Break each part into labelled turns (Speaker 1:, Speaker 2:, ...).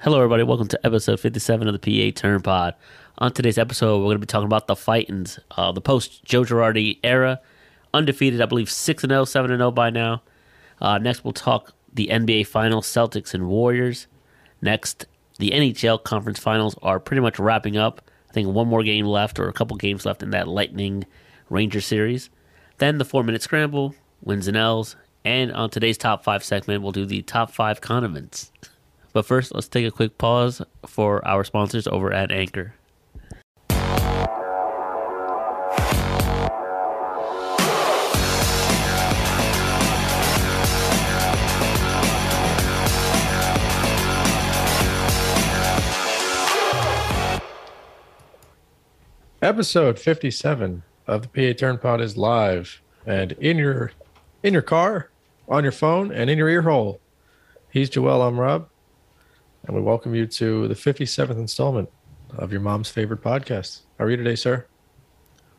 Speaker 1: Hello, everybody. Welcome to episode 57 of the PA Turn Pod. On today's episode, we're going to be talking about the Fightins, uh, the post Joe Girardi era, undefeated, I believe, oh, 6 0, 7 0 by now. Uh, next, we'll talk the NBA Finals, Celtics and Warriors. Next, the NHL Conference Finals are pretty much wrapping up. I think one more game left or a couple games left in that Lightning Ranger series. Then the four minute scramble, wins and L's. And on today's top five segment, we'll do the top five condiments. But first, let's take a quick pause for our sponsors over at Anchor.
Speaker 2: Episode 57 of the PA Turn Pod is live and in your in your car, on your phone, and in your ear hole. He's Joel, I'm Rob, and we welcome you to the 57th installment of your mom's favorite podcast. How are you today, sir?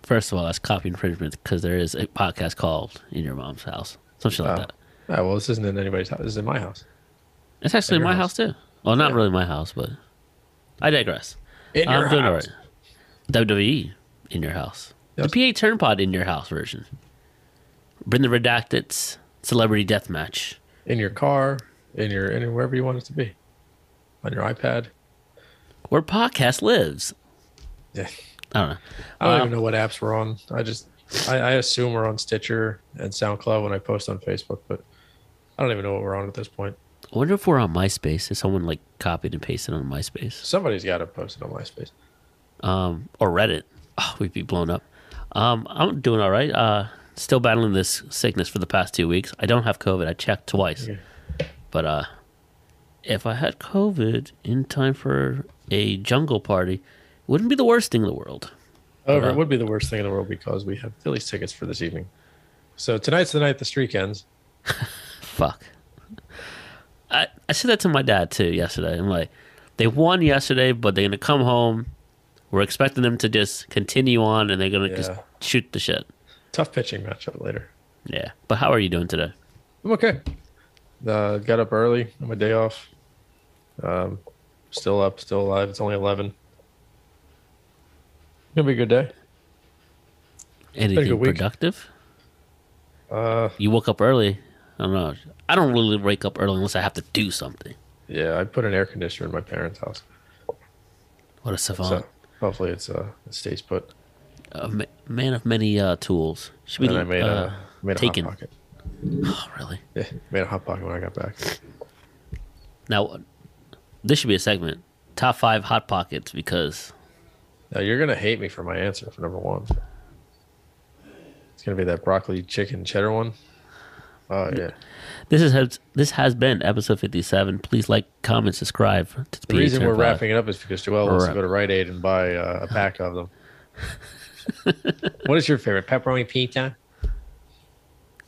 Speaker 1: First of all, that's copy infringement because there is a podcast called In Your Mom's House. Some shit like
Speaker 2: Oh.
Speaker 1: that.
Speaker 2: Ah, well, this isn't in anybody's house. This is in my house.
Speaker 1: It's actually
Speaker 2: At your
Speaker 1: my house.
Speaker 2: house.
Speaker 1: too. Well, not
Speaker 2: Yeah.
Speaker 1: really my house, but I digress.
Speaker 2: In
Speaker 1: I'm doing all right. WWE in your house.
Speaker 2: Yes.
Speaker 1: The PA Turnpod in your house version. Bring the redacted celebrity death match.
Speaker 2: In your car, in your in wherever you want it to be. On your iPad.
Speaker 1: Where podcast lives.
Speaker 2: Yeah.
Speaker 1: I don't know.
Speaker 2: I don't
Speaker 1: Well,
Speaker 2: even know what apps we're on. I just I, I assume we're on Stitcher and SoundCloud when I post on Facebook, but I don't even know what we're on at this point.
Speaker 1: I wonder if we're on MySpace. If someone like copied and pasted on MySpace.
Speaker 2: Somebody's got to post it on MySpace.
Speaker 1: um, or Reddit, oh, we'd be blown up. Um, I'm doing all right. Uh, still battling this sickness for the past two weeks. I don't have COVID. I checked twice,
Speaker 2: Okay.
Speaker 1: but uh, if I had COVID in time for a jungle party, it wouldn't be the worst thing in the world.
Speaker 2: However,
Speaker 1: Uh,
Speaker 2: it would be the worst thing in the world because we have Phillies tickets for this evening. So tonight's the night the streak ends.
Speaker 1: Fuck. I I said that to my dad too yesterday. I'm like, they won yesterday, but they're gonna come home. We're expecting them to just continue on, and they're gonna just
Speaker 2: Yeah.
Speaker 1: shoot the shit.
Speaker 2: Tough pitching matchup later.
Speaker 1: Yeah. But how are you doing today?
Speaker 2: I'm okay. Uh, got up early on my day off. Um, still up, still alive. It's only 11. Gonna be a good day.
Speaker 1: Anything
Speaker 2: week.
Speaker 1: productive?
Speaker 2: Uh,
Speaker 1: You woke up early. I don't know. I don't really wake up early unless I have to do something.
Speaker 2: yeah, I put an air conditioner in my parents' house.
Speaker 1: What a savant.
Speaker 2: So hopefully it's uh it stays put.
Speaker 1: a ma- man of many uh, tools. Should be
Speaker 2: And I made
Speaker 1: uh,
Speaker 2: a made a
Speaker 1: taken.
Speaker 2: hot pocket.
Speaker 1: oh, really?
Speaker 2: Yeah, made a hot pocket when I got back.
Speaker 1: Now, this should be a segment. Top five hot pockets because
Speaker 2: Now you're gonna hate me for my answer for number one. It's gonna be that broccoli chicken cheddar one. Oh yeah.
Speaker 1: this is has, this has been episode fifty seven. Please like, comment, subscribe. To
Speaker 2: The reason we're wrapping it up is because Joel wants to go to Rite Aid and buy uh, a pack of them. what is your favorite pepperoni pizza?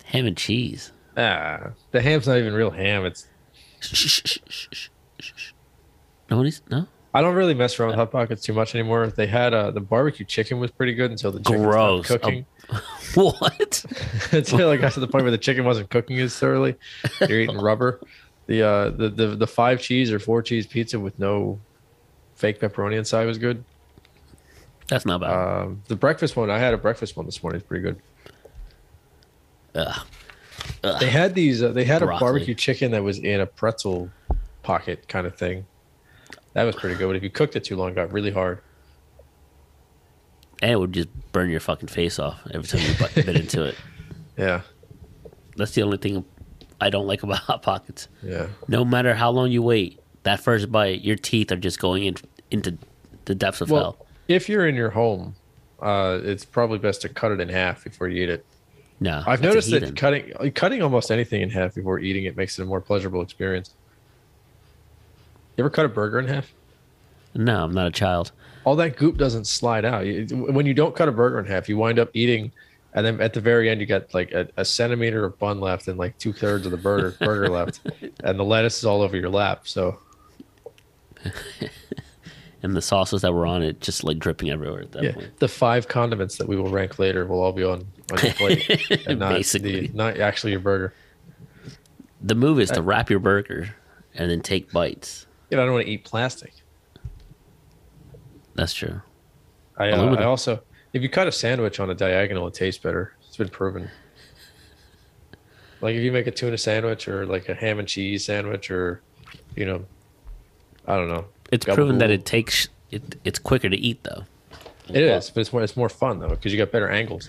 Speaker 1: ham and cheese.
Speaker 2: Ah, the ham's not even real ham. It's
Speaker 1: Shh, shh, shh, shh, shh, shh, shh. Nobody's no.
Speaker 2: I don't really mess around with hot pockets too much anymore. They had uh, the barbecue chicken was pretty good until the chicken
Speaker 1: Gross.
Speaker 2: stopped cooking.
Speaker 1: What?
Speaker 2: until I got to the point where the chicken wasn't cooking as thoroughly. You're eating rubber. The uh the, the the five cheese or four cheese pizza with no fake pepperoni inside was good.
Speaker 1: That's not bad.
Speaker 2: Um, the breakfast one, I had a breakfast one this morning. It's pretty good.
Speaker 1: Ugh.
Speaker 2: They had these. Uh, they had a
Speaker 1: Broccoli.
Speaker 2: barbecue chicken that was in a pretzel pocket kind of thing. That was pretty good. But if you cooked it too long, it got really hard.
Speaker 1: and it would just burn your fucking face off every time you bite, bit into it.
Speaker 2: Yeah,
Speaker 1: That's the only thing I don't like about hot pockets.
Speaker 2: yeah.
Speaker 1: No matter how long you wait, that first bite, your teeth are just going in, into the depths of
Speaker 2: Well,
Speaker 1: hell.
Speaker 2: if you're in your home, uh, it's probably best to cut it in half before you eat it.
Speaker 1: No, that's
Speaker 2: I've
Speaker 1: a
Speaker 2: noticed
Speaker 1: heathen.
Speaker 2: that cutting cutting almost anything in half before eating it makes it a more pleasurable experience. You ever cut a burger in half?
Speaker 1: No, I'm not a child.
Speaker 2: All that goop doesn't slide out. You- When you don't cut a burger in half, you wind up eating, and then at the very end, you got like a, a centimeter of bun left and like two thirds of the burger burger left, and the lettuce is all over your lap. So
Speaker 1: And the sauces that were on it just like dripping everywhere at that
Speaker 2: yeah,
Speaker 1: point.
Speaker 2: the five condiments that we will rank later will all be on on your plate, and not
Speaker 1: Basically.
Speaker 2: the, not actually your burger.
Speaker 1: The move is to wrap your burger and then take bites.
Speaker 2: You know, I don't want to eat plastic.
Speaker 1: That's true.
Speaker 2: I, uh,
Speaker 1: Aluminum.
Speaker 2: I also, if you cut a sandwich on a diagonal, it tastes better. It's been proven. Like if you make a tuna sandwich or like a ham and cheese sandwich or, you know, I don't know.
Speaker 1: It's
Speaker 2: Gabagool.
Speaker 1: proven that it takes it. It's quicker to eat though.
Speaker 2: It is, but it's more, it's more fun though because you got better angles.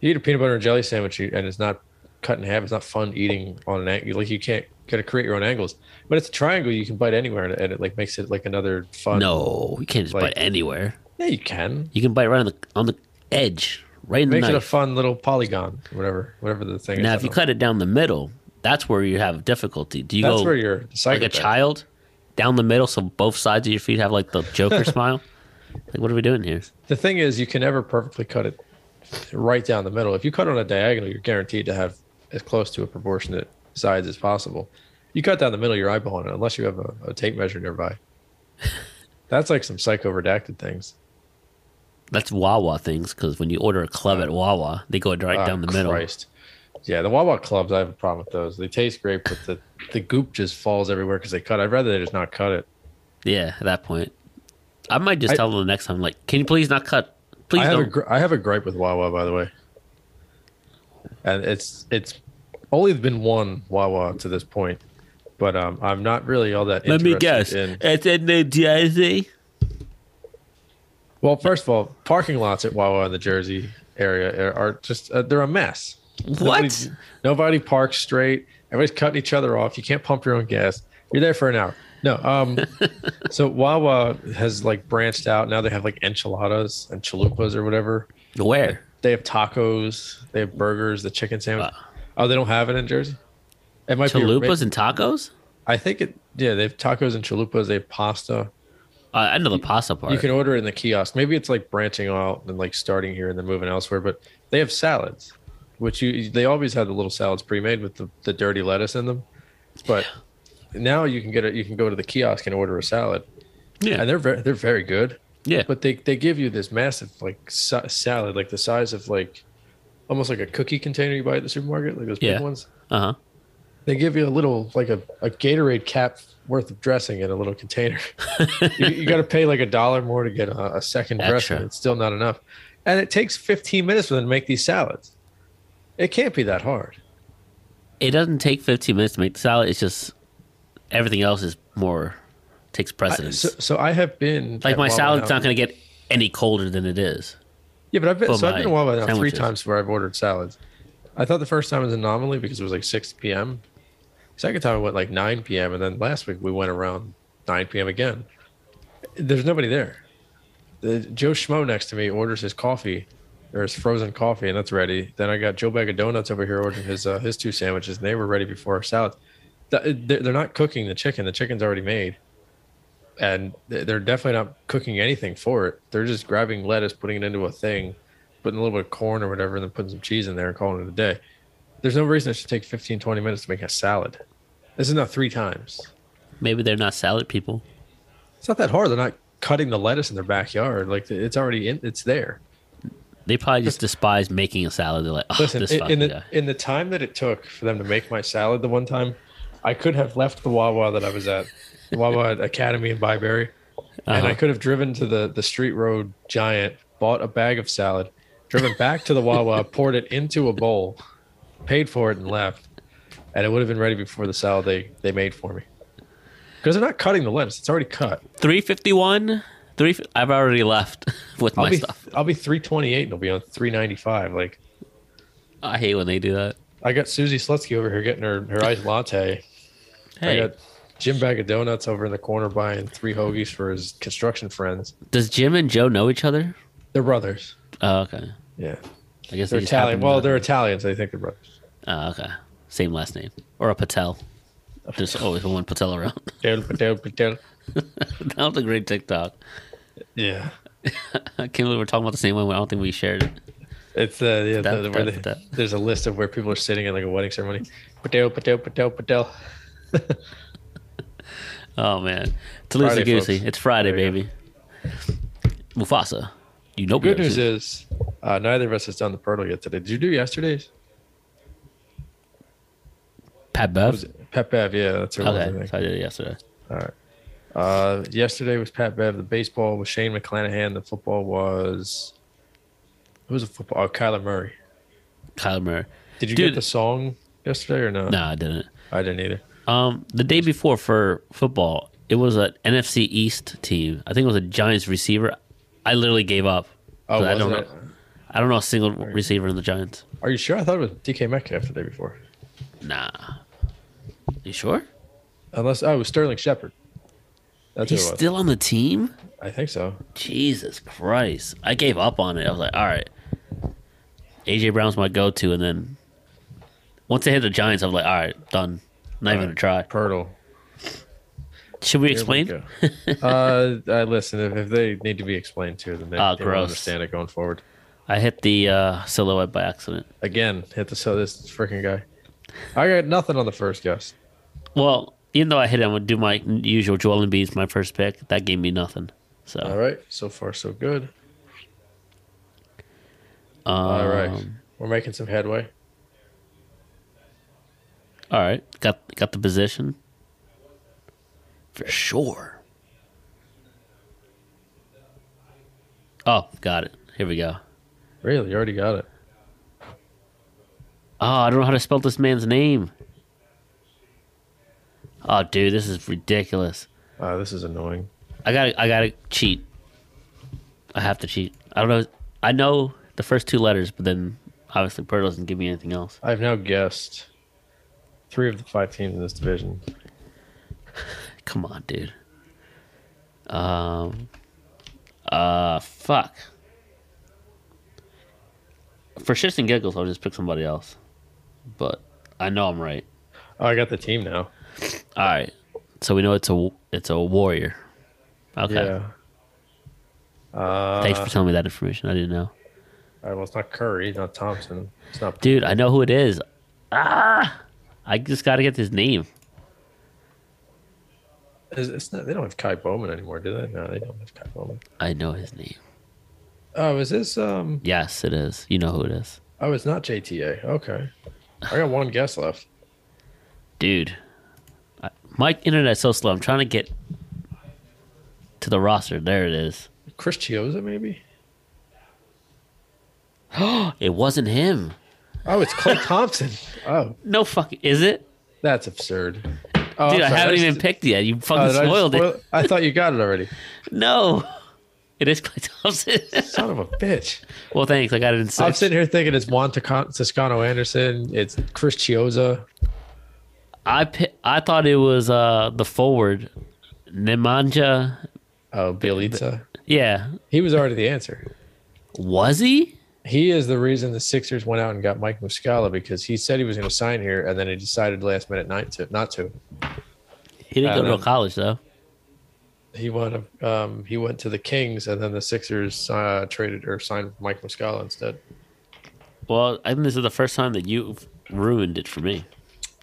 Speaker 2: You eat a peanut butter and jelly sandwich you- and it's not cut in half. It's not fun eating on an angle. Like you can't got to create your own angles. But it's a triangle. You can bite anywhere and it, and it like makes it like another fun.
Speaker 1: No, you can't just bite
Speaker 2: Like-
Speaker 1: anywhere.
Speaker 2: yeah, you can
Speaker 1: You can bite right on the on the edge, right in the
Speaker 2: make it a
Speaker 1: knife.
Speaker 2: fun little polygon, whatever, whatever the thing. is.
Speaker 1: now,
Speaker 2: I
Speaker 1: if you
Speaker 2: don't-
Speaker 1: cut it down the middle, that's where you have difficulty. Do you
Speaker 2: that's
Speaker 1: go
Speaker 2: where you're the
Speaker 1: like a
Speaker 2: psychopath.
Speaker 1: child down the middle, so both sides of your feet have like the Joker smile? Like, what are we doing here?
Speaker 2: The thing is, you can never perfectly cut it right down the middle. If you cut on a diagonal, you're guaranteed to have as close to a proportionate sides as possible. You cut down the middle, you're eyeballing it, unless you have a, a tape measure nearby. That's like some psycho redacted things.
Speaker 1: That's Wawa things because when you order a club at Wawa, they go right
Speaker 2: Ah,
Speaker 1: down the middle.
Speaker 2: Christ. Yeah, the Wawa clubs, I have a problem with those. They taste great, but the, the goop just falls everywhere because they cut. I'd rather they just not cut it.
Speaker 1: Yeah, at that point, I might just
Speaker 2: I-
Speaker 1: tell them the next time, like, can you please not cut? Please
Speaker 2: I have, a
Speaker 1: don't.
Speaker 2: gr- I have a gripe with Wawa, by the way, and it's it's only been one Wawa to this point, but um, I'm not really all that.
Speaker 1: Let me guess.
Speaker 2: interested In,
Speaker 1: It's in New Jersey.
Speaker 2: well, first of all, parking lots at Wawa in the Jersey area are- are just uh, they're a mess.
Speaker 1: What?
Speaker 2: Nobody parks straight. Everybody's cutting each other off. You can't pump your own gas. You're there for an hour. No. Um. so Wawa has like branched out. Now they have like enchiladas and chalupas or whatever.
Speaker 1: Where?
Speaker 2: They have tacos. They have burgers. The chicken sandwich.
Speaker 1: Wow.
Speaker 2: oh, they don't have it in Jersey. It might be.
Speaker 1: Chalupas and tacos?
Speaker 2: I think it. Yeah, they have tacos and chalupas. They have pasta.
Speaker 1: Uh, I know the pasta part.
Speaker 2: You can order it in the kiosk. Maybe it's like branching out and like starting here and then moving elsewhere. But they have salads, which you they always have the little salads pre-made with the, the dirty lettuce in them. But now you can get it. You can go to the kiosk and order a salad,
Speaker 1: yeah,
Speaker 2: and they're very, they're very good.
Speaker 1: yeah.
Speaker 2: But they they give you this massive like sa- salad, like the size of like almost like a cookie container you buy at the supermarket, like those
Speaker 1: Yeah.
Speaker 2: big ones.
Speaker 1: uh huh.
Speaker 2: They give you a little like a, a Gatorade cap worth of dressing in a little container. you you got to pay like a dollar more to get a, a second
Speaker 1: Extra.
Speaker 2: dressing. It's still not enough, and it takes 15 minutes for them to make these salads. It can't be that hard.
Speaker 1: It doesn't take 15 minutes to make the salad. It's just everything else is more takes
Speaker 2: I,
Speaker 1: precedence.
Speaker 2: so, so I have been
Speaker 1: like
Speaker 2: at
Speaker 1: my
Speaker 2: Wawa
Speaker 1: salad's
Speaker 2: now-
Speaker 1: not going to get any colder than it is.
Speaker 2: Yeah, but I've been
Speaker 1: for
Speaker 2: so I've been
Speaker 1: my
Speaker 2: a while now three
Speaker 1: sandwiches.
Speaker 2: times where I've ordered salads. I thought the first time was an anomaly because it was like six p.m. Second time I went like nine p.m. and then last week we went around nine p.m. again. There's nobody there. The Joe Schmo next to me orders his coffee or his frozen coffee and that's ready. Then I got Joe Bag of Donuts over here ordering his uh, his two sandwiches and they were ready before our salads. Th- They're they're not cooking the chicken. The chicken's already made and th- they're definitely not cooking anything for it. They're just grabbing lettuce, putting it into a thing, putting a little bit of corn or whatever, and then putting some cheese in there and calling it a day. There's no reason it should take 15, 20 minutes to make a salad. This is not three times.
Speaker 1: Maybe they're not salad people.
Speaker 2: It's not that hard. They're not cutting the lettuce in their backyard. Like it's already in, it's there.
Speaker 1: They probably just despise making a salad. They're like, oh,
Speaker 2: Listen,
Speaker 1: this
Speaker 2: in, in
Speaker 1: fucking
Speaker 2: the
Speaker 1: guy.
Speaker 2: in the time that it took for them to make my salad the one time, I could have left the Wawa that I was at, the Wawa Academy in Byberry, and
Speaker 1: Uh-huh.
Speaker 2: I could have driven to the the street road giant, bought a bag of salad, driven back to the Wawa, poured it into a bowl, paid for it, and left. And it would have been ready before the salad they they made for me. Because they're not cutting the lettuce; it's already cut.
Speaker 1: 351? Three, I've already left with
Speaker 2: I'll
Speaker 1: my
Speaker 2: be
Speaker 1: stuff.
Speaker 2: I'll be three twenty eight, and it'll be on three ninety five. Like
Speaker 1: I hate when they do that.
Speaker 2: I got Susie Slutsky over here getting her her iced latte.
Speaker 1: Hey,
Speaker 2: I got Jim Bag of Donuts over in the corner buying three hoagies for his construction friends.
Speaker 1: does Jim and Joe know each other?
Speaker 2: They're brothers.
Speaker 1: Oh, okay.
Speaker 2: Yeah.
Speaker 1: I guess
Speaker 2: They're
Speaker 1: they just
Speaker 2: Italian.
Speaker 1: happen
Speaker 2: Well,
Speaker 1: to-
Speaker 2: they're Italians. They think they're brothers.
Speaker 1: Oh, okay. Same last name. Or a Patel. Just always one Patel around.
Speaker 2: Del- del- del-
Speaker 1: that was a great TikTok.
Speaker 2: Yeah.
Speaker 1: I can't believe we're talking about the same one. but I don't think we shared it.
Speaker 2: It's uh, yeah,
Speaker 1: That-
Speaker 2: the- where
Speaker 1: that-
Speaker 2: they-
Speaker 1: that.
Speaker 2: there's a list of where people are sitting at like a wedding ceremony. Patel, Patel, Patel, Patel.
Speaker 1: Oh, man. Tallusa
Speaker 2: Friday,
Speaker 1: Goosey.
Speaker 2: folks.
Speaker 1: It's Friday,
Speaker 2: There you
Speaker 1: baby. Mufasa. You know
Speaker 2: Good news is uh, neither of us has done the Purtle yet today. Did you do yesterday's?
Speaker 1: Pat Bev.
Speaker 2: Was it Pep Bev, yeah, that's her.
Speaker 1: Okay.
Speaker 2: Okay.
Speaker 1: So I did it yesterday.
Speaker 2: All right. Uh, yesterday was Pat Bev. The baseball was Shane McClanahan. The football was who was a football? Oh, Kyler Murray.
Speaker 1: Kyler Murray.
Speaker 2: Did you
Speaker 1: Dude.
Speaker 2: get the song yesterday or no?
Speaker 1: No, I didn't.
Speaker 2: I didn't either.
Speaker 1: Um, the day before for football, it was an NFC East team. I think it was a Giants receiver. I literally gave up.
Speaker 2: Oh,
Speaker 1: 'Cause I
Speaker 2: was
Speaker 1: don't
Speaker 2: it?
Speaker 1: know. I don't know a single receiver in the Giants.
Speaker 2: Are you sure? I thought it was DK Metcalf the day before.
Speaker 1: Nah. You sure?
Speaker 2: Unless oh, it was Sterling Shepard. That's who
Speaker 1: He's
Speaker 2: it was.
Speaker 1: still on the team?
Speaker 2: I think so.
Speaker 1: Jesus Christ. I gave up on it. I was like, all right. AJ Brown's my go to. And then once they hit the Giants, I'm like, all right, done. Not even a try.
Speaker 2: Pirtle.
Speaker 1: Should we
Speaker 2: Here we
Speaker 1: explain?
Speaker 2: go. uh, I listen. If, if they need to be explained to, then they,
Speaker 1: Ah,
Speaker 2: they will
Speaker 1: gross.
Speaker 2: understand it going forward.
Speaker 1: I hit the uh, silhouette by accident.
Speaker 2: Again, hit the so this freaking guy. I got nothing on the first guess.
Speaker 1: Well, even though I hit it, I'm going to do my usual Joel Embiid's my first pick. That gave me nothing. So,
Speaker 2: All right, so far so good.
Speaker 1: um,
Speaker 2: All right, we're making some headway.
Speaker 1: All right. Got, got the position. For sure. Oh, got it. Here we go.
Speaker 2: Really, you already got it.
Speaker 1: Oh, I don't know how to spell this man's name. Oh, dude, this is ridiculous.
Speaker 2: Uh, this is annoying.
Speaker 1: I gotta, I gotta cheat. I have to cheat. I don't know. I know the first two letters, but then obviously Bird doesn't give me anything else.
Speaker 2: I've now guessed three of the five teams in this division.
Speaker 1: Come on, dude. Um. Uh, fuck. For shits and giggles, I'll just pick somebody else. But I know I'm right.
Speaker 2: Oh, I got the team now.
Speaker 1: All right. So we know it's a it's a warrior. Okay.
Speaker 2: Yeah. Uh,
Speaker 1: Thanks for telling me that information. I didn't know.
Speaker 2: all right, well, it's not Curry, it's not Thompson, it's not
Speaker 1: Dude, I know who it is. Ah! I just got to get his name.
Speaker 2: Is- It's not, they don't have Kai Bowman anymore, do they? No, they don't have Kai Bowman.
Speaker 1: I know his name.
Speaker 2: Oh, is this? Um,
Speaker 1: Yes, it is. You know who it is.
Speaker 2: oh, it's not JTA. Okay, I got one guess left.
Speaker 1: Dude. I, my internet's so slow. I'm trying to get to the roster. There it is.
Speaker 2: Chris Chioza, maybe?
Speaker 1: It wasn't him.
Speaker 2: Oh, it's Clay Thompson. Oh,
Speaker 1: No fuck. Is it?
Speaker 2: that's absurd. Oh,
Speaker 1: Dude, I
Speaker 2: I'm sorry,
Speaker 1: haven't
Speaker 2: just-
Speaker 1: even picked yet. You
Speaker 2: oh,
Speaker 1: fucking
Speaker 2: did I just
Speaker 1: spoiled it.
Speaker 2: spoil- I thought you got it already.
Speaker 1: No. It is Clay Thompson.
Speaker 2: Son of a bitch.
Speaker 1: well, thanks. I got it in
Speaker 2: I'm
Speaker 1: six.
Speaker 2: sitting here thinking it's Juan Tosca- Toscano Anderson. It's Chris Chioza.
Speaker 1: I, pi- I thought it was uh, the forward, Nemanja.
Speaker 2: Oh, Bielitsa.
Speaker 1: Yeah.
Speaker 2: He was already the answer.
Speaker 1: Was he?
Speaker 2: he is the reason the Sixers went out and got Mike Muscala because he said he was going to sign here, and then he decided last minute not to. Not to.
Speaker 1: He didn't
Speaker 2: I
Speaker 1: go to
Speaker 2: don't-
Speaker 1: a college though.
Speaker 2: He went. Um, he went to the Kings, and then the Sixers uh, traded or signed Mike Muscala instead.
Speaker 1: Well, I think this is the first time that you've ruined it for me.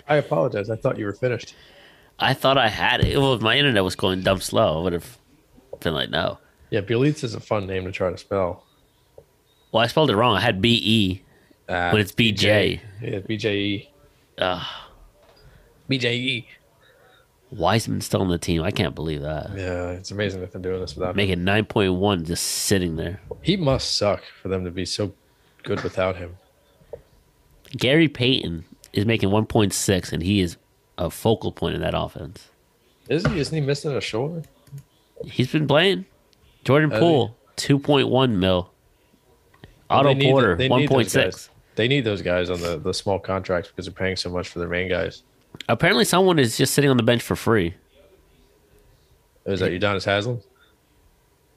Speaker 2: I apologize. I thought you were finished.
Speaker 1: I thought I had it. Well, if my internet was going dumb slow, I would have been like, no.
Speaker 2: Yeah, Bielitsa is a fun name to try to spell.
Speaker 1: Well, I spelled it wrong. I had B E.
Speaker 2: Uh,
Speaker 1: But it's E. BJ.
Speaker 2: Yeah, BJE.
Speaker 1: Ugh.
Speaker 2: BJE.
Speaker 1: Wiseman's still on the team. I can't believe that.
Speaker 2: Yeah, it's amazing that they're doing this without him.
Speaker 1: Making nine point one just sitting there.
Speaker 2: He must suck for them to be so good without him.
Speaker 1: Gary Payton is making one point six, and he is a focal point in that offense.
Speaker 2: Is he? Isn't he missing a shoulder?
Speaker 1: He's been playing. Jordan
Speaker 2: Oh, they-
Speaker 1: Poole two point one mil.
Speaker 2: Well,
Speaker 1: Otto
Speaker 2: they need-
Speaker 1: Porter
Speaker 2: they need
Speaker 1: one
Speaker 2: those
Speaker 1: point
Speaker 2: guys.
Speaker 1: six.
Speaker 2: They need those guys on the, the small contracts because they're paying so much for their main guys.
Speaker 1: Apparently, someone is just sitting on the bench for free.
Speaker 2: Is that Udonis Haslam?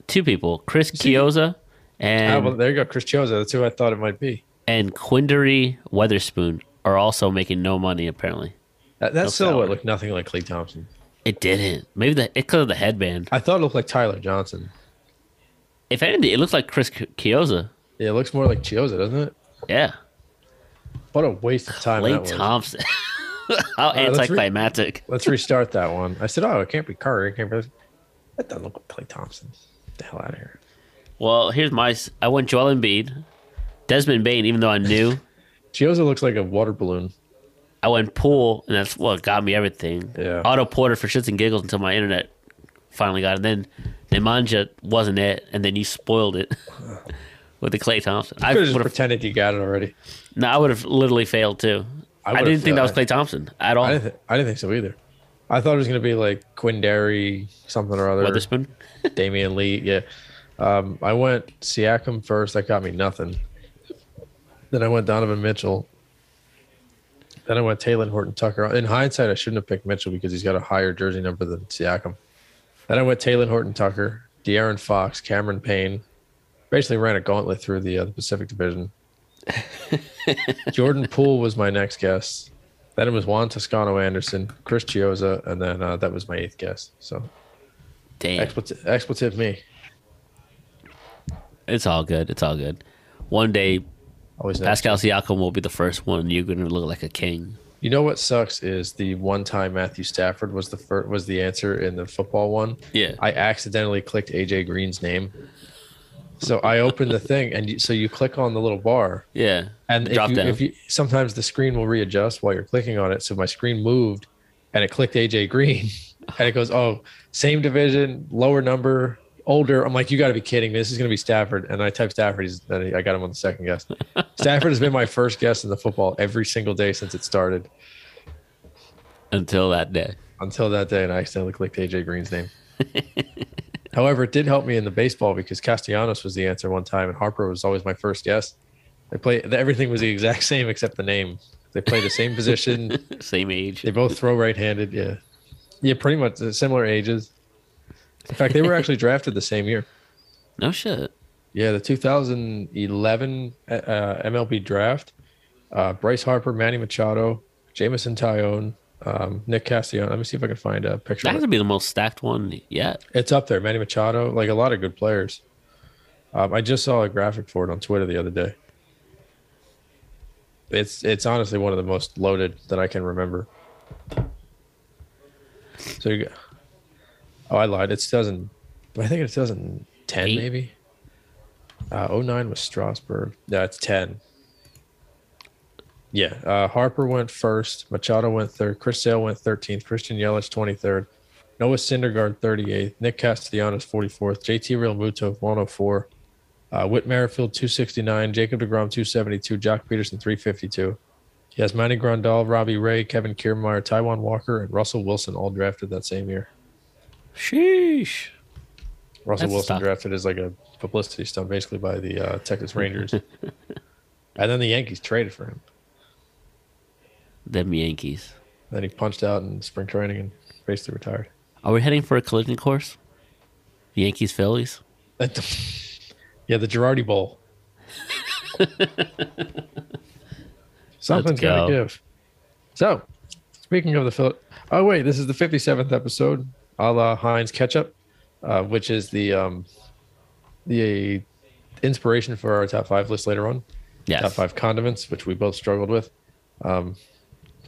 Speaker 1: two people, Chris Chioza
Speaker 2: Ah,
Speaker 1: and
Speaker 2: well, there you go, Chris Chioza. That's who I thought it might be.
Speaker 1: and Quindery Weatherspoon are also making no money apparently.
Speaker 2: That, that
Speaker 1: No
Speaker 2: silhouette
Speaker 1: salary.
Speaker 2: looked nothing like Clay Thompson.
Speaker 1: It didn't. Maybe the it because of the headband.
Speaker 2: I thought it looked like Tyler Johnson.
Speaker 1: If anything, it looks like Chris Ch- Chioza.
Speaker 2: Yeah, it looks more like Chioza, doesn't it?
Speaker 1: Yeah,
Speaker 2: What a waste of time
Speaker 1: Clay
Speaker 2: that was.
Speaker 1: Thompson. How
Speaker 2: let's re-
Speaker 1: anticlimactic!
Speaker 2: Let's restart that one. I said, oh, it can't be Curry. It can't be. That doesn't look like Clay Thompson. Get the hell out of here.
Speaker 1: well, here's my. s- I went Joel Embiid, Desmond Bain. Even though I knew,
Speaker 2: Chioza looks like a water balloon.
Speaker 1: I went Poole, and that's what got me everything.
Speaker 2: Yeah.
Speaker 1: Auto Porter for shits and giggles until my internet finally got it. Then Nemanja wasn't it, and then you spoiled it with the Clay Thompson. I
Speaker 2: I
Speaker 1: would
Speaker 2: just
Speaker 1: have
Speaker 2: pretended you got it already.
Speaker 1: no, I would have literally failed too. I,
Speaker 2: I would've
Speaker 1: didn't think that
Speaker 2: failed.
Speaker 1: was Clay Thompson at all.
Speaker 2: I didn't, th- I didn't think so either. I thought it was going to be like Quindary something or other.
Speaker 1: Witherspoon.
Speaker 2: Damian Lee. Yeah. Um, I went Siakam first. That got me nothing. Then I went Donovan Mitchell. Then I went Taylor Horton Tucker. In hindsight, I shouldn't have picked Mitchell because he's got a higher jersey number than Siakam. Then I went Taylor Horton Tucker, De'Aaron Fox, Cameron Payne. Basically ran a gauntlet through the, uh, the Pacific Division. Jordan Poole was my next guess. Then it was Juan Toscano Anderson, Chris Chioza, and then uh, that was my eighth guess. So
Speaker 1: Damn,
Speaker 2: expletive, expletive me.
Speaker 1: it's all good. It's all good. One day,
Speaker 2: Always next.
Speaker 1: Pascal Siakam will be the first one. You're gonna look like a king.
Speaker 2: You know what sucks is the one time Matthew Stafford was the fir- was the answer in the football one.
Speaker 1: Yeah.
Speaker 2: I accidentally clicked AJ Green's name. So I opened the thing, and you, so you click on the little bar,
Speaker 1: yeah,
Speaker 2: and
Speaker 1: The
Speaker 2: if
Speaker 1: drop
Speaker 2: you,
Speaker 1: down.
Speaker 2: if you sometimes the screen will readjust while you're clicking on it. So my screen moved, and it clicked AJ Green, and it goes, "Oh, same division, lower number, older." I'm like, "You got to be kidding me! This is going to be Stafford." And I typed Stafford, he's, and I got him on the second guess. Stafford has been my first guess in the football every single day since it started.
Speaker 1: until that day.
Speaker 2: until that day, and I accidentally clicked AJ Green's name. However, it did help me in the baseball because Castellanos was the answer one time, and Harper was always my first guess. They play everything was the exact same except the name. They play the same position.
Speaker 1: Same age.
Speaker 2: They both throw right-handed. Yeah, yeah, pretty much uh, similar ages. In fact, they were actually drafted the same year.
Speaker 1: No shit.
Speaker 2: Yeah, the 2011 uh, MLB draft. Uh, Bryce Harper, Manny Machado, Jamison Tyone, um, Nick Castellanos. Let me see if I can find a picture.
Speaker 1: That
Speaker 2: of it.
Speaker 1: has to be the most stacked one yet.
Speaker 2: It's up there. Manny Machado, like a lot of good players. Um, I just saw a graphic for it on Twitter the other day. It's it's honestly one of the most loaded that I can remember. So, you go, oh, I lied. It's doesn't. I think it's doesn't ten
Speaker 1: Eight?
Speaker 2: maybe. Uh, 09 was Strasburg. No, it's ten. Yeah, uh, Harper went first. Machado went third. Chris Sale went thirteenth. Christian Yelich twenty third. Noah Syndergaard, 38th. Nick Castellanos, 44th. JT Realmuto, 104. Uh, Whit Merrifield, 269. Jacob DeGrom, 272. Jock Peterson, 352. Yasmani Grandal, Robbie Ray, Kevin Kiermaier, Taiwan Walker, and Russell Wilson all drafted that same year.
Speaker 1: Sheesh.
Speaker 2: Russell
Speaker 1: That's
Speaker 2: Wilson
Speaker 1: tough.
Speaker 2: drafted as like a publicity stunt, basically by the uh, Texas Rangers. and then the Yankees traded for him.
Speaker 1: Them Yankees.
Speaker 2: Then he punched out in spring training and basically retired.
Speaker 1: Are we heading for a collision course? Yankees Phillies.
Speaker 2: yeah, the Girardi Bowl. Something's
Speaker 1: go.
Speaker 2: gotta give. So, speaking of the Phil, oh wait, this is the fifty seventh episode, a la Heinz Ketchup, uh, which is the um, the inspiration for our top five list later on.
Speaker 1: Yes.
Speaker 2: Top five condiments, which we both struggled with. Um,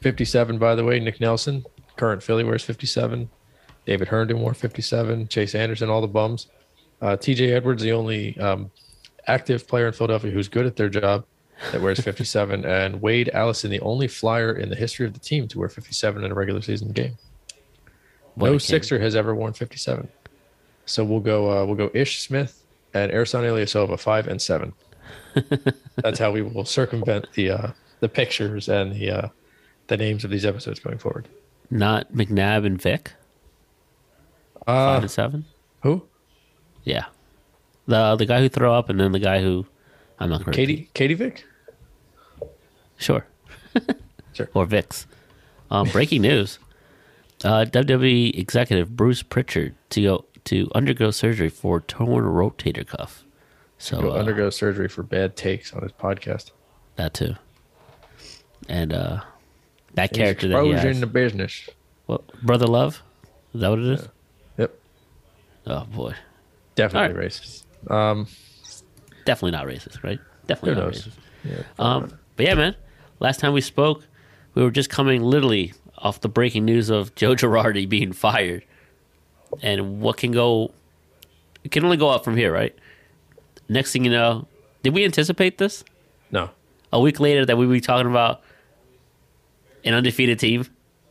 Speaker 2: fifty seven, by the way, Nick Nelson, current Philly, wears fifty seven. David Herndon wore 57. Chase Anderson, all the bums. Uh, TJ Edwards, the only um, active player in Philadelphia who's good at their job, that wears 57. and Wade Allison, the only flyer in the history of the team to wear 57 in a regular season game.
Speaker 1: What a
Speaker 2: no
Speaker 1: king.
Speaker 2: Sixer has ever worn 57. So we'll go. Uh, we'll go. Ish Smith and Ersan Ilyasova, five and seven. That's how we will circumvent the uh, the pictures and the uh, the names of these episodes going forward.
Speaker 1: Not McNabb and Vic. Five
Speaker 2: Uh,
Speaker 1: and seven.
Speaker 2: who?
Speaker 1: Yeah. The uh, the guy who throw up and then the guy who I'm not gonna repeat.
Speaker 2: Katie. Katie Vick.
Speaker 1: Sure.
Speaker 2: Sure.
Speaker 1: Or Vix. Um, breaking news. Uh, WWE executive Bruce Pritchard to go to undergo surgery for torn rotator cuff. So
Speaker 2: He'll
Speaker 1: uh,
Speaker 2: undergo surgery for bad takes on his podcast.
Speaker 1: that too. And uh, that
Speaker 2: He's
Speaker 1: character that he
Speaker 2: exposing
Speaker 1: has.
Speaker 2: the business.
Speaker 1: What, Brother Love? Is that what it is?
Speaker 2: Yep,
Speaker 1: Oh boy.
Speaker 2: definitely racist.
Speaker 1: Definitely not racist, right?
Speaker 2: Who
Speaker 1: Definitely not
Speaker 2: knows? Uh,
Speaker 1: racist. Um, but yeah, man. Last time we spoke, we were just coming literally off the breaking news of Joe Girardi being fired, and what can go, it can only go up from here, right? Next thing you know, did we anticipate this?
Speaker 2: No,
Speaker 1: A week later, that we'd be talking about an undefeated team,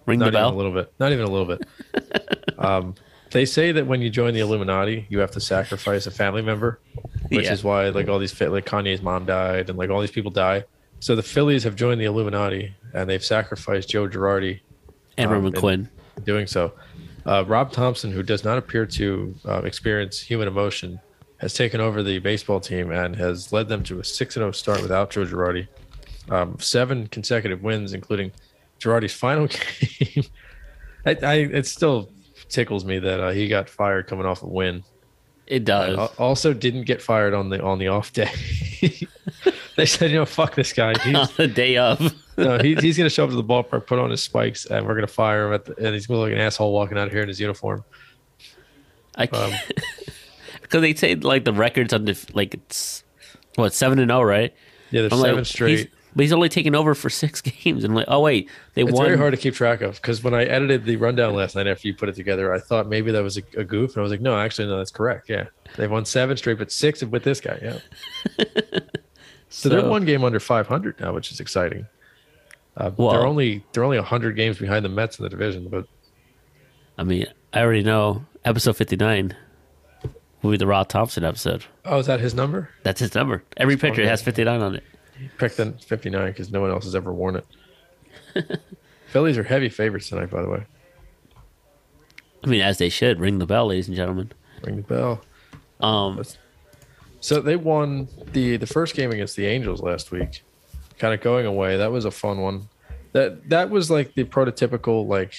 Speaker 1: ring
Speaker 2: not
Speaker 1: the
Speaker 2: even a
Speaker 1: bell.
Speaker 2: little bit. Not even a little bit. um, They say that when you join the Illuminati, you have to sacrifice a family member, which
Speaker 1: Yeah.
Speaker 2: is why like all these fit like Kanye's mom died and like all these people die. So the Phillies have joined the Illuminati and they've sacrificed Joe Girardi
Speaker 1: and Roman
Speaker 2: and-
Speaker 1: Quinn.
Speaker 2: in doing so. Uh, Rob Thompson, who does not appear to uh, experience human emotion, has taken over the baseball team and has led them to a six and zero start without Joe Girardi. Um, seven consecutive wins, including Girardi's final game. I, I, it still tickles me that uh, he got fired coming off a win.
Speaker 1: It does.
Speaker 2: Al- Also, didn't get fired on the on the off day. they said, you know, fuck this guy. He's,
Speaker 1: on the day of.
Speaker 2: no, he, he's going to show up to the ballpark, put on his spikes, and we're going to fire him. At the, and he's going to look like an asshole walking out of here in his uniform.
Speaker 1: I
Speaker 2: Um,
Speaker 1: can't. Because they say like the records on the like it's what seven and zero, right?
Speaker 2: yeah, there's
Speaker 1: I'm
Speaker 2: seven
Speaker 1: like,
Speaker 2: straight.
Speaker 1: He's, but he's only taken over for six games, and I'm like, oh wait, they
Speaker 2: it's
Speaker 1: won.
Speaker 2: very hard to keep track of because when I edited the rundown last night after you put it together, I thought maybe that was a, a goof, and I was like, no, actually, no, that's correct. Yeah, they won seven straight, but six with this guy. Yeah, so, they're
Speaker 1: So-
Speaker 2: one game under 500 now, which is exciting. Uh,
Speaker 1: Well-
Speaker 2: they're only they're only 100 games behind the Mets in the division, but
Speaker 1: I mean, I already know episode fifty nine will be the Rod Thompson episode.
Speaker 2: oh, is that his number?
Speaker 1: That's his number. Every picture
Speaker 2: funny.
Speaker 1: has fifty nine on it.
Speaker 2: Picked the 59 because no one else has ever worn it. Phillies are heavy favorites tonight, by the way.
Speaker 1: I mean, as they should. Ring the bell, ladies and gentlemen.
Speaker 2: Ring the bell.
Speaker 1: Um,
Speaker 2: That's- So they won the the first game against the Angels last week. Kind of going away. That was a fun one. That that was like the prototypical like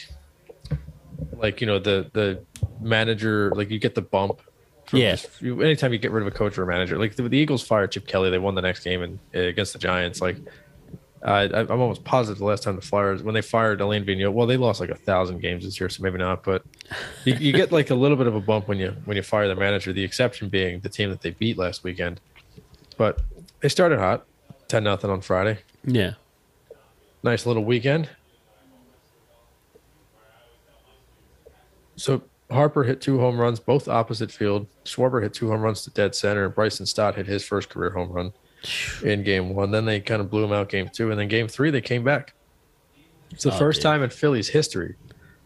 Speaker 2: like you know the the manager like you get the bump. from
Speaker 1: Yeah.
Speaker 2: just- you- anytime you get rid of a coach or a manager, like the, the Eagles fired Chip Kelly, they won the next game and uh, against the Giants. Like I, I- I'm almost positive the last time the Flyers when they fired Elaine Vigneault, well, they lost like a thousand games this year, so maybe not. But you, you get like a little bit of a bump when you when you fire the manager. The exception being the team that they beat last weekend. But they started hot, ten nothing on Friday.
Speaker 1: yeah.
Speaker 2: Nice little weekend. So Harper hit two home runs, both opposite field. Schwarber hit two home runs to dead center, and Bryson Stott hit his first career home run in game one. Then they kind of blew him out game two, and then game three they came back. It's the
Speaker 1: Oh,
Speaker 2: first
Speaker 1: dude.
Speaker 2: time in Phillies history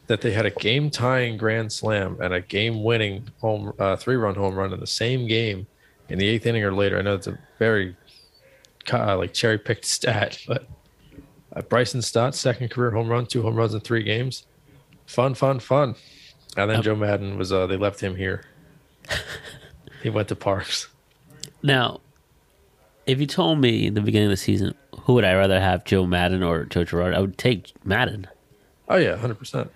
Speaker 2: that they had a game tying grand slam and a game winning home uh, three run home run in the same game in the eighth inning or later. I know it's a very uh, like cherry picked stat, but uh, Bryson Stott second career home run, two home runs in three games. Fun, fun, fun. And then
Speaker 1: Yep.
Speaker 2: Joe Madden was uh, they left him here. he went to Parks.
Speaker 1: Now, if you told me in the beginning of the season, who would I rather have, Joe Madden or Joe Girardi? I would take Madden.
Speaker 2: Oh yeah, hundred percent.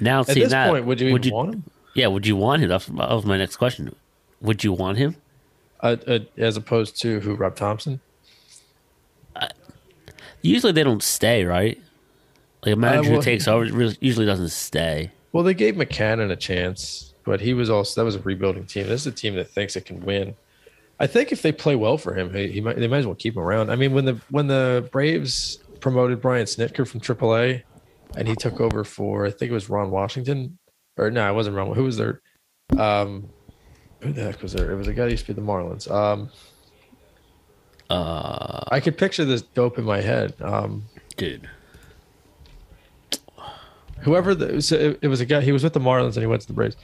Speaker 1: Now,
Speaker 2: At
Speaker 1: seeing
Speaker 2: this
Speaker 1: that,
Speaker 2: point, would you even want him?
Speaker 1: Yeah, would you want him? That's, that was my next question. Would you want him?
Speaker 2: Uh, uh, as opposed to who? Rob Thompson.
Speaker 1: Usually they don't stay, right? Like a manager
Speaker 2: well-
Speaker 1: who takes over really- usually doesn't stay.
Speaker 2: Well, they gave McCannon a chance, but he was also that was a rebuilding team. This is a team that thinks it can win. I think if they play well for him, he, he might they might as well keep him around. I mean, when the when the Braves promoted Brian Snitker from AAA, and he took over for I think it was Ron Washington, or no, it wasn't Ron. Who was there? Um, who the heck was there? It was a guy that used to be the Marlins. Um,
Speaker 1: Uh,
Speaker 2: I could picture this dope in my head. Um,
Speaker 1: dude.
Speaker 2: whoever the so it, it was a guy he was with the Marlins and he went to the Braves.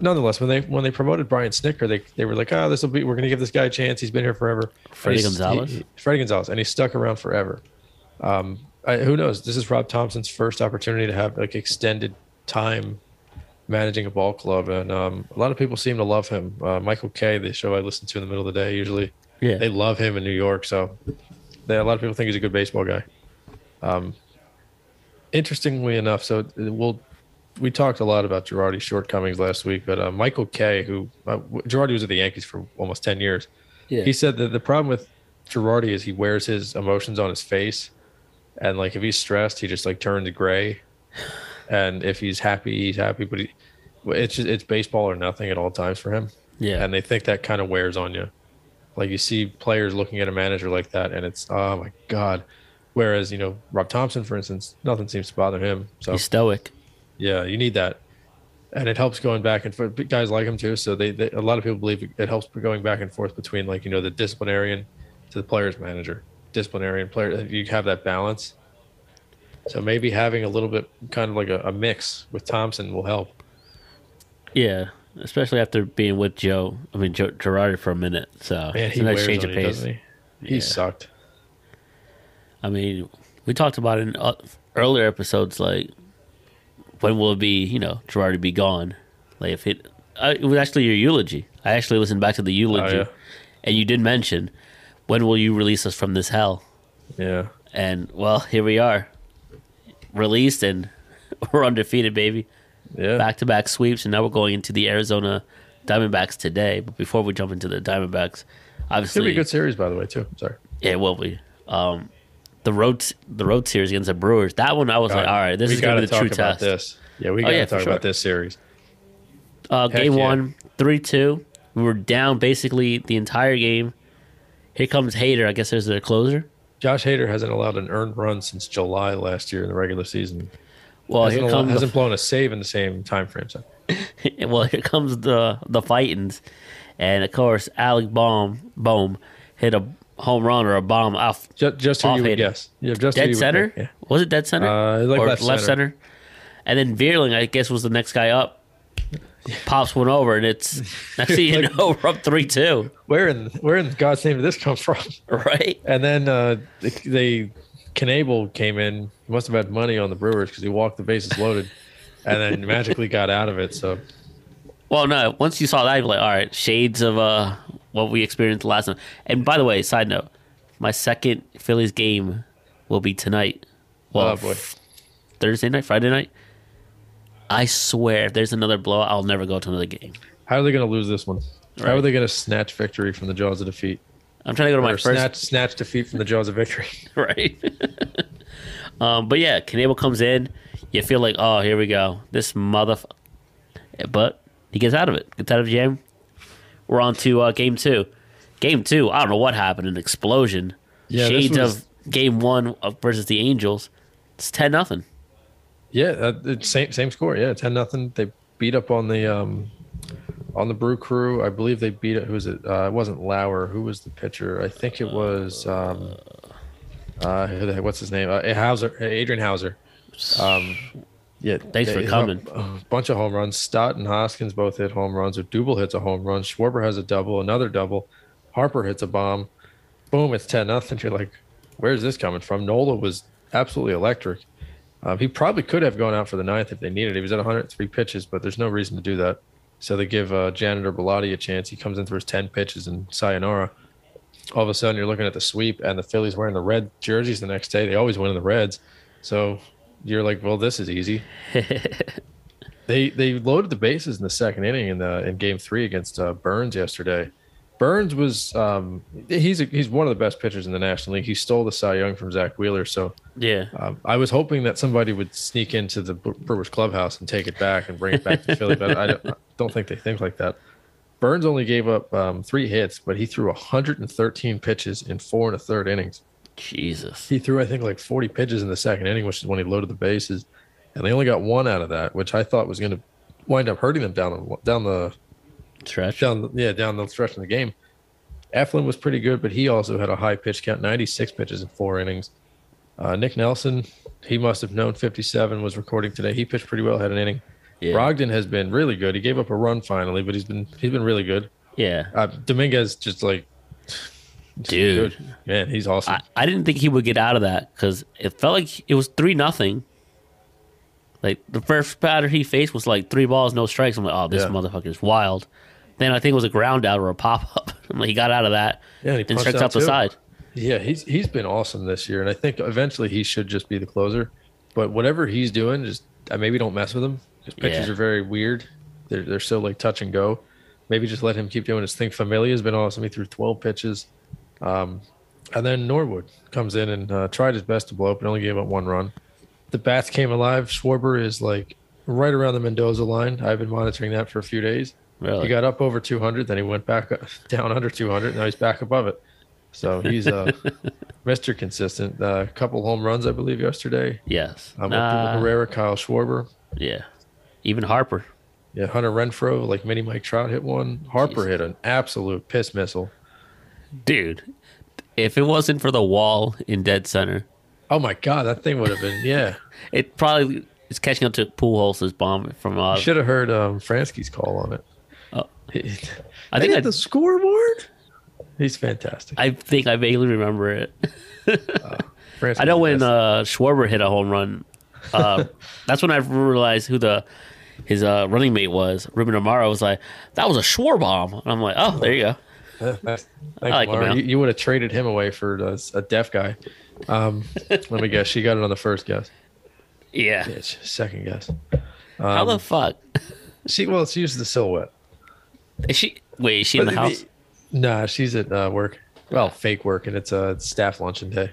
Speaker 2: Nonetheless, when they when they promoted Brian Snicker, they they were like, oh, this will be we're gonna give this guy a chance. He's been here forever. And
Speaker 1: Freddie
Speaker 2: he's-
Speaker 1: Gonzalez?
Speaker 2: he- he- Freddie Gonzalez, and he stuck around forever. Um, I, who knows? This is Rob Thompson's first opportunity to have like extended time managing a ball club, and um, a lot of people seem to love him. Uh, Michael Kay, the show I listen to in the middle of the day, usually
Speaker 1: Yeah.
Speaker 2: they love him in New York. So they, a lot of people think he's a good baseball guy. Um, interestingly enough, so it- we'll we talked a lot about Girardi's shortcomings last week, but uh, Michael Kay, who uh, Girardi was at the Yankees for almost ten years,
Speaker 1: yeah.
Speaker 2: he said that the problem with Girardi is he wears his emotions on his face, and like if he's stressed, he just like turns gray, and if he's happy, he's happy. But he, it's just, it's baseball or nothing at all times for him
Speaker 1: yeah.
Speaker 2: and they think that kind of wears on you. Like you see players looking at a manager like that, and it's oh my god. Whereas you know Rob Thompson, for instance, nothing seems to bother him. So
Speaker 1: He's stoic.
Speaker 2: yeah, you need that, and it helps going back and forth. But Guys like him too. So they, they a lot of people believe it helps going back and forth between like you know the disciplinarian to the player's manager, disciplinarian player. You have that balance. So maybe having a little bit, kind of like a, a mix with Thompson, will help.
Speaker 1: Yeah, especially after being with Joe. I mean, Joe Girardi for a minute. So
Speaker 2: Man,
Speaker 1: it's
Speaker 2: he
Speaker 1: a nice
Speaker 2: wears
Speaker 1: change
Speaker 2: on
Speaker 1: of
Speaker 2: you,
Speaker 1: pace.
Speaker 2: doesn't he? He
Speaker 1: Yeah.
Speaker 2: sucked.
Speaker 1: I mean, we talked about it in uh, earlier episodes, like when will it be, you know, Girardi be gone? Like if it, I, it was actually your eulogy. I actually listened back to the eulogy,
Speaker 2: Oh, yeah.
Speaker 1: and you did mention when will you release us from this hell?
Speaker 2: Yeah.
Speaker 1: And well, here we are, released, and we're undefeated, baby.
Speaker 2: Yeah.
Speaker 1: back to back sweeps, and now we're going into the Arizona Diamondbacks today. But before we jump into the Diamondbacks,
Speaker 2: It's gonna be
Speaker 1: obviously,
Speaker 2: a good series, by the way, too. Sorry.
Speaker 1: yeah, it will be. Um, the road the road series against the Brewers. That one, I was like, all right, this
Speaker 2: we
Speaker 1: is gonna
Speaker 2: gotta
Speaker 1: be the true
Speaker 2: talk about
Speaker 1: test. Oh,
Speaker 2: This. Yeah, we gotta
Speaker 1: yeah, for
Speaker 2: talk
Speaker 1: sure.
Speaker 2: about this series.
Speaker 1: Uh,
Speaker 2: Heck
Speaker 1: game
Speaker 2: yeah.
Speaker 1: one, three two. We were down basically the entire game. Here comes Hater. I guess there's their closer.
Speaker 2: Josh Hader hasn't allowed an earned run since July last year in the regular season.
Speaker 1: Well,
Speaker 2: hasn't,
Speaker 1: Oh, here
Speaker 2: allo-
Speaker 1: comes
Speaker 2: hasn't blown a save in the same time frame. So.
Speaker 1: well, here comes the the fightings, and of course, Alec Baum Bohm hit a home run or a bomb off
Speaker 2: Just, just who
Speaker 1: Off
Speaker 2: you would
Speaker 1: Hader.
Speaker 2: guess. Yeah, just who you
Speaker 1: dead
Speaker 2: would
Speaker 1: center.
Speaker 2: think,
Speaker 1: Was it dead center
Speaker 2: Uh, like
Speaker 1: or
Speaker 2: left
Speaker 1: center.
Speaker 2: center.
Speaker 1: And then Veerling, I guess, was the next guy up. Pops one over, and it's next thing you
Speaker 2: Like-
Speaker 1: know, we're up three two,
Speaker 2: yeah. Where in where in God's name did this come from?
Speaker 1: right?
Speaker 2: And then uh, they, they Knable came in. He must have had money on the Brewers because he walked the bases loaded, and then magically got out of it. So
Speaker 1: Well, no. Once you saw that, you're like, all right, shades of uh, what we experienced last time. And by the way, side note, my second Phillies game will be tonight. Well,
Speaker 2: oh boy,
Speaker 1: Thursday night, Friday night. I swear, if there's another blowout, I'll never go to another game.
Speaker 2: how are they going to lose this one? How
Speaker 1: Right.
Speaker 2: are they going to snatch victory from the jaws of defeat?
Speaker 1: I'm trying to go to my
Speaker 2: or
Speaker 1: first
Speaker 2: snatch snatch defeat from the jaws of victory?
Speaker 1: right? um, but yeah, Knebel comes in. You feel like, oh, here we go. This mother. But he gets out of it. Gets out of jam. We're on to uh, game two. Game two. I don't know what happened. An explosion.
Speaker 2: Yeah, this
Speaker 1: Shades
Speaker 2: was-
Speaker 1: of game one of- versus the Angels. It's ten nothing.
Speaker 2: Yeah, uh, it's same same score. Yeah, ten nothing. They beat up on the um on the Brew Crew. I believe they beat it. Who was it? Uh, it wasn't Lauer. Who was the pitcher? I think it was um uh who the- what's his name? Uh, Hauser, Adrian Hauser. Um, yeah,
Speaker 1: Thanks for
Speaker 2: they-
Speaker 1: coming.
Speaker 2: A bunch of home runs. Stott and Hoskins both hit home runs. Odubel hits a home run. Schwarber has a double, another double. Harper hits a bomb. Boom! It's ten nothing. You're like, where's this coming from? Nola was absolutely electric. Um, he probably could have gone out for the ninth if they needed. He was at 103 pitches, but there's no reason to do that. So they give uh, Janitor Bellotti a chance. He comes in for his 10 pitches and sayonara. All of a sudden, you're looking at the sweep, and the Phillies wearing the red jerseys the next day. They always win in the Reds, so you're like, well, this is easy. they they loaded the bases in the second inning in the in Game Three against uh, Burns yesterday. Burns was um, he's a, he's one of the best pitchers in the National League. He stole the Cy Young from Zach Wheeler, so
Speaker 1: Yeah.
Speaker 2: um, I was hoping that somebody would sneak into the Bre- Brewers clubhouse and take it back and bring it back to Philly, but I don't, I don't think they think like that. Burns only gave up um, three hits, but he threw 113 pitches in four and a third innings.
Speaker 1: Jesus.
Speaker 2: He threw, I think, like 40 pitches in the second inning, which is when he loaded the bases, and they only got one out of that, which I thought was going to wind up hurting them down the down the
Speaker 1: Stretch.
Speaker 2: down the, yeah down the stretch of the game. Eflin was pretty good, but he also had a high pitch count, 96 pitches in four innings. Uh, Nick Nelson, he must have known 57 was recording today. He pitched pretty well, had an inning.
Speaker 1: Yeah.
Speaker 2: Brogdon has been really good. He gave up a run finally, but he's been he's been really good.
Speaker 1: yeah.
Speaker 2: Uh, Dominguez just like
Speaker 1: Dude.
Speaker 2: man, he's awesome.
Speaker 1: I, I didn't think he would get out of that because it felt like it was three nothing. Like the first batter he faced was like three balls, no strikes. I'm like, oh, this
Speaker 2: Yeah.
Speaker 1: motherfucker is wild. Then I think it was a ground out or a pop up. I'm like, he got out of that
Speaker 2: yeah, and he
Speaker 1: and
Speaker 2: punched
Speaker 1: strikes out the
Speaker 2: too.
Speaker 1: side.
Speaker 2: Yeah, he's he's been awesome this year, and I think eventually he should just be the closer. But whatever he's doing, just I maybe don't mess with him. His pitches
Speaker 1: Yeah.
Speaker 2: are very weird. They're they're so like touch and go. Maybe just let him keep doing his thing. Familia has been awesome. He threw twelve pitches, um, and then Norwood comes in and uh, tried his best to blow up, and only gave up one run. The bats came alive. Schwarber is like right around the Mendoza line. I've been monitoring that for a few days.
Speaker 1: Really?
Speaker 2: He got up over 200, then he went back up- down under 200. Now he's back above it. So he's uh, Mr. Consistent. A couple home runs, I believe, yesterday.
Speaker 1: yes.
Speaker 2: Um,
Speaker 1: Nah,
Speaker 2: Herrera, Kyle Schwarber.
Speaker 1: yeah. Even Harper.
Speaker 2: Yeah, Hunter Renfro, like mini Mike Trout hit one. Harper hit an absolute piss missile.
Speaker 1: Dude, if it wasn't for the wall in dead center,
Speaker 2: Oh my God, that thing would have been, yeah.
Speaker 1: it probably It's catching up to Pujols' bomb from. Uh,
Speaker 2: Should have heard um, Fransky's call on it.
Speaker 1: Oh.
Speaker 2: He-
Speaker 1: I think
Speaker 2: Hey,
Speaker 1: I,
Speaker 2: the scoreboard. He's fantastic.
Speaker 1: I think I vaguely remember it.
Speaker 2: Fransky's
Speaker 1: I know
Speaker 2: the
Speaker 1: when
Speaker 2: best.
Speaker 1: uh, Schwarber hit a home run. Uh, that's when I realized who the his uh, running mate was. Ruben Amaro was like, "That was a Schwarber bomb," and I'm like, "Oh, there you go."
Speaker 2: Thanks,
Speaker 1: like him
Speaker 2: Laura.
Speaker 1: now.
Speaker 2: you, you would have traded him away for a, a deaf guy. Um, let me guess. She got it on the first guess.
Speaker 1: Yeah.
Speaker 2: Bitch, second guess.
Speaker 1: How
Speaker 2: Um,
Speaker 1: the fuck?
Speaker 2: She well, she used the silhouette.
Speaker 1: Is she? Wait, is she in the house?
Speaker 2: Nah, she's at uh, work. Well, fake work, and it's a uh, staff luncheon day.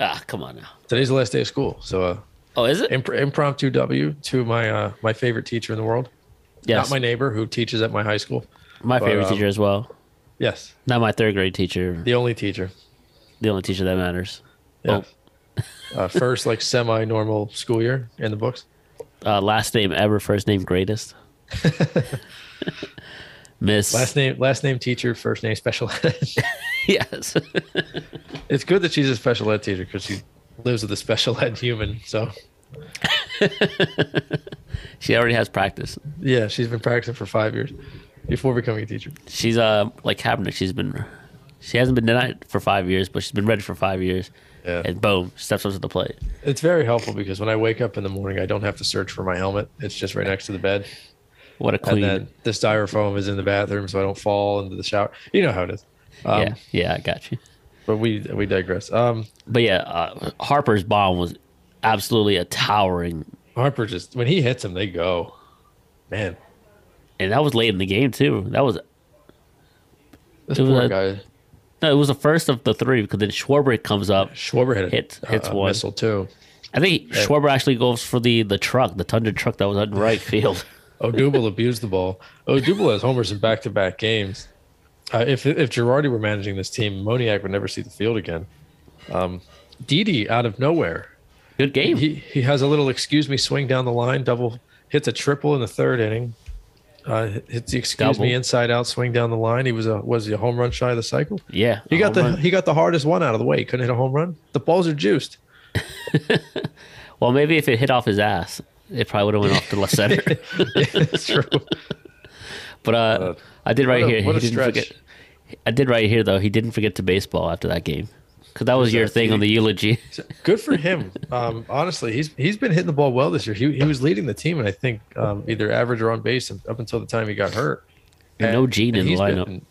Speaker 1: Ah, come on now.
Speaker 2: Today's the last day of school, so uh,
Speaker 1: Oh, is it?
Speaker 2: imp- impromptu W to my uh, my favorite teacher in the world.
Speaker 1: Yes.
Speaker 2: Not my neighbor who teaches at my high school.
Speaker 1: My
Speaker 2: But,
Speaker 1: favorite
Speaker 2: um,
Speaker 1: teacher as well.
Speaker 2: Yes,
Speaker 1: Not my third grade teacher.
Speaker 2: the only teacher.
Speaker 1: The only teacher that matters.
Speaker 2: Yeah. uh, first, like semi-normal school year in the books.
Speaker 1: Uh, last name ever, first name greatest. Miss.
Speaker 2: Last name, last name teacher, first name special ed.
Speaker 1: Yes.
Speaker 2: it's good that she's a special ed teacher because she lives with a special ed human. So
Speaker 1: she already has practice.
Speaker 2: yeah, she's been practicing for five years before becoming a teacher.
Speaker 1: She's uh like Kaepernick. She's been she hasn't been denied for five years, but she's been ready for five years.
Speaker 2: Yeah.
Speaker 1: And boom, steps up to the plate.
Speaker 2: It's very helpful because when I wake up in the morning, I don't have to search for my helmet. It's just right next to the bed.
Speaker 1: What a
Speaker 2: And
Speaker 1: queen.
Speaker 2: then the styrofoam is in the bathroom, so I don't fall into the shower. You know how it is. Um,
Speaker 1: yeah, yeah, I got you.
Speaker 2: But we we digress. Um,
Speaker 1: But yeah, uh, Harper's bomb was absolutely a towering,
Speaker 2: Harper just when he hits them, they go. Man,
Speaker 1: and that was late in the game too. That was
Speaker 2: this
Speaker 1: It was
Speaker 2: poor
Speaker 1: a-
Speaker 2: guy.
Speaker 1: no, it was the first of the three because then Schwarber comes up.
Speaker 2: Schwarber hit a,
Speaker 1: Hits- hits
Speaker 2: a
Speaker 1: one.
Speaker 2: missile too.
Speaker 1: I think Schwarber actually goes for the the truck, the thunder truck that was out in right field.
Speaker 2: Odubel Oh, abused the ball. Odubel has homers in back-to-back games. Uh, if if Girardi were managing this team, Moniac would never see the field again. Um, Didi out of nowhere,
Speaker 1: Good game.
Speaker 2: he he has a little excuse me swing down the line, double hits a triple in the third inning. Uh, hits the excuse
Speaker 1: Double.
Speaker 2: me inside out swing down the line. He was a was he a home run shy of the cycle.
Speaker 1: yeah,
Speaker 2: He
Speaker 1: a home
Speaker 2: got the
Speaker 1: run.
Speaker 2: he got the hardest one out of the way. He couldn't hit a home run. The balls are juiced.
Speaker 1: well. Maybe if it hit off his ass, it probably would have went off to left center.
Speaker 2: it's true.
Speaker 1: But uh,
Speaker 2: Uh,
Speaker 1: I did right
Speaker 2: what a-
Speaker 1: here.
Speaker 2: what
Speaker 1: he
Speaker 2: a
Speaker 1: didn't
Speaker 2: stretch.
Speaker 1: forget. I did right here though. He didn't forget to baseball after that game because that was your
Speaker 2: that
Speaker 1: thing on
Speaker 2: TV?
Speaker 1: the eulogy.
Speaker 2: Good for him. Um, honestly, he's he's been hitting the ball well this year. He he was leading the team, and I think um, either average or on base up until the time he got hurt. And-
Speaker 1: no Gene
Speaker 2: and
Speaker 1: in the
Speaker 2: he's
Speaker 1: lineup.
Speaker 2: been-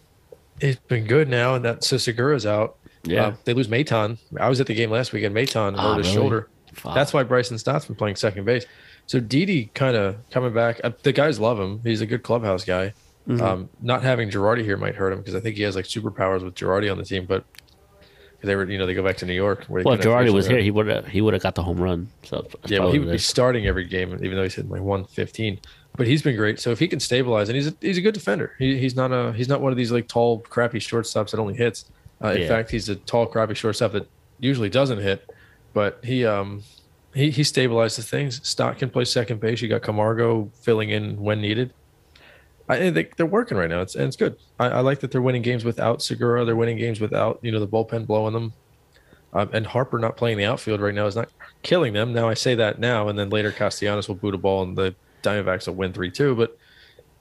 Speaker 2: he's been good now, and that so Segura's out. Uh,
Speaker 1: Yeah.
Speaker 2: they lose Maton. I was at the game last weekend. Maton
Speaker 1: Ah,
Speaker 2: hurt his
Speaker 1: really?
Speaker 2: shoulder.
Speaker 1: Fuck.
Speaker 2: That's why Bryson Stott's been playing second base. So Didi kind of coming back. Uh, The guys love him. He's a good clubhouse guy.
Speaker 1: Mm-hmm.
Speaker 2: Um, not having Girardi here might hurt him because I think he has like superpowers with Girardi on the team. But 'cause they were, you know, they go back to New York. Where they
Speaker 1: well, if
Speaker 2: couldn't have
Speaker 1: Girardi
Speaker 2: facial
Speaker 1: was
Speaker 2: hair.
Speaker 1: here, he would have he would have got the home run. So that's probably
Speaker 2: Yeah, well, he
Speaker 1: what
Speaker 2: would
Speaker 1: it
Speaker 2: be
Speaker 1: is.
Speaker 2: starting every game, even though he's hitting like 115. But he's been great. So if he can stabilize, and he's a, he's a good defender. He, he's not a he's not one of these like tall crappy shortstops that only hits. Uh,
Speaker 1: Yeah.
Speaker 2: In fact, he's a tall crappy shortstop that usually doesn't hit. But he um he he stabilizes things. Stott can play second base. You got Camargo filling in when needed. I I think they're working right now. It's and it's good. I, I like that they're winning games without Segura. They're winning games without you know the bullpen blowing them, um, and Harper not playing the outfield right now is not killing them. Now I say that now, and then later Castellanos will boot a ball and the Diamondbacks will win three two. But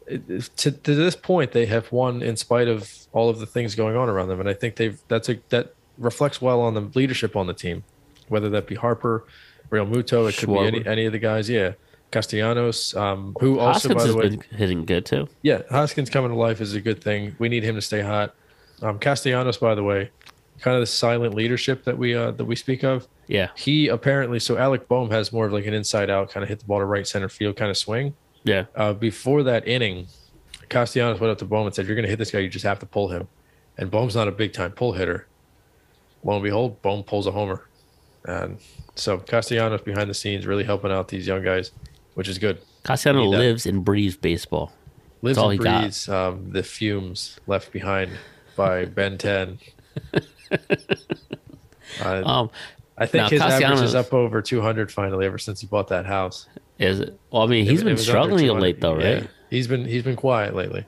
Speaker 2: it, it's- to, to this point, they have won in spite of all of the things going on around them, and I think they've that's a that reflects well on the leadership on the team, whether that be Harper, Real Muto, it could be
Speaker 1: Schwarber.
Speaker 2: any any of the guys. Yeah, Castellanos, um, who also
Speaker 1: Hoskins
Speaker 2: by
Speaker 1: has
Speaker 2: the way.
Speaker 1: been hitting good too.
Speaker 2: Yeah, Hoskins coming to life is a good thing. We need him to stay hot. Um, Castellanos, by the way, kind of the silent leadership that we uh, that we speak of.
Speaker 1: Yeah,
Speaker 2: He apparently so Alec Boehm has more of like an inside out kind of hit the ball to right center field kind of swing.
Speaker 1: yeah,
Speaker 2: Uh, before that inning, Castellanos went up to Boehm and said, "You're going to hit this guy. You just have to pull him." And Boehm's not a big time pull hitter. Lo and behold, Boehm pulls a homer, and so Castellanos behind the scenes really helping out these young guys, which is good.
Speaker 1: Cassiano
Speaker 2: He does.
Speaker 1: lives and breathes baseball.
Speaker 2: lives
Speaker 1: all
Speaker 2: and
Speaker 1: he got.
Speaker 2: breathes um, the fumes left behind by Ben 10. Uh,
Speaker 1: Um,
Speaker 2: I think
Speaker 1: now,
Speaker 2: his average
Speaker 1: Castellanos-
Speaker 2: is up over 200 finally ever since he bought that house.
Speaker 1: is it? Well, I mean,
Speaker 2: He's
Speaker 1: he's been struggling of late though, right?
Speaker 2: He's been he's been quiet lately.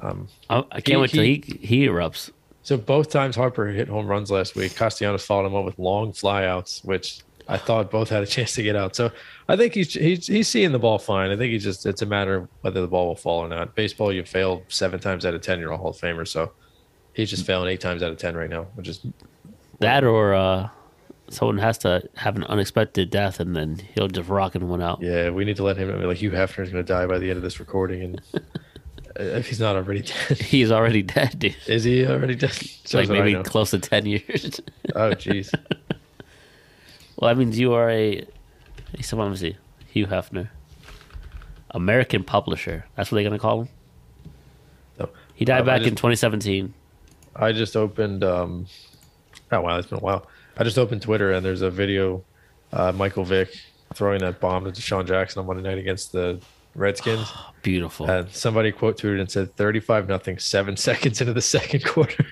Speaker 1: I, I can't
Speaker 2: He-
Speaker 1: wait till he he erupts.
Speaker 2: So both times Harper hit home runs last week, Castellanos followed him up with long flyouts, which I thought both had a chance to get out. So I think he's he's he's seeing the ball fine. I think he's just it's a matter of whether the ball will fall or not. Baseball, you fail seven times out of ten. You're a Hall of Famer. So he's just failing eight times out of ten right now, which is
Speaker 1: That or uh, someone has to have an unexpected death and then he'll just rock and one out.
Speaker 2: yeah. We need to let him know. Like Hugh Hefner's going to die by the end of this recording, and if he's not already dead,
Speaker 1: He's already dead, dude.
Speaker 2: is he already dead?
Speaker 1: It's
Speaker 2: So
Speaker 1: like maybe close to 10 years.
Speaker 2: oh jeez,
Speaker 1: well, that means you are a, a so let me see, Hugh Hefner. American publisher. That's what they're going to call him.
Speaker 2: No.
Speaker 1: He died
Speaker 2: Um, I
Speaker 1: back
Speaker 2: just-
Speaker 1: in 2017.
Speaker 2: I just opened. um Oh wow, it's been a while. I just opened Twitter and there's a video, uh, Michael Vick throwing that bomb to Deshaun Jackson on Monday night against the Redskins.
Speaker 1: Beautiful.
Speaker 2: And somebody quote tweeted and said 35 nothing seven seconds into the second quarter.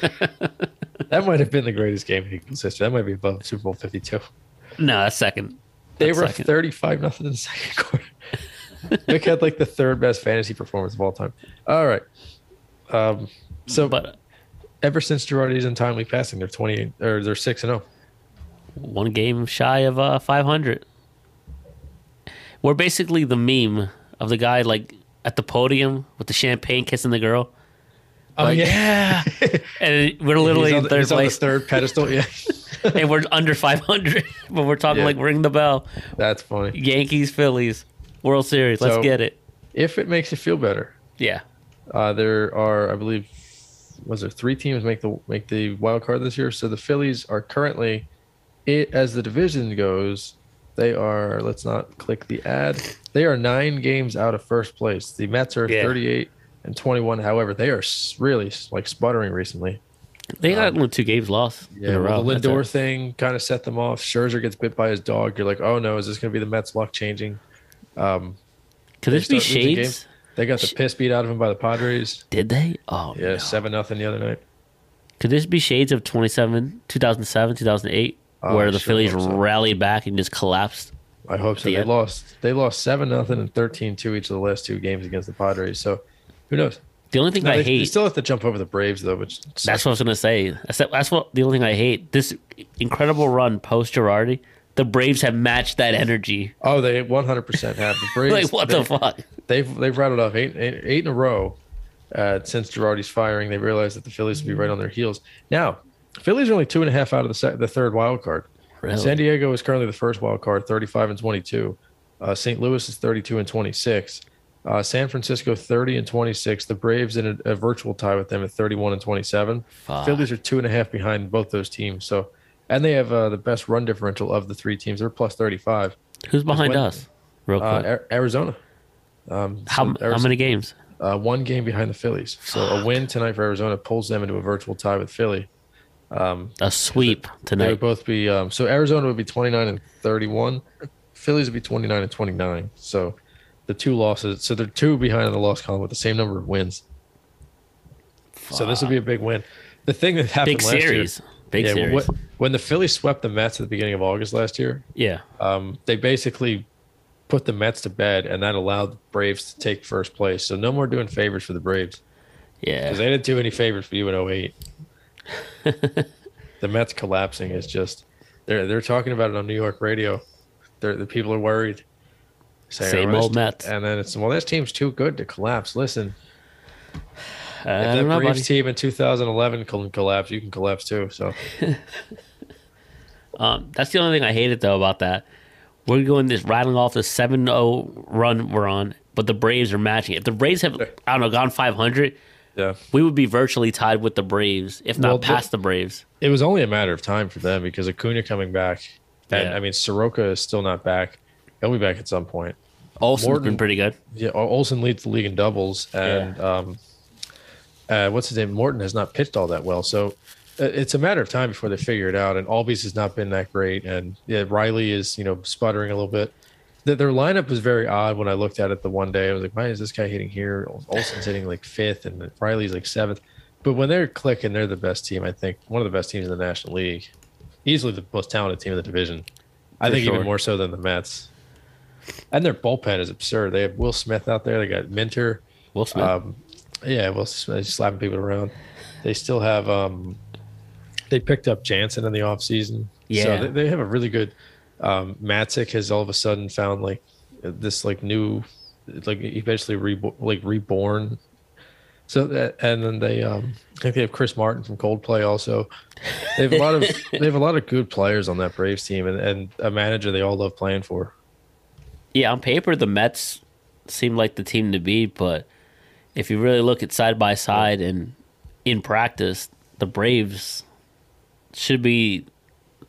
Speaker 2: that might have been the greatest game in Eagles history. That might be above Super Bowl 52.
Speaker 1: no, that's second.
Speaker 2: They
Speaker 1: That's
Speaker 2: were
Speaker 1: second.
Speaker 2: 35 nothing in the second quarter. Vic had like the third best fantasy performance of all time. All right. Um, so
Speaker 1: But
Speaker 2: ever since Girardi's untimely passing, they're 20 or they're 6 and oh. 0.
Speaker 1: one game shy of uh, 500. We're basically the meme of the guy like at the podium with the champagne kissing the girl,
Speaker 2: Oh,
Speaker 1: Like,
Speaker 2: yeah.
Speaker 1: and we're literally
Speaker 2: He's on
Speaker 1: in
Speaker 2: the-
Speaker 1: third
Speaker 2: he's on the
Speaker 1: place,
Speaker 2: third pedestal. Yeah.
Speaker 1: and we're under 500. but we're talking
Speaker 2: Yeah.
Speaker 1: like ring the bell,
Speaker 2: That's funny.
Speaker 1: Yankees, Phillies, World Series. Let's
Speaker 2: So-
Speaker 1: get it.
Speaker 2: If it makes you feel better,
Speaker 1: Yeah,
Speaker 2: Uh, there are, I believe, was there three teams make the make the wild card this year? So the Phillies are currently, it as the division goes, they are. Let's not click the ad. They are nine games out of first place. The Mets are
Speaker 1: Yeah.
Speaker 2: 38 and 21. However, they are s- really s- like sputtering recently.
Speaker 1: they got only two games lost in
Speaker 2: Um, Yeah,
Speaker 1: a row.
Speaker 2: well, the
Speaker 1: That's it.
Speaker 2: Lindor thing kind of set them off. Scherzer gets bit by his dog. You're like, oh no, is this going to be the Mets' luck changing? Um,
Speaker 1: Could this
Speaker 2: they
Speaker 1: be
Speaker 2: start losing
Speaker 1: Shades?
Speaker 2: games. they got the piss beat out of them by the Padres.
Speaker 1: Did they? Oh,
Speaker 2: Yeah,
Speaker 1: no.
Speaker 2: seven nothing the other night.
Speaker 1: Could this be Shades of 27, 2007, 2008,
Speaker 2: Oh,
Speaker 1: where
Speaker 2: I
Speaker 1: the
Speaker 2: sure
Speaker 1: Phillies
Speaker 2: hope so.
Speaker 1: rallied back and just collapsed?
Speaker 2: I hope so.
Speaker 1: The
Speaker 2: They
Speaker 1: end.
Speaker 2: lost. They lost seven nothing and 13-2 each of the last two games against the Padres. So who knows?
Speaker 1: The only thing
Speaker 2: No,
Speaker 1: I
Speaker 2: they, they
Speaker 1: hate.
Speaker 2: still have to jump over the Braves though, which
Speaker 1: That's what I was gonna say. That's, that's what the only thing I hate. This incredible run post Girardi, the Braves have matched that energy.
Speaker 2: oh they one hundred percent have the Braves.
Speaker 1: Like what
Speaker 2: they,
Speaker 1: the fuck?
Speaker 2: They've they've rattled off eight eight, eight in a row uh, since Girardi's firing. They realized that the Phillies would be right on their heels. Now Phillies are only two and a half out of the sec- the third wild card.
Speaker 1: Really?
Speaker 2: San Diego is currently the first wild card, 35 and 22. Uh, St. Louis is 32 and 26. Uh, San Francisco 30 and 26. The Braves in a, a virtual tie with them at 31 and 27.
Speaker 1: Fuck.
Speaker 2: Phillies are two and a half behind both those teams. So, and they have uh, the best run differential of the three teams. They're plus 35.
Speaker 1: Who's behind
Speaker 2: went-
Speaker 1: us? Real quick.
Speaker 2: Uh, Ar- Arizona. Um,
Speaker 1: how,
Speaker 2: so
Speaker 1: how
Speaker 2: Arizo-
Speaker 1: many games?
Speaker 2: uh, one game behind the Phillies. So a win tonight for Arizona pulls them into a virtual tie with Philly.
Speaker 1: A sweep
Speaker 2: They would
Speaker 1: tonight.
Speaker 2: both be um, so Arizona would be 29 and 31. Phillies would be 29 and 29. So the two losses, so they're two behind in the loss column with the same number of wins. So this would be a big win. The thing that happened
Speaker 1: Big
Speaker 2: last
Speaker 1: series.
Speaker 2: year,
Speaker 1: Big
Speaker 2: yeah,
Speaker 1: series.
Speaker 2: wh- when the Phillies swept the Mets at the beginning of August last year,
Speaker 1: yeah.
Speaker 2: um, they basically put the Mets to bed, and that allowed the Braves to take first place. So no more doing favors for the Braves
Speaker 1: Yeah. Uh,
Speaker 2: because they didn't do any favors for you in 08. the Mets collapsing is just they're they're talking about it on New York radio. They're, the people are worried. Saying,
Speaker 1: Same
Speaker 2: "Oh, this
Speaker 1: old
Speaker 2: te-"
Speaker 1: Mets.
Speaker 2: And then it's well, this team's too good to collapse. Listen,
Speaker 1: I
Speaker 2: if that
Speaker 1: don't know,
Speaker 2: Braves
Speaker 1: buddy.
Speaker 2: team in 2011 can collapse, you can collapse too. So
Speaker 1: Um, that's the only thing I hated though about that. We're going this rattling off the 7-0 run we're on, but the Braves are matching it. If the Braves have I don't know gone 500,
Speaker 2: yeah,
Speaker 1: we would be virtually tied with the Braves, if not
Speaker 2: Well, the-
Speaker 1: past the Braves.
Speaker 2: it was only a matter of time for them because Acuna coming back, and
Speaker 1: Yeah.
Speaker 2: I mean Soroka is still not back. He'll be back at some point.
Speaker 1: Olsen's
Speaker 2: Morton-
Speaker 1: been pretty good.
Speaker 2: Yeah, Ol- Olsen leads the league in doubles, and um, uh, what's his name? Morton has not pitched all that well, so uh, it's a matter of time before they figure it out. And Albies has not been that great, and yeah, Riley is you know sputtering a little bit. Their- their lineup was very odd when I looked at it the one day. I was like, why is this guy hitting here? Ol- Olsen's hitting like fifth, and Riley's like seventh. But when they're clicking, they're the best team. I think one of the best teams in the National League, easily the most talented team in the division. I
Speaker 1: For
Speaker 2: think
Speaker 1: sure.
Speaker 2: even more so than the Mets. And their bullpen is absurd. They have Will Smith out there. They got Minter.
Speaker 1: Will Smith.
Speaker 2: Um, yeah, Will Smith slapping people around. They still have um, they picked up Jansen in the offseason.
Speaker 1: Yeah.
Speaker 2: So they, they have a really good um Matzik has all of a sudden found like this like new like he basically reborn like reborn. So that and then they um I think they have Chris Martin from Coldplay also. They have a lot of they have a lot of good players on that Braves team and, and a manager they all love playing for.
Speaker 1: Yeah, on paper the Mets seem like the team to beat, but if you really look at side by side and in practice, the Braves should be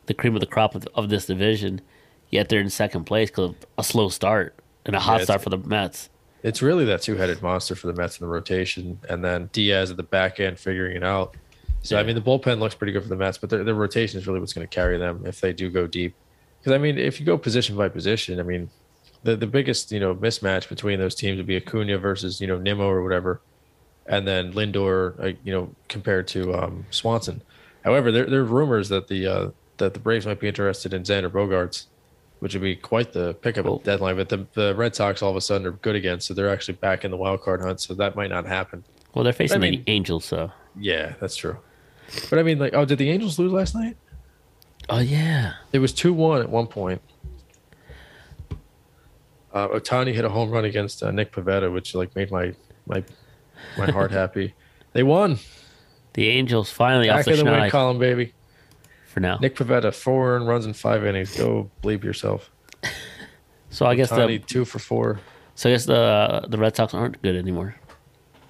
Speaker 1: the cream of the crop of, of this division. Yet they're in second place because of a slow start and a hot
Speaker 2: it's-
Speaker 1: start for the Mets.
Speaker 2: It's really that two headed monster for the Mets in the rotation, and then Diaz at the back end figuring it out. So I
Speaker 1: Yeah.
Speaker 2: mean, the bullpen looks pretty good for the Mets, but their, their rotation is really what's going to carry them if they do go deep. Because I mean, if you go position by position, I mean, the the biggest you know mismatch between those teams would be Acuna versus you know Nimmo or whatever, and then Lindor, uh, you know, compared to um, Swanson. However, there there are rumors that the uh, that the Braves might be interested in Xander Bogarts, which would be quite the pickup
Speaker 1: Cool.
Speaker 2: at the deadline. But the the Red Sox all of a sudden are good again, so they're actually back in the wild card hunt. So that might not happen.
Speaker 1: Well, they're facing
Speaker 2: mean-
Speaker 1: the Angels, so.
Speaker 2: Yeah, that's true. But I mean, like, oh, did the Angels lose last night?
Speaker 1: Oh yeah,
Speaker 2: It was two one at one point. Uh, Otani hit a home run against uh, Nick Pavetta, which like made my my my heart happy. They won
Speaker 1: the Angels finally off
Speaker 2: back
Speaker 1: the
Speaker 2: in the win
Speaker 1: schneid
Speaker 2: column, baby.
Speaker 1: for now.
Speaker 2: Nick Pavetta four earned runs in five innings. Go bleep yourself.
Speaker 1: So I guess the
Speaker 2: Otani two for four.
Speaker 1: so I guess the the Red Sox aren't good anymore.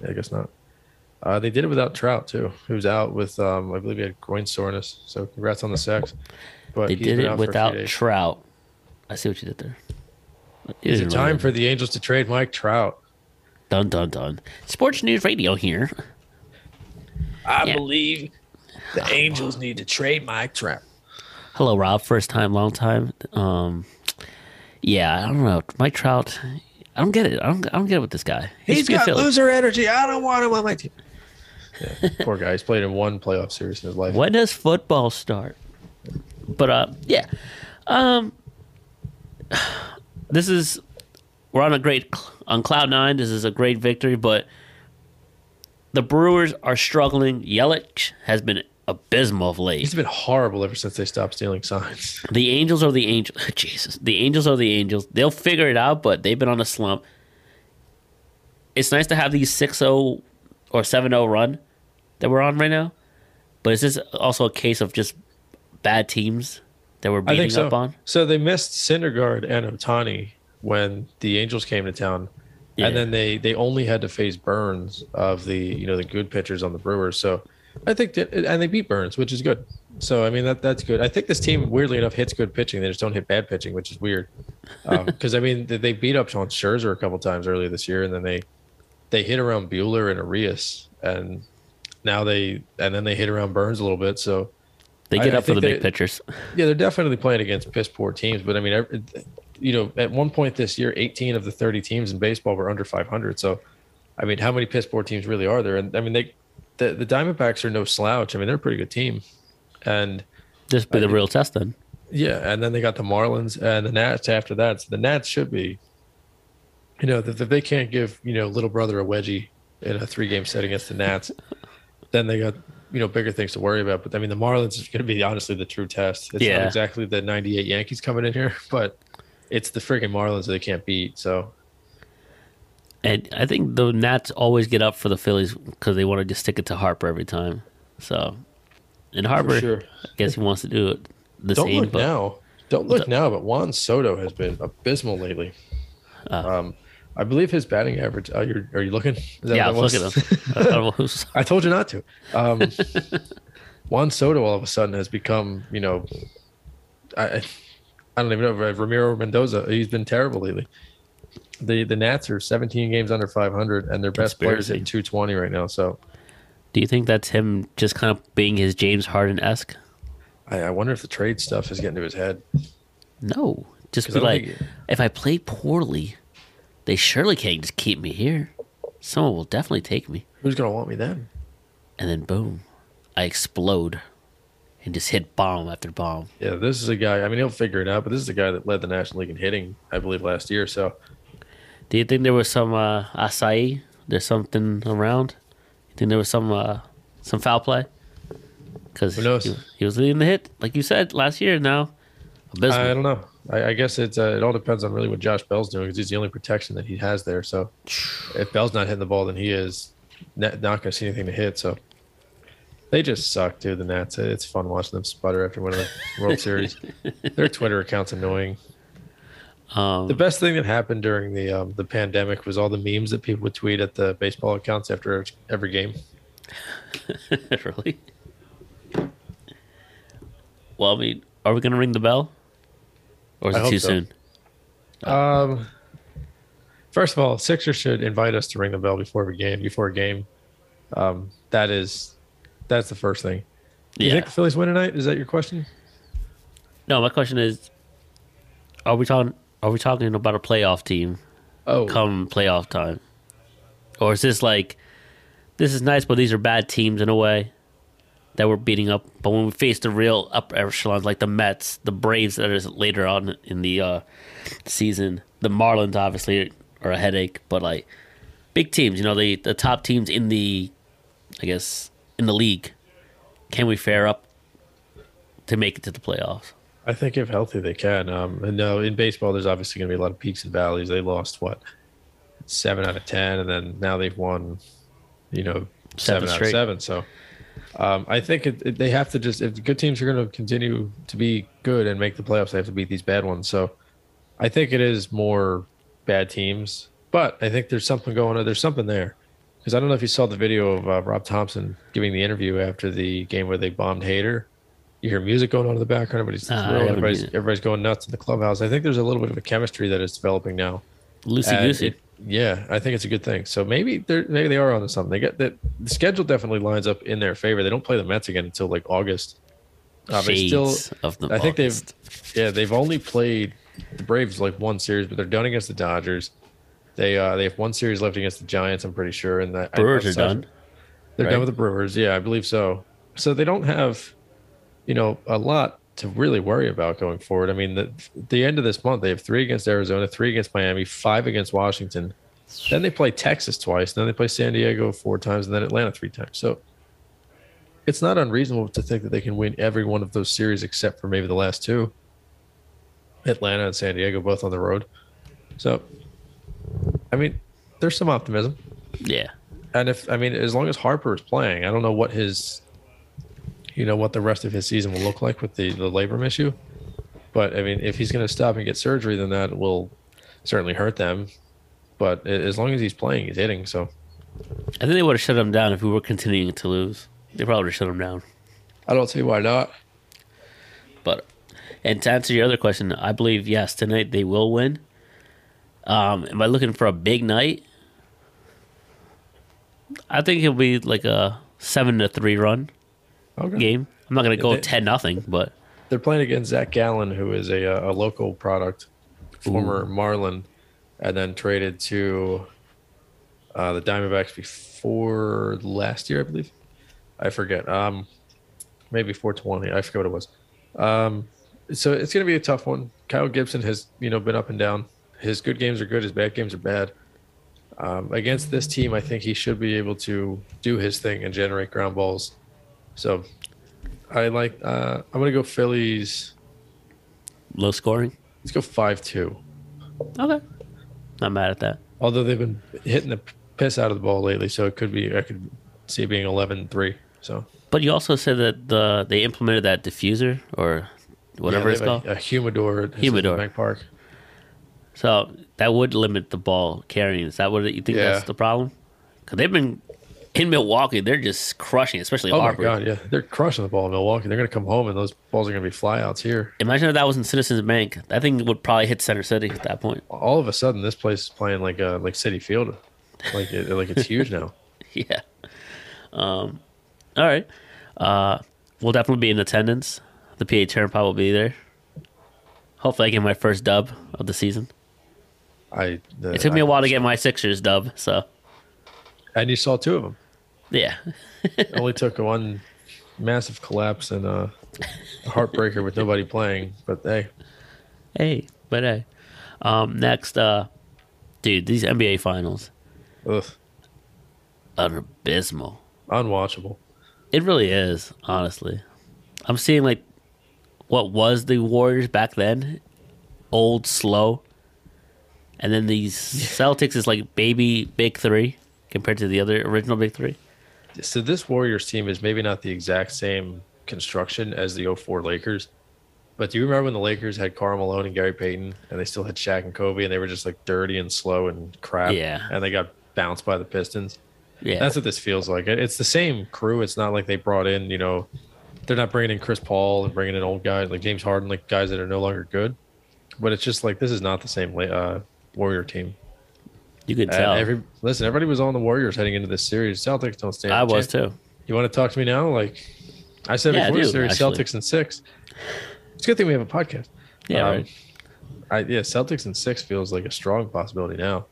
Speaker 2: Yeah, I guess not. Uh, they did it without Trout too, who's out with um, I believe he had groin soreness. So congrats on the sex. But
Speaker 1: They
Speaker 2: he's
Speaker 1: did
Speaker 2: been
Speaker 1: it
Speaker 2: out for a few
Speaker 1: without
Speaker 2: days.
Speaker 1: Trout. I see what you did there. It
Speaker 2: Is
Speaker 1: didn't
Speaker 2: it
Speaker 1: really-
Speaker 2: time for the Angels to trade Mike Trout?
Speaker 1: dun dun dun? Sports News Radio here.
Speaker 2: I
Speaker 1: Yeah.
Speaker 2: believe the Angels need to trade Mike Trout.
Speaker 1: Hello, Rob. First time, long time. Um, yeah, I don't know. Mike Trout. I don't get it. I don't. I don't get it with this guy.
Speaker 2: He's
Speaker 1: from
Speaker 2: got
Speaker 1: Philly.
Speaker 2: loser energy. I don't want him on my team. Yeah, poor guy. He's played in one playoff series in his life.
Speaker 1: When does football start? But uh, yeah, um, this is we're on a great on cloud nine. This is a great victory, but the Brewers are struggling. Yelich has been abysmal of late.
Speaker 2: He's been horrible ever since they stopped stealing signs.
Speaker 1: The Angels are the Angels. Jesus. The Angels are the Angels. They'll figure it out, but they've been on a slump. It's nice to have these 6 0 or 7 0 run that we're on right now, but is this also a case of just bad teams that we're
Speaker 2: I
Speaker 1: beating
Speaker 2: think so.
Speaker 1: up on?
Speaker 2: So they missed Syndergaard and Otani when the Angels came to town,
Speaker 1: Yeah.
Speaker 2: and then they they only had to face Burns of the you know the good pitchers on the Brewers. So I think that and they beat Burns, which is good. So I mean that that's good. I think this team weirdly enough hits good pitching. They just don't hit bad pitching, which is weird. Because I mean they- they beat up on Scherzer a couple times earlier this year, and then they they hit around Bueller and Arias, and now they and then they hit around Burns a little bit. So.
Speaker 1: They get
Speaker 2: I- I
Speaker 1: up for the
Speaker 2: think
Speaker 1: big
Speaker 2: they-
Speaker 1: pitchers.
Speaker 2: Yeah, they're definitely playing against piss poor teams, but I mean, every- you know, at one point this year, 18 of the 30 teams in baseball were under 500. So, I mean, how many piss poor teams really are there? And I mean, they the, the Diamondbacks are no slouch. I mean, they're a pretty good team, and
Speaker 1: This be the real test then.
Speaker 2: yeah, and then they got the Marlins and the Nats after that. So the Nats should be, you know, if if they can't give you know little brother a wedgie in a three game set against the Nats, then they got you know bigger things to worry about. But I mean, the Marlins is going to be honestly the true test. It's
Speaker 1: Yeah.
Speaker 2: not exactly the '98 Yankees coming in here, but it's the freaking Marlins that they can't beat. So
Speaker 1: And I think the Nats always get up for the Phillies because they want to just stick it to Harper every time. So, and Harper,
Speaker 2: sure.
Speaker 1: I guess he wants to do it the
Speaker 2: don't
Speaker 1: same.
Speaker 2: look
Speaker 1: but
Speaker 2: now. Don't look now, but Juan Soto has been abysmal lately.
Speaker 1: Ah.
Speaker 2: um, I believe his batting average. Oh, you're, are you looking? Is that
Speaker 1: yeah,
Speaker 2: what that
Speaker 1: look
Speaker 2: was?
Speaker 1: at him. I don't know who's-
Speaker 2: I told you not to. Um, Juan Soto all of a sudden has become, you know, I I don't even know Ramiro Mendoza. He's been terrible lately. The the Nats are 17 games under 500, and their best players
Speaker 1: Conspiracy.
Speaker 2: at 220 right now. So
Speaker 1: Do you think that's him just kind of being his James Harden esque?
Speaker 2: I, I wonder if the trade stuff is getting to his head.
Speaker 1: No, just
Speaker 2: 'Cause
Speaker 1: be
Speaker 2: I don't
Speaker 1: like,
Speaker 2: think-
Speaker 1: if I play poorly, they surely can't just keep me here. Someone will definitely take me,
Speaker 2: Who's gonna want me then?
Speaker 1: and then boom, I explode, and just hit bomb after bomb.
Speaker 2: Yeah, this is a guy. I mean, he'll figure it out. But this is a guy that led the National League in hitting, I believe, last year. So
Speaker 1: Do you think there was some uh, acai? There's something around. You think there was some uh, some foul play? because
Speaker 2: Who knows?
Speaker 1: he, he was leading the hit, like you said last year. Now, abysmal.
Speaker 2: I don't know. I, I guess it's uh, it all depends on really what Josh Bell's doing because he's the only protection that he has there. So if Bell's not hitting the ball, then he is not, not going to see anything to hit. So they just suck, dude. The Nats. It's fun watching them sputter after winning the World Series. Their Twitter account's annoying.
Speaker 1: um,
Speaker 2: The best thing that happened during the um, the pandemic was all the memes that people would tweet at the baseball accounts after ev- every game.
Speaker 1: really. Well, I mean, are we gonna ring the bell, or is
Speaker 2: I
Speaker 1: it
Speaker 2: hope
Speaker 1: too
Speaker 2: so.
Speaker 1: soon?
Speaker 2: Um, first of all, Sixers should invite us to ring the bell before every game. Before a game, um, that is that's the first thing. You
Speaker 1: Yeah.
Speaker 2: think the Phillies win tonight? Is that your question?
Speaker 1: No, my question is, are we talking? Are we talking about a playoff team
Speaker 2: Oh,
Speaker 1: come playoff time, or is this like, this is nice, but these are bad teams in a way that we're beating up. But when we face the real upper echelons like the Mets, the Braves, that is later on in the uh, season, the Marlins obviously are a headache, but like big teams, you know, the the top teams in the, I guess, in the league, can we fare up to make it to the playoffs?
Speaker 2: I think if healthy, they can. Um, and no, in baseball, there's obviously going to be a lot of peaks and valleys. They lost what seven out of ten, and then now they've won, you know,
Speaker 1: Seven
Speaker 2: seven, out
Speaker 1: straight.
Speaker 2: of seven. So um, I think it, it- they have to just if the good teams are going to continue to be good and make the playoffs, they have to beat these bad ones. So I think it is more bad teams, but I think there's something going on. There's something there. Because I don't know if you saw the video of uh, Rob Thompson giving the interview after the game where they bombed Hater. You hear music going on in the background. Everybody's
Speaker 1: Ah, I
Speaker 2: thrilled.
Speaker 1: haven't
Speaker 2: Everybody's,
Speaker 1: seen it.
Speaker 2: everybody's going nuts in the clubhouse. I think there's a little bit of a chemistry that is developing now.
Speaker 1: Loosey
Speaker 2: And
Speaker 1: goosey.
Speaker 2: it- yeah, I think it's a good thing. So maybe they're maybe they are onto something. They get that the schedule definitely lines up in their favor. They don't play the Mets again until like August. Uh, they
Speaker 1: Shades
Speaker 2: still,
Speaker 1: of the
Speaker 2: I think they've yeah they've only played the Braves like one series, but they're done against the Dodgers. They uh, they have one series left against the Giants, I'm pretty sure. And the
Speaker 1: Brewers are
Speaker 2: outside-
Speaker 1: done.
Speaker 2: They're done
Speaker 1: right?
Speaker 2: with the Brewers, yeah, I believe so. So they don't have, you know, a lot to really worry about going forward. I mean, the the end of this month, they have three against Arizona, three against Miami, five against Washington. Then they play Texas twice. Then they play San Diego four times, and then Atlanta three times. So it's not unreasonable to think that they can win every one of those series except for maybe the last two. Atlanta and San Diego both on the road. So, I mean, there's some optimism.
Speaker 1: Yeah.
Speaker 2: And if I mean, as long as Harper is playing, I don't know what his, you know, what the rest of his season will look like with the the labrum issue. But I mean, if he's going to stop and get surgery, then that will certainly hurt them. But a- as long as he's playing, he's hitting. So
Speaker 1: I think they would have shut him down if we were continuing to lose. They probably would have shut him down.
Speaker 2: I don't see why not.
Speaker 1: But and to answer your other question, I believe yes tonight they will win. Um, am I looking for a big night? I think it'll be like a seven to three run
Speaker 2: Okay.
Speaker 1: game. I'm not gonna go
Speaker 2: they-
Speaker 1: ten nothing, but
Speaker 2: They're playing against Zach Gallen, who is a uh, a local product, former Marlin, and then traded to uh, the Diamondbacks before last year, I believe. I forget. Um, maybe 420. I forget what it was. Um, so it's going to be a tough one. Kyle Gibson has you know been up and down. His good games are good. His bad games are bad. Um, against this team, I think he should be able to do his thing and generate ground balls. So I like. Uh, I'm gonna go Phillies.
Speaker 1: low scoring.
Speaker 2: Let's go five two.
Speaker 1: Okay, not mad at that.
Speaker 2: Although they've been hitting the piss out of the ball lately, so it could be. I could see it being 11-3. So
Speaker 1: But you also said that the they implemented that diffuser or whatever
Speaker 2: Yeah,
Speaker 1: it's
Speaker 2: they have
Speaker 1: called.
Speaker 2: a, a humidor. At
Speaker 1: Humidor.
Speaker 2: Bank Park.
Speaker 1: So that would limit the ball carrying. Is that what you think
Speaker 2: Yeah.
Speaker 1: that's the problem? Because they've been in Milwaukee, they're just crushing, especially
Speaker 2: Oh
Speaker 1: Harper.
Speaker 2: my god! Yeah, they're crushing the ball in Milwaukee. They're gonna come home and those balls are gonna be flyouts here.
Speaker 1: Imagine if that was in Citizens Bank. That thing would probably hit Center City at that point.
Speaker 2: All of a sudden, this place is playing like uh like City Field, like it, like it's huge now.
Speaker 1: yeah. Um, all right. Uh, we'll definitely be in attendance. The PA Turnpike will be there. Hopefully, I get my first dub of the season.
Speaker 2: I uh,
Speaker 1: It took me a while to get my Sixers dub, so
Speaker 2: And you saw two of them.
Speaker 1: yeah.
Speaker 2: It only took one massive collapse and uh, a heartbreaker with nobody playing. But hey,
Speaker 1: Hey, but hey. Um, next, uh, dude, these NBA finals
Speaker 2: ugh.
Speaker 1: are abysmal.
Speaker 2: unwatchable.
Speaker 1: It really is, honestly. I'm seeing like what was the Warriors back then, old slow, and then these Celtics is like baby big three compared to the other original big three.
Speaker 2: So this Warriors team is maybe not the exact same construction as the 04 Lakers. But do you remember when the Lakers had Karl Malone and Gary Payton and they still had Shaq and Kobe and they were just like dirty and slow and crap?
Speaker 1: Yeah.
Speaker 2: And they got bounced by the Pistons.
Speaker 1: Yeah,
Speaker 2: That's what this feels like. It- It's the same crew. It's not like they brought in, you know, they're not bringing in Chris Paul and bringing in old guys like James Harden, like guys that are no longer good. But it's just like this is not the same La- uh, Warrior team.
Speaker 1: you can
Speaker 2: And
Speaker 1: tell.
Speaker 2: uh, every listen, everybody was on the Warriors heading into this series. Celtics don't stand.
Speaker 1: I
Speaker 2: a
Speaker 1: was
Speaker 2: chance.
Speaker 1: too.
Speaker 2: You want to talk to me now? Like I said
Speaker 1: Yeah, I
Speaker 2: before,
Speaker 1: do,
Speaker 2: the series
Speaker 1: actually.
Speaker 2: Celtics and six. It's a good thing we have a podcast.
Speaker 1: Yeah,
Speaker 2: Um,
Speaker 1: right.
Speaker 2: I, yeah, Celtics and six feels like a strong possibility now.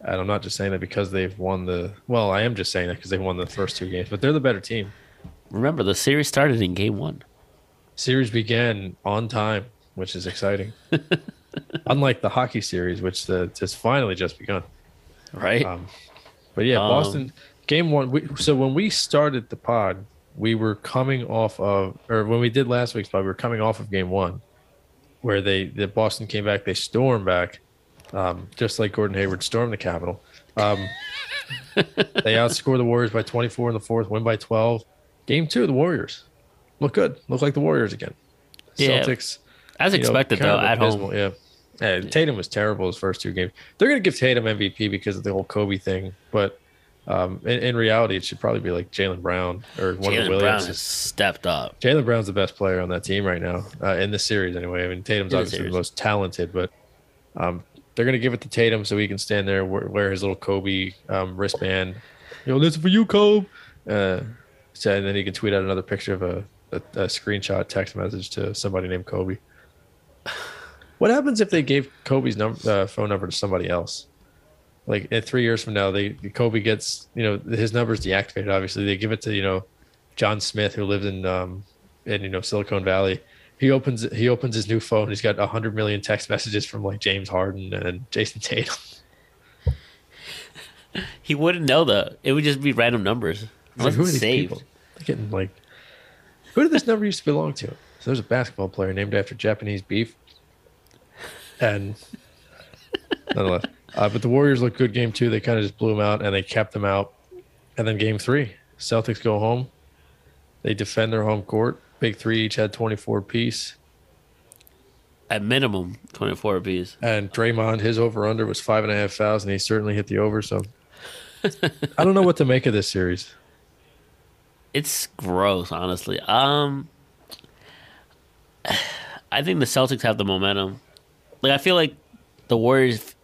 Speaker 2: And I'm not just saying that because they've won the. Well, I am just saying that because they won the first two games, but they're the better team.
Speaker 1: Remember the series started in game one.
Speaker 2: Series began on time, which is exciting. Unlike the hockey series, which the, has finally just begun.
Speaker 1: Right.
Speaker 2: Um, But yeah,
Speaker 1: Um,
Speaker 2: Boston game one. We, so when we started the pod, we were coming off of, or when we did last week's pod, we were coming off of game one, where they the Boston came back, they stormed back, um, just like Gordon Hayward stormed the Capitol. Um, they outscored the Warriors by 24 in the fourth, win by 12. Game two, the Warriors look good, look like the Warriors again.
Speaker 1: Yeah,
Speaker 2: Celtics
Speaker 1: As
Speaker 2: you know,
Speaker 1: expected,
Speaker 2: kind
Speaker 1: though,
Speaker 2: of
Speaker 1: at
Speaker 2: abysmal,
Speaker 1: home.
Speaker 2: Yeah. Yeah, Tatum was terrible his first two games. They're going to give Tatum MVP because of the whole Kobe thing, but um, in, in reality, it should probably be like Jalen Brown or one of
Speaker 1: Jalen
Speaker 2: the
Speaker 1: Brown
Speaker 2: Williams.
Speaker 1: has stepped up.
Speaker 2: Jalen Brown's the best player on that team right now uh, in this series, anyway. I mean, Tatum's
Speaker 1: In the
Speaker 2: obviously the
Speaker 1: series.
Speaker 2: most talented, but um, they're going to give it to Tatum so he can stand there wear, wear his little Kobe um, wristband. Yo, this is for you, Kobe. Uh, so, and then he can tweet out another picture of a, a, a screenshot text message to somebody named Kobe. What happens if they gave Kobe's num- uh, phone number to somebody else? Like in three years from now, they Kobe gets you know his number's deactivated. Obviously, they give it to you know John Smith, who lives in um, in you know Silicon Valley. He opens he opens his new phone. He's got hundred million text messages from like James Harden and Jason Tatum.
Speaker 1: He wouldn't know though. It would just be random numbers.
Speaker 2: Like,
Speaker 1: Like, saved.
Speaker 2: They're getting like, who did this number used to belong to? So there's a basketball player named after Japanese beef, and nonetheless. Uh, but the Warriors look good game two. They kind of just blew them out and they kept them out. And then game three, Celtics go home. They defend their home court. Big three each had 24 piece.
Speaker 1: At minimum, twenty four apiece.
Speaker 2: And Draymond, his over under was five and a half fouls, and he certainly hit the over. So I don't know what to make of this series.
Speaker 1: It's gross, honestly. Um, I think the Celtics have the momentum. Like I feel like the Warriors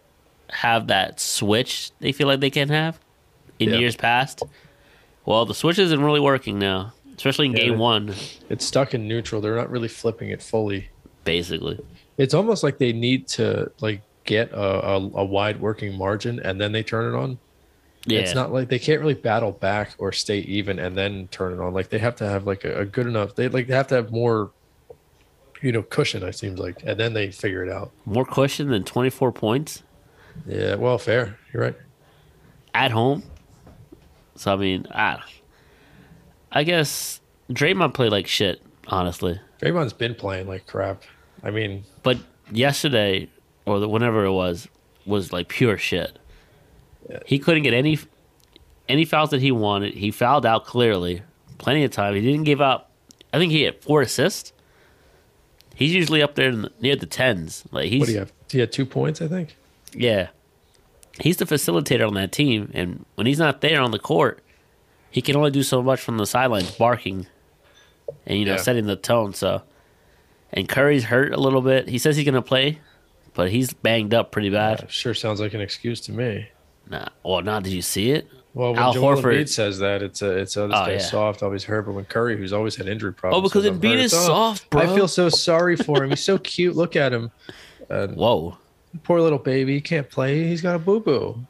Speaker 1: have that switch. They feel like they can have in
Speaker 2: Yeah.
Speaker 1: years past. Well, the switch isn't really working now, especially in
Speaker 2: Yeah,
Speaker 1: game
Speaker 2: they-
Speaker 1: one.
Speaker 2: It's stuck in neutral. They're not really flipping it fully.
Speaker 1: Basically,
Speaker 2: It's almost like they need to like get a, a, a wide working margin and then they turn it on.
Speaker 1: yeah.
Speaker 2: It's not like they can't really battle back or stay even and then turn it on. Like they have to have like a, a good enough. They like they have to have more, you know, cushion. It seems like, and then they figure it out.
Speaker 1: more cushion than twenty four points.
Speaker 2: Yeah. Well, fair. You're right.
Speaker 1: at home. So I mean, I, I guess Draymond played like shit, honestly.
Speaker 2: Draymond's been playing like crap. I mean,
Speaker 1: But yesterday or the, whenever it was was like pure shit. He couldn't get any any fouls that he wanted. He fouled out clearly, plenty of time. He didn't give up. I think he had four assists. He's usually up there in the, near the tens. Like he's
Speaker 2: what do you have? He had two points, I think.
Speaker 1: Yeah. He's the facilitator on that team, and when he's not there on the court, he can only do so much from the sidelines, barking and you know,
Speaker 2: Yeah.
Speaker 1: setting the tone. So and Curry's hurt a little bit. He says he's gonna play, but he's banged up pretty bad.
Speaker 2: Sure, sounds like an excuse to me.
Speaker 1: Nah. Well now did you see it?
Speaker 2: Well, when
Speaker 1: Al
Speaker 2: Joel
Speaker 1: Horford-
Speaker 2: Embiid says that, it's a, it's oh, this
Speaker 1: Oh,
Speaker 2: guy's
Speaker 1: yeah.
Speaker 2: soft, always hurt. But when Curry, who's always had injury problems,
Speaker 1: Oh, because
Speaker 2: says, "I'm
Speaker 1: Embiid
Speaker 2: hurt,"
Speaker 1: is
Speaker 2: it's, "Oh,
Speaker 1: soft, bro.
Speaker 2: I feel so sorry for him. He's so cute. Look at him,
Speaker 1: Whoa.
Speaker 2: poor little baby. He can't play. He's got a boo boo.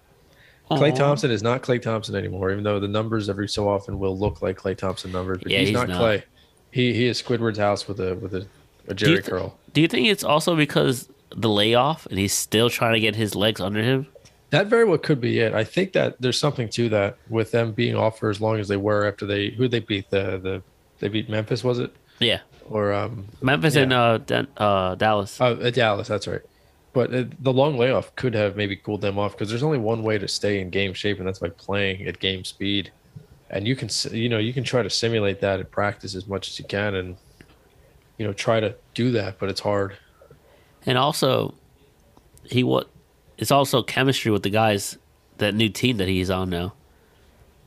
Speaker 2: Clay
Speaker 1: Aw.
Speaker 2: Thompson is not Clay Thompson anymore. Even though the numbers every so often will look like Clay Thompson numbers, but
Speaker 1: Yeah,
Speaker 2: he's,
Speaker 1: he's
Speaker 2: not,
Speaker 1: not.
Speaker 2: Clay. He he is Squidward's house with a with a,
Speaker 1: Do
Speaker 2: a Jerry
Speaker 1: you, th-
Speaker 2: curl.
Speaker 1: do you think it's also because the layoff and he's still trying to get his legs under him?
Speaker 2: That very well could be it. I think that there's something to that with them being off for as long as they were after they who they beat the the they beat Memphis was it
Speaker 1: Yeah,
Speaker 2: or um
Speaker 1: Memphis and uh, Dan- uh, Dallas.
Speaker 2: oh, uh, Dallas that's right. But uh the long layoff could have maybe cooled them off because there's only one way to stay in game shape and that's by playing at game speed, and you can s- you know you can try to simulate that and practice as much as you can and you know try to do that but it's hard.
Speaker 1: And also, he what? It's also chemistry with the guys that new team that he's on now.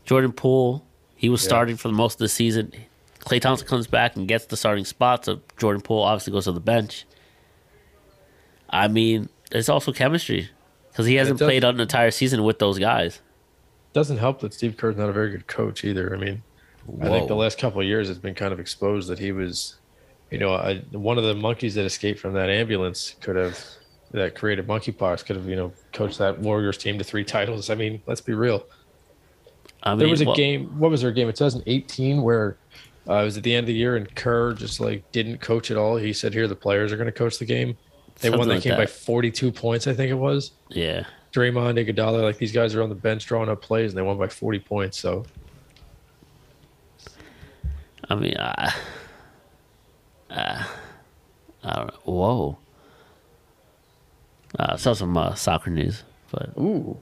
Speaker 1: Jordan Poole, he was
Speaker 2: Yeah.
Speaker 1: starting for the most of the season. Clay Thompson comes back and gets the starting spot, so Jordan Poole obviously goes to the bench. I mean, it's also chemistry because he hasn't
Speaker 2: does.
Speaker 1: played an entire season with those guys.
Speaker 2: Doesn't help that Steve Kerr's not a very good coach either. I mean. I think the
Speaker 1: Whoa.
Speaker 2: last couple of years it's been kind of exposed that he was, you know, I, one of the monkeys that escaped from that ambulance could have, that created monkeypox could have, you know, coached that Warriors team to three titles. I mean, let's be real.
Speaker 1: I mean,
Speaker 2: There was a
Speaker 1: well,
Speaker 2: game, what was their game in 2018 where uh, it was at the end of the year and Kerr just like didn't coach at all. He said, here, the players are going to coach the game. They won
Speaker 1: Something
Speaker 2: that
Speaker 1: like
Speaker 2: game by
Speaker 1: that.
Speaker 2: 42 points, I think it was.
Speaker 1: Yeah.
Speaker 2: Draymond, Iguodala, like these guys are on the bench drawing up plays and they won by 40 points. So
Speaker 1: I mean, I, I, I don't know. Whoa. Uh, saw some uh, soccer news, but
Speaker 2: Ooh.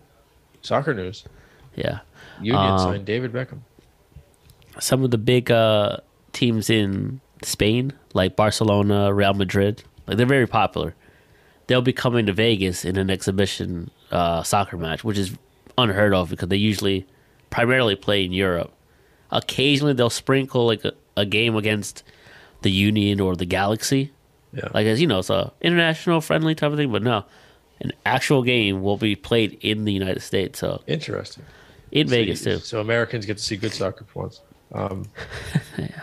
Speaker 2: Soccer news.
Speaker 1: yeah,
Speaker 2: Union
Speaker 1: Um,
Speaker 2: signed David Beckham.
Speaker 1: some of the big uh, teams in Spain, like Barcelona, Real Madrid, like they're very popular. They'll be coming to Vegas in an exhibition uh, soccer match, which is unheard of because they usually primarily play in Europe. Occasionally, they'll sprinkle like a, a game against the Union or the Galaxy.
Speaker 2: Yeah.
Speaker 1: like as you know, it's a international friendly type of thing. But no, an actual game will be played in the United States, so
Speaker 2: Interesting.
Speaker 1: in Vegas
Speaker 2: so,
Speaker 1: too.
Speaker 2: So Americans get to see good soccer for once. Um,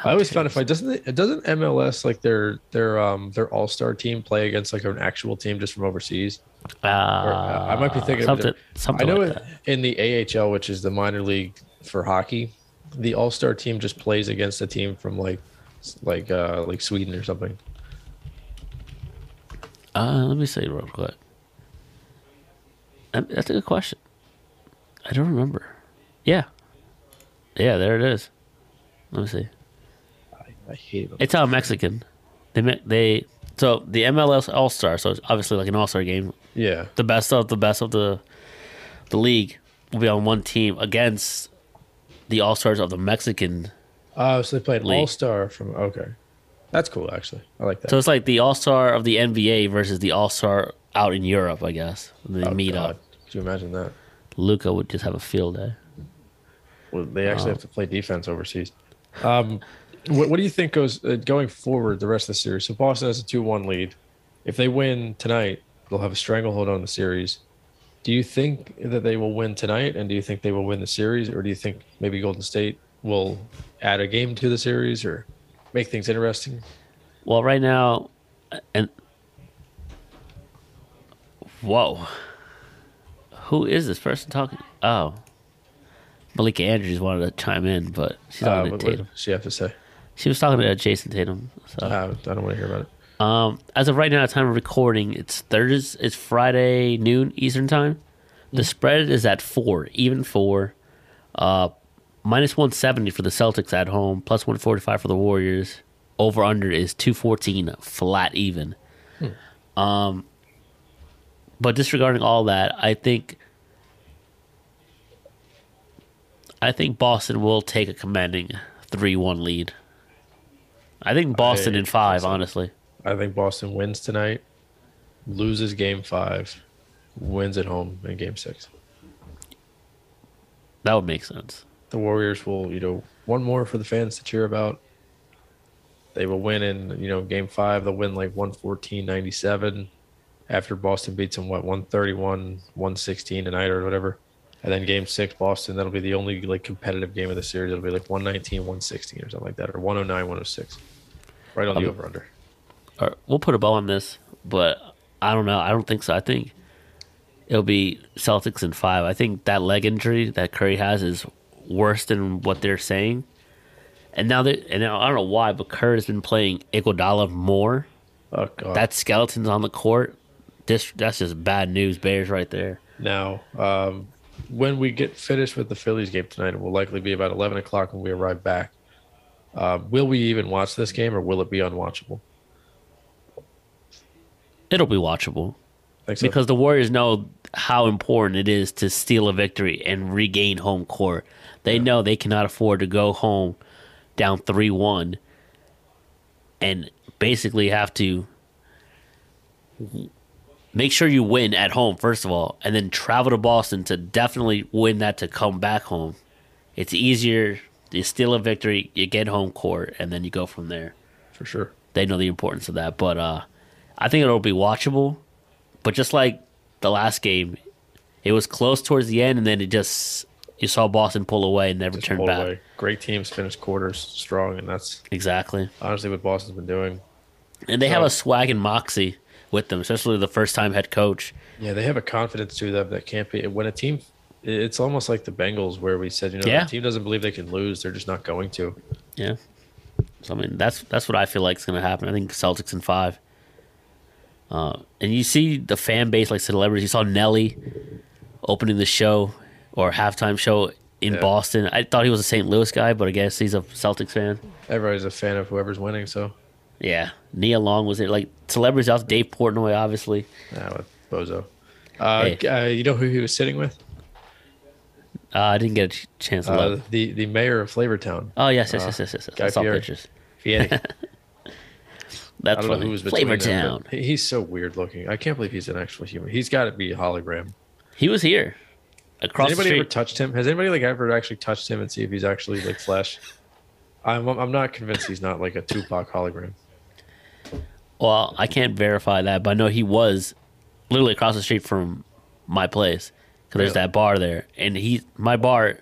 Speaker 2: I always found it funny. Doesn't it doesn't MLS like their their um their all star team play against like an actual team just from overseas?
Speaker 1: Uh,
Speaker 2: Or, uh, I might be thinking of it.
Speaker 1: something.
Speaker 2: I
Speaker 1: Something
Speaker 2: know
Speaker 1: like
Speaker 2: it-
Speaker 1: that.
Speaker 2: in the AHL, which is the minor league for hockey, the all star team just plays against a team from like s- like uh like Sweden or something.
Speaker 1: Uh, let me see real quick. Um, That's a good question. I don't remember. Yeah. Yeah, there it is. Let me see.
Speaker 2: I hate it.
Speaker 1: It's all Mexican. They ma- they so the MLS All Star, so it's obviously like an All Star game.
Speaker 2: Yeah.
Speaker 1: The best of the best of the the league will be on one team against the All Stars of the Mexican.
Speaker 2: Oh, so they played
Speaker 1: League.
Speaker 2: all star from okay. That's cool actually. I like that.
Speaker 1: So it's like the All Star of the NBA versus the All Star out in Europe, I guess. And they
Speaker 2: Oh,
Speaker 1: meet
Speaker 2: God.
Speaker 1: up.
Speaker 2: Could you imagine that?
Speaker 1: Luca would just have a field day.
Speaker 2: Well, they actually have to play defense overseas. Um, what, what do you think goes uh, going forward the rest of the series? So Boston has a two-one lead. If they win tonight, they'll have a stranglehold on the series. Do you think that they will win tonight, and do you think they will win the series, or do you think maybe Golden State will add a game to the series or make things interesting?
Speaker 1: Well, right now, and whoa, who is this person talking? Oh, Malika Andrews wanted to chime in, but she's
Speaker 2: Uh,
Speaker 1: talking
Speaker 2: what,
Speaker 1: to
Speaker 2: what does
Speaker 1: Tatum.
Speaker 2: she have to say?
Speaker 1: She was talking to Jason Tatum. So,
Speaker 2: Uh, I don't want to hear about it.
Speaker 1: um, as of right now, at time of recording, it's Thursdays. It's Friday noon Eastern time. The spread is at four, even four. Uh, minus one seventy for the Celtics at home, plus one forty five for the Warriors. Over under is two fourteen, flat even. Um, but disregarding all that, I think I think Boston will take a commanding three-one lead. I think Boston
Speaker 2: I
Speaker 1: in five,
Speaker 2: think so.
Speaker 1: honestly.
Speaker 2: I think Boston wins tonight, loses Game Five, wins at home in Game Six.
Speaker 1: That would make sense.
Speaker 2: the Warriors will, you know, one more for the fans to cheer about. They will win in, you know, game five. They'll win like 114 97 after Boston beats them, what, 131 116 tonight or whatever. And then game six, Boston, that'll be the only like competitive game of the series. It'll be like 119 116 or something like that, or 109 106. Right on the
Speaker 1: Um,
Speaker 2: over under.
Speaker 1: Or we'll put a bow on this, but I don't know. I don't think so. I think it'll be Celtics in five. I think that leg injury that Curry has is worse than what they're saying. And now that and now I don't know why, but Curry has been playing Iguodala more.
Speaker 2: Oh, God.
Speaker 1: that skeleton's on the court. This that's just bad news bears right there.
Speaker 2: Now, um, when we get finished with the Phillies game tonight, it will likely be about 11 o'clock when we arrive back. Uh, will we even watch this game or will it be unwatchable?
Speaker 1: It'll be watchable
Speaker 2: Think so?
Speaker 1: because the Warriors know how important it is to steal a victory and regain home court. They know they cannot afford to go home down 3 1 and basically have to make sure you win at home, first of all, and then travel to Boston to definitely win that to come back home. It's easier. You steal a victory, you get home court, and then you go from there
Speaker 2: for sure.
Speaker 1: they know the importance of that. But uh, I think it'll be watchable. But just like the last game, it was close towards the end, and then it just you saw Boston pull away and never
Speaker 2: Just
Speaker 1: turn
Speaker 2: pulled
Speaker 1: back.
Speaker 2: away. Great teams finish quarters strong, and that's
Speaker 1: Exactly.
Speaker 2: honestly what Boston's been doing.
Speaker 1: And they have
Speaker 2: So-
Speaker 1: a swag and moxie with them, especially the first time head coach.
Speaker 2: Yeah, they have a confidence to them that can't be. When a team, it's almost like the Bengals, where we said, you know,
Speaker 1: Yeah.
Speaker 2: the team doesn't believe they can lose, they're just not going to.
Speaker 1: Yeah. So I mean, that's that's what I feel like is going to happen. I think Celtics in five. Uh, and you see the fan base like celebrities. You saw Nelly opening the show or halftime show in
Speaker 2: Yeah.
Speaker 1: Boston. I thought he was a St. Louis guy, but I guess he's a Celtics fan.
Speaker 2: Everybody's a fan of whoever's winning, so
Speaker 1: Yeah, Nia Long was there. Like celebrities out. Dave Portnoy, obviously.
Speaker 2: nah, with ah, bozo. Uh,
Speaker 1: Hey.
Speaker 2: uh, you know who he was sitting with?
Speaker 1: Uh, I didn't get a ch- chance to
Speaker 2: Uh,
Speaker 1: look.
Speaker 2: the the mayor of Flavortown,
Speaker 1: Oh yes, yes, yes, yes, yes. yes.
Speaker 2: Guy
Speaker 1: I saw
Speaker 2: Fieri.
Speaker 1: pictures.
Speaker 2: Vianney. I
Speaker 1: That's
Speaker 2: don't know who
Speaker 1: funny.
Speaker 2: was between them,
Speaker 1: Flavortown.
Speaker 2: but he- he's so weird looking. I can't believe he's an actual human. He's got to be a hologram.
Speaker 1: He was here across
Speaker 2: Has
Speaker 1: the
Speaker 2: anybody
Speaker 1: street.
Speaker 2: ever touched him? Has anybody like ever actually touched him and see if he's actually like flesh? I'm I'm not convinced he's not like a Tupac hologram.
Speaker 1: Well, I can't verify that, but I know he was literally across the street from my place because there's
Speaker 2: Really?
Speaker 1: that bar there, and he my bar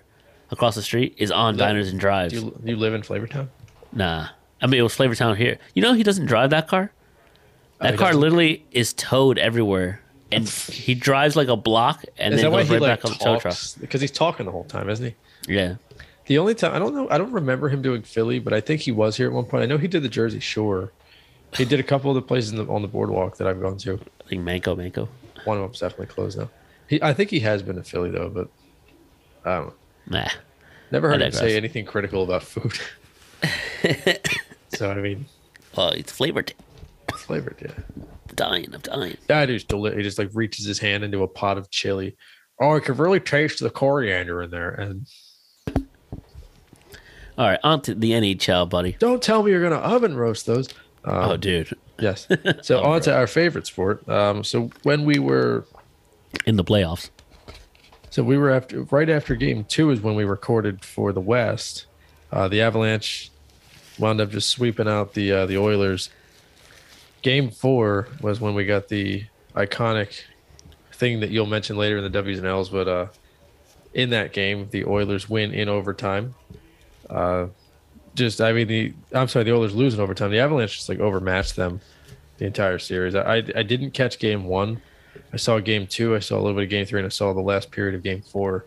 Speaker 1: across the street is on
Speaker 2: that-
Speaker 1: Diners and Drives.
Speaker 2: Do you, do you live in Flavortown?
Speaker 1: nah, I mean it was Flavortown here. You know he doesn't drive that car. That
Speaker 2: Oh, he
Speaker 1: car
Speaker 2: doesn't?
Speaker 1: literally is towed everywhere, and he drives like a block and
Speaker 2: Is
Speaker 1: then
Speaker 2: that why
Speaker 1: goes
Speaker 2: he
Speaker 1: right
Speaker 2: like
Speaker 1: back on the tow truck.
Speaker 2: talks? Because he's talking the whole time, isn't he?
Speaker 1: Yeah,
Speaker 2: The only time I don't know, I don't remember him doing Philly, but I think he was here at one point. I know he did the Jersey Shore. He did a couple of the places in the, on the boardwalk that I've gone to.
Speaker 1: I think Manco Manco.
Speaker 2: One of them's definitely closed now. He, I think he has been to Philly though, but I don't know.
Speaker 1: Nah,
Speaker 2: Never heard him
Speaker 1: digress.
Speaker 2: say anything critical about food. so I mean,
Speaker 1: well it's Flavortown.
Speaker 2: flavored, yeah.
Speaker 1: I'm dying, I'm dying.
Speaker 2: That is delicious. He just like reaches his hand into a pot of chili. Oh, I could really taste the coriander in there. And
Speaker 1: All right, on to the NHL, buddy.
Speaker 2: don't tell me you're gonna oven roast those. Uh-huh.
Speaker 1: oh, dude,
Speaker 2: Yes. So on to our favorite sport. Um, so when we were,
Speaker 1: in the playoffs.
Speaker 2: so we were after right after game two is when we recorded for the West. Uh, the Avalanche wound up just sweeping out the uh, the Oilers. Game four was when we got the iconic thing that you'll mention later in the W's and L's, but uh, in that game the Oilers win in overtime. Uh, just I mean the I'm sorry the Oilers lose in overtime. The Avalanche just like overmatched them the entire series. I I, I didn't catch game one. I saw game two. I saw a little bit of game three, and I saw the last period of game four.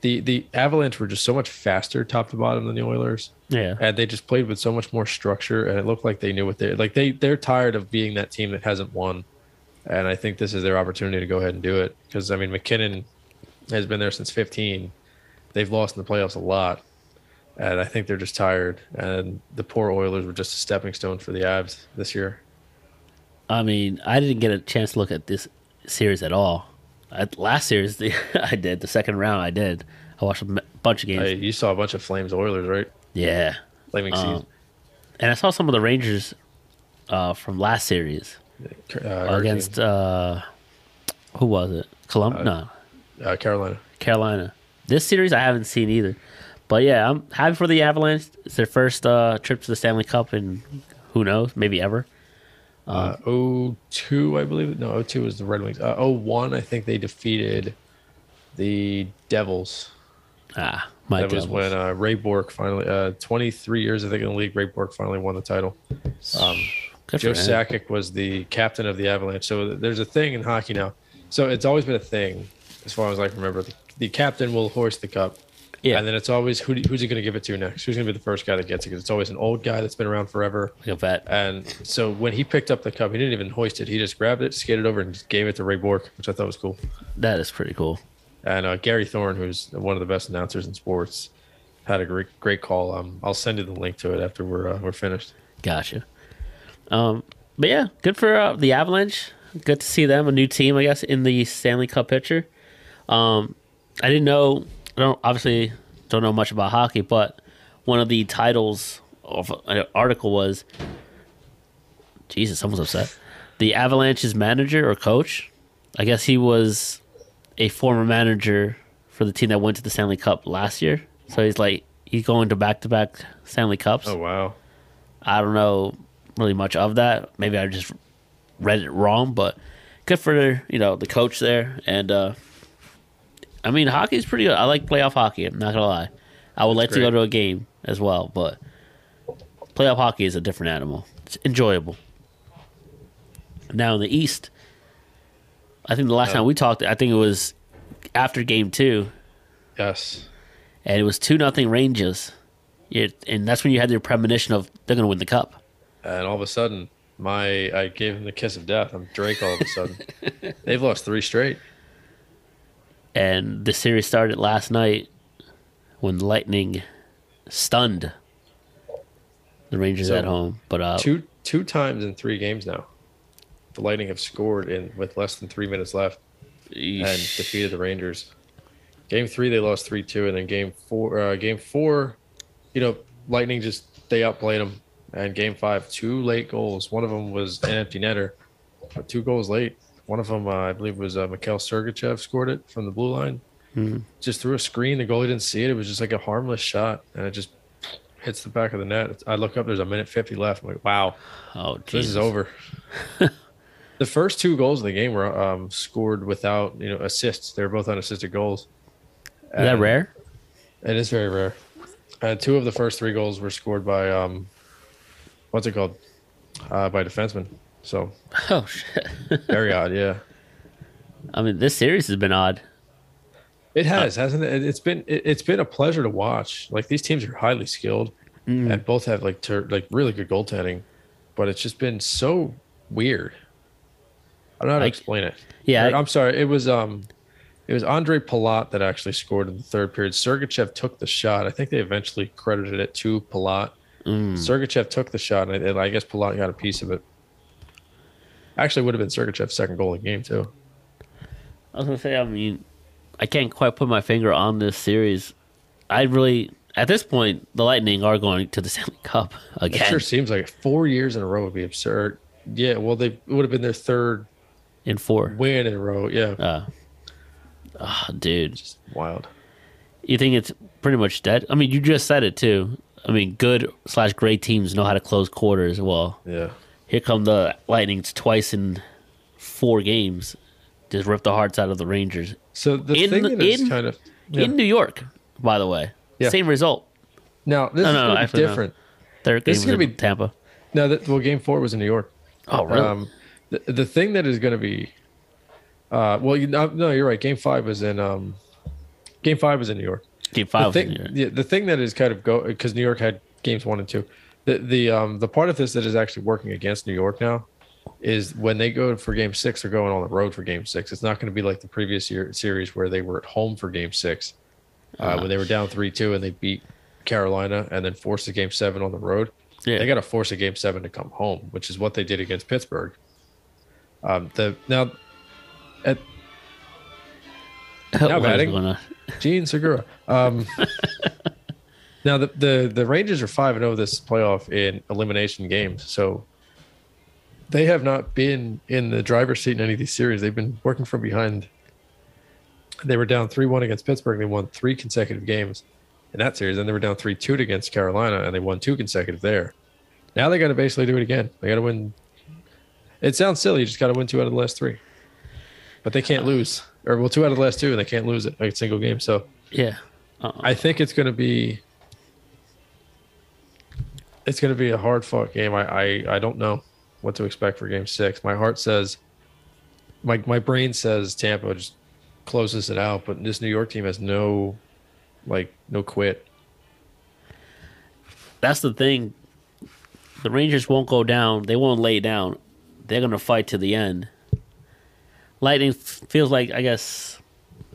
Speaker 2: The the Avalanche were just so much faster top to bottom than the Oilers
Speaker 1: Yeah,
Speaker 2: and they just played with so much more structure and it looked like they knew what they like they they're tired of being that team that hasn't won and i think this is their opportunity to go ahead and do it because i mean mckinnon has been there since 15 they've lost in the playoffs a lot and i think they're just tired and the poor oilers were just a stepping stone for the avs this year
Speaker 1: I mean, I didn't get a chance to look at this series at all. I, last series, the, I did the second round. I did. I watched a m- bunch of games.
Speaker 2: Hey, you saw a bunch of flames oilers right
Speaker 1: yeah,
Speaker 2: flaming
Speaker 1: Um,
Speaker 2: seas
Speaker 1: and I saw some of the Rangers uh, from last series
Speaker 2: uh,
Speaker 1: against uh, who was it? Columbus? no,
Speaker 2: Hurricane- uh, carolina
Speaker 1: Carolina. This series I haven't seen either. But yeah, I'm happy for the Avalanche. It's their first uh, trip to the Stanley Cup, and who knows, maybe ever.
Speaker 2: Uh, 02, I believe. No, 02 was the Red Wings. Uh, 01, I think they defeated the Devils.
Speaker 1: Ah, my
Speaker 2: that
Speaker 1: Devils.
Speaker 2: was when uh, Ray Bork finally, uh, 23 years, I think, in the league, Ray Bork finally won the title. Um,
Speaker 1: Good for
Speaker 2: Joe
Speaker 1: him.
Speaker 2: Sakic was the captain of the Avalanche. So there's a thing in hockey now. So it's always been a thing, as far as I can remember. The, the captain will hoist the cup.
Speaker 1: Yeah.
Speaker 2: And then it's always who, do- who's he going to give it to next? Who's going to be the first guy that gets it? Because it's always an old guy that's been around forever.
Speaker 1: Like a vet.
Speaker 2: And so when he picked up the cup, he didn't even hoist it. He just grabbed it, skated over, and just gave it to Ray Bork, which I thought was cool.
Speaker 1: That is pretty cool.
Speaker 2: And uh, Gary Thorne, who's one of the best announcers in sports, had a great great call. Um, I'll send you the link to it after we're uh, we're finished.
Speaker 1: Gotcha. Um, but yeah, good for uh, the Avalanche. Good to see them, a new team, I guess, in the Stanley Cup picture. Um, I didn't know. I don't obviously don't know much about hockey, but one of the titles of an article was, Jesus, someone's upset. The Avalanche's manager or coach, I guess he was a former manager for the team that went to the Stanley Cup last year. So he's like he's going to back to back Stanley Cups.
Speaker 2: Oh wow,
Speaker 1: I don't know really much of that. Maybe I just read it wrong, but good for you know the coach there. And uh, I mean, hockey is pretty good. I like playoff hockey. I'm not gonna lie. I would like to
Speaker 2: great.
Speaker 1: go to a game as well, but playoff hockey is a different animal. It's enjoyable. Now in the East, I think the last
Speaker 2: Oh.
Speaker 1: time we talked, I think it was after Game Two,
Speaker 2: yes,
Speaker 1: and it was two nothing Rangers. It, and that's when you had your premonition of they're gonna win the cup.
Speaker 2: and all of a sudden, my I gave him the kiss of death. I'm Drake. All of a sudden, they've lost three straight.
Speaker 1: and the series started last night when Lightning stunned the Rangers
Speaker 2: So,
Speaker 1: at home. But uh,
Speaker 2: Two two times in three games now. The Lightning have scored in with less than three minutes left and
Speaker 1: eesh.
Speaker 2: defeated the Rangers. Game three they lost three two, and then game four uh, game four, you know, Lightning just they outplayed them. And game five, two late goals. One of them was an empty netter, but two goals late. One of them, uh, I believe, was uh, Mikhail Sergachev scored it from the blue line. Just through a screen, the goalie didn't see it. It was just like a harmless shot, and it just hits the back of the net. I look up, there's a minute fifty left. I'm like, wow,
Speaker 1: oh
Speaker 2: this
Speaker 1: Jesus,
Speaker 2: is over. the first two goals of the game were um, scored without you know assists. They were both unassisted goals.
Speaker 1: is that rare?
Speaker 2: It is very rare. Uh, two of the first three goals were scored by um, what's it called? Uh, by defensemen. So
Speaker 1: Oh shit!
Speaker 2: very odd. Yeah,
Speaker 1: I mean, this series has been odd.
Speaker 2: it
Speaker 1: Uh,
Speaker 2: has, hasn't it? It's been it, it's been a pleasure to watch. Like these teams are highly skilled,
Speaker 1: Mm.
Speaker 2: and both have like ter- like really good goaltending, but it's just been so weird. I don't know how to
Speaker 1: I-
Speaker 2: explain it.
Speaker 1: Yeah,
Speaker 2: Or, I'm sorry. It was um, it was Andre Palat that actually scored in the third period. Sergachev took the shot. I think they eventually credited it to Palat.
Speaker 1: Mm.
Speaker 2: Sergachev took the shot, and I, and I guess Palat got a piece of it. Actually, would have been Sergachev's second goal of the game too.
Speaker 1: I was gonna say. I mean, I can't quite put my finger on this series. I really, at this point, the Lightning are going to the Stanley Cup
Speaker 2: It
Speaker 1: again
Speaker 2: sure seems like four years in a row would be absurd. Yeah, well, they it would have been their third
Speaker 1: in four.
Speaker 2: win in a row. Yeah,
Speaker 1: Uh, ah, dude,
Speaker 2: just wild.
Speaker 1: You think it's pretty much dead? I mean, you just said it too. I mean, good slash great teams know how to close quarters well.
Speaker 2: Yeah,
Speaker 1: Here come the Lightning's twice in four games, just ripped the hearts out of the Rangers
Speaker 2: So the
Speaker 1: In-
Speaker 2: thing that is
Speaker 1: in-
Speaker 2: kind of yeah.
Speaker 1: in New York. By the way,
Speaker 2: Yeah.
Speaker 1: same result.
Speaker 2: now this
Speaker 1: No,
Speaker 2: is
Speaker 1: no, no,
Speaker 2: gonna be
Speaker 1: actually, no.
Speaker 2: different.
Speaker 1: Third game
Speaker 2: This
Speaker 1: was
Speaker 2: is gonna
Speaker 1: in
Speaker 2: be-
Speaker 1: Tampa.
Speaker 2: No, that well, game four was in New York.
Speaker 1: Oh, really?
Speaker 2: Um, the, the thing that is going to be, uh, well, you, no, no, you're right. Game five was in, um, game five was in New York.
Speaker 1: game five.
Speaker 2: the
Speaker 1: was in
Speaker 2: thing,
Speaker 1: New York.
Speaker 2: yeah, the thing that is kind of go because New York had games one and two. The the um the part of this that is actually working against New York now is when they go for game six, they're going on the road for game six. It's not going to be like the previous year series where they were at home for game six, uh, when they were down three two and they beat Carolina and then forced a game seven on the road.
Speaker 1: Yeah.
Speaker 2: They got to force a game seven to come home, which is what they did against Pittsburgh. Um, the now, at
Speaker 1: What was
Speaker 2: batting.
Speaker 1: going on?
Speaker 2: Gene Segura. Um, now the, the the Rangers are five and zero this playoff in elimination games, so they have not been in the driver's seat in any of these series. They've been working from behind. They were down three one against Pittsburgh. They won three consecutive games in that series. Then they were down three two against Carolina, and they won two consecutive there. Now they got to basically do it again. They got to win. It sounds silly. You just got to win two out of the last three, but they can't lose. Or well, two out of the last two, and they can't lose it like a single game. So
Speaker 1: Yeah.
Speaker 2: I think it's going to be it's going to be a hard fought game. I, I I don't know what to expect for Game Six. My heart says, my my brain says Tampa just closes it out, but this New York team has no Like no quit.
Speaker 1: That's the thing. The Rangers won't go down. They won't lay down. They're gonna fight to the end. Lightning f- feels like I guess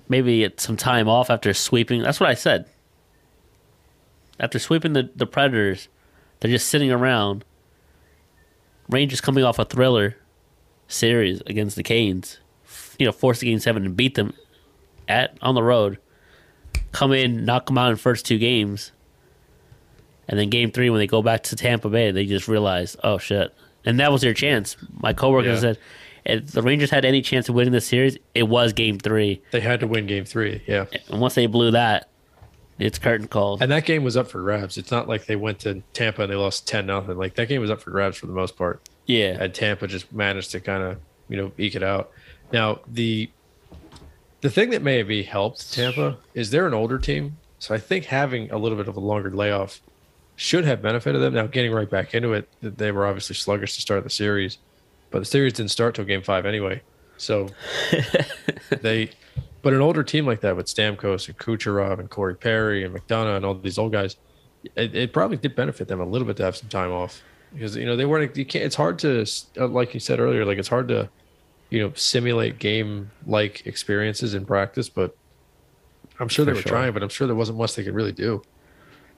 Speaker 1: maybe it's some time off after sweeping. That's what I said. After sweeping the, the Predators, they're just sitting around. Rangers coming off a thriller series against the Canes, you know, forced the game seven and beat them at on the road. Come in, knock them out in first two games, and then game three when they go back to Tampa Bay, they just realize, oh shit, and that was their chance. My coworker
Speaker 2: Yeah.
Speaker 1: said, if the Rangers had any chance of winning this series, it was game three.
Speaker 2: They had to win game three. Yeah.
Speaker 1: And once they blew that, it's curtain called.
Speaker 2: And that game was up for grabs. It's not like they went to Tampa and they lost 10 nothing. Like that game was up for grabs for the most part.
Speaker 1: yeah,
Speaker 2: and Tampa just managed to kind of you know eke it out. Now the the thing that maybe helped Tampa is they're an older team, so I think having a little bit of a longer layoff should have benefited them. Now getting right back into it, th- they were obviously sluggish to start the series, but the series didn't start till Game Five anyway, so they. But an older team like that with Stamkos and Kucherov and Corey Perry and McDonough and all these old guys, it, it probably did benefit them a little bit to have some time off because you know they weren't. You can't. It's hard to, uh, like you said earlier, like it's hard to, you know, simulate game like experiences in practice. But I'm sure they
Speaker 1: For
Speaker 2: were
Speaker 1: sure.
Speaker 2: trying, but I'm sure there wasn't much they could really do.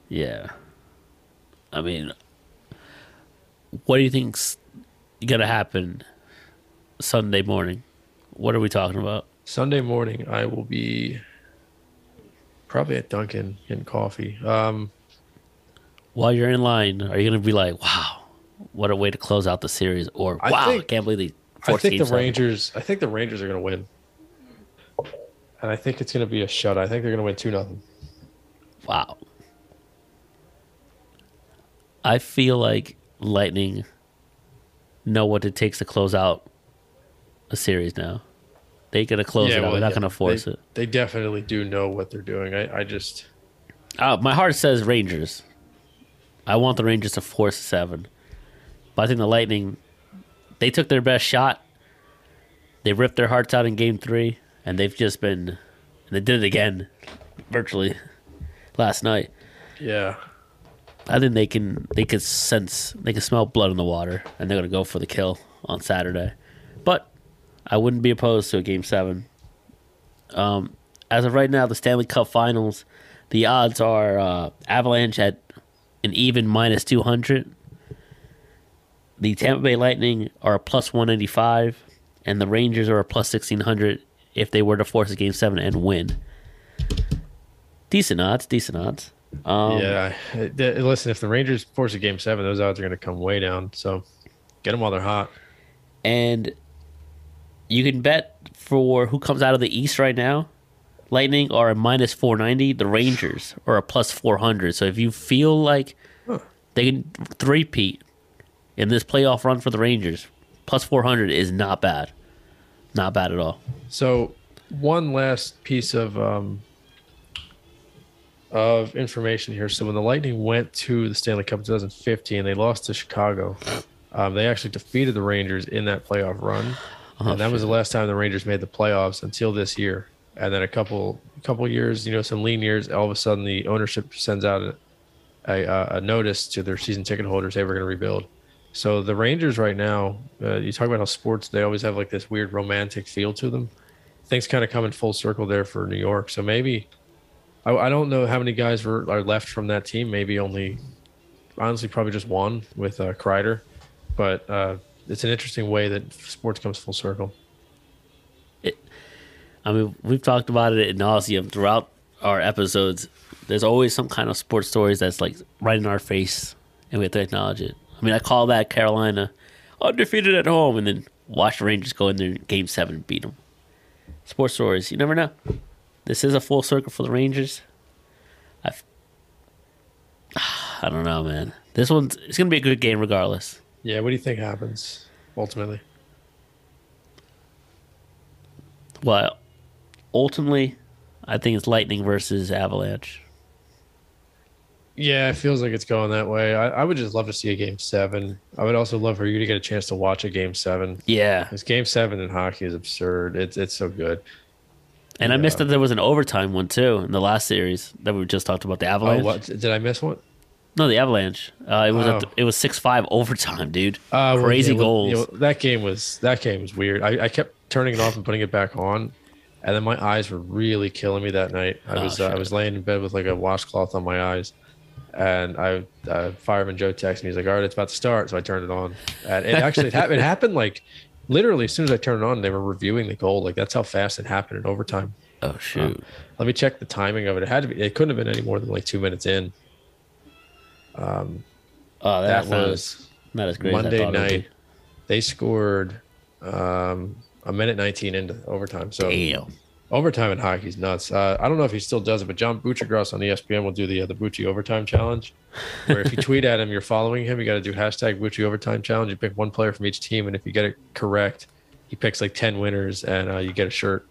Speaker 1: yeah. I mean, what do you think's gonna happen Sunday morning? What are we talking about?
Speaker 2: Sunday morning, I will be probably at Dunkin' getting coffee. Um,
Speaker 1: While you're in line, are you gonna be like, "Wow, what a way to close out the series," or
Speaker 2: I
Speaker 1: "Wow,
Speaker 2: think-
Speaker 1: I can't believe they."
Speaker 2: I
Speaker 1: forced
Speaker 2: think
Speaker 1: game
Speaker 2: the
Speaker 1: seven."
Speaker 2: Rangers. I think the Rangers are going to win, and I think it's going to be a shutout. I think they're going to win two nothing.
Speaker 1: Wow. I feel like Lightning know what it takes to close out a series now. They're gonna close it out. They're not gonna force
Speaker 2: they,
Speaker 1: it.
Speaker 2: They definitely do know what they're doing. I, I just.
Speaker 1: Uh, my heart says Rangers. I want the Rangers to force a seven, but I think the Lightning they took their best shot. They ripped their hearts out in Game Three, and they've just been and they did it again, virtually last night.
Speaker 2: Yeah,
Speaker 1: I think they can they could sense they can smell blood in the water, and they're gonna go for the kill on Saturday. But I wouldn't be opposed to a Game Seven. Um, as of right now, the Stanley Cup Finals, the odds are uh, Avalanche at an even minus two hundred. The Tampa Bay Lightning are a plus one ninety five, and the Rangers are a plus sixteen hundred if they were to force a Game Seven and win. Decent odds, decent odds. Um,
Speaker 2: yeah. Uh, th- Listen, if the Rangers force a game seven, those odds are going to come way down. So get them while they're hot.
Speaker 1: and you can bet for who comes out of the East right now. Lightning are a minus four ninety. The Rangers are a plus four hundred. So if you feel like they can three-peat in this playoff run for the Rangers, plus four hundred is not bad, not bad at all.
Speaker 2: So one last piece of um, of information here. So when the Lightning went to the Stanley Cup in 2015, they lost to Chicago. Um, they actually defeated the Rangers in that playoff run, and that was the last time the Rangers made the playoffs until this year. And then a couple couple years, you know, some lean years, all of a sudden the ownership sends out a a, uh, a notice to their season ticket holders, hey, we're going to rebuild. So the Rangers right now, uh, you talk about how sports they always have like this weird romantic feel to them. Things kind of come in full circle there for New York. So maybe I, I don't know how many guys were are left from that team. Maybe only, honestly, probably just one with uh, Kreider. But uh, it's an interesting way that sports comes full circle.
Speaker 1: I mean, we've talked about it ad nauseum throughout our episodes. There's always some kind of sports stories that's like right in our face, and we have to acknowledge it. I mean, I call that Carolina undefeated at home, and then watch the Rangers go in there in Game Seven and beat them. Sports stories, you never know. This is a full circle for the Rangers. I, I don't know, man. This one's it's gonna be a good game regardless.
Speaker 2: Yeah, what do you think happens ultimately?
Speaker 1: Well, ultimately, I think it's Lightning versus Avalanche.
Speaker 2: Yeah, it feels like it's going that way. I, I would just love to see a game seven. I would also love for you to get a chance to watch a game seven.
Speaker 1: Yeah,
Speaker 2: This game seven in hockey is absurd. It's it's so good.
Speaker 1: And I missed that there was an overtime one too in the last series that we just talked about the
Speaker 2: Oh,
Speaker 1: Avalanche.
Speaker 2: what did I miss one?
Speaker 1: No, the Avalanche. Uh, it was
Speaker 2: Oh.
Speaker 1: at the- it was six five overtime, dude.
Speaker 2: Uh, well,
Speaker 1: Crazy
Speaker 2: yeah, well,
Speaker 1: goals.
Speaker 2: you know, that game was that game was weird. I, I kept turning it off and putting it back on, and then my eyes were really killing me that night. I
Speaker 1: Oh,
Speaker 2: was uh, I
Speaker 1: shit.
Speaker 2: was laying in bed with like a washcloth on my eyes, and I uh, fireman Joe texted me. He's like, "All right, it's about to start," so I turned it on, and it actually it, hap- it happened like literally as soon as I turned it on, they were reviewing the goal. Like that's how fast it happened in overtime.
Speaker 1: oh shoot!
Speaker 2: Let me check the timing of it. It had to be. It couldn't have been any more than like two minutes in.
Speaker 1: oh,
Speaker 2: That
Speaker 1: that's not as-
Speaker 2: was.
Speaker 1: not as great. as I
Speaker 2: Monday
Speaker 1: thought
Speaker 2: night,
Speaker 1: It
Speaker 2: they scored um, a minute 19 into overtime. So
Speaker 1: would be. Damn.
Speaker 2: overtime in hockey's nuts. Uh, I don't know if he still does it, but John Buchagross on ESPN will do the uh, the Bucci overtime challenge, where if you tweet at him, you're following him. You got to do hashtag Bucci overtime challenge. You pick one player from each team, and if you get it correct, he picks like 10 winners, and uh, you get a shirt.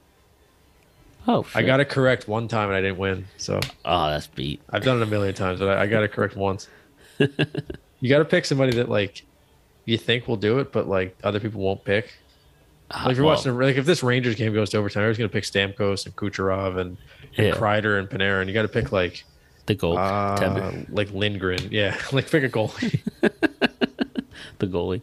Speaker 1: Oh, shit.
Speaker 2: I got it correct one time, and I didn't win. So
Speaker 1: Oh, that's beat.
Speaker 2: I've done it a million times, but I, I got it correct once. you got to pick somebody that like you think will do it, but like other people won't pick. Like if you're
Speaker 1: Ah, well,
Speaker 2: watching, like if this Rangers game goes to overtime, everyone's gonna pick Stamkos and Kucherov and, and
Speaker 1: Yeah.
Speaker 2: Kreider and Panarin. You got to pick like
Speaker 1: the goal,
Speaker 2: uh, like Lindgren, yeah, like pick a goalie.
Speaker 1: the goalie.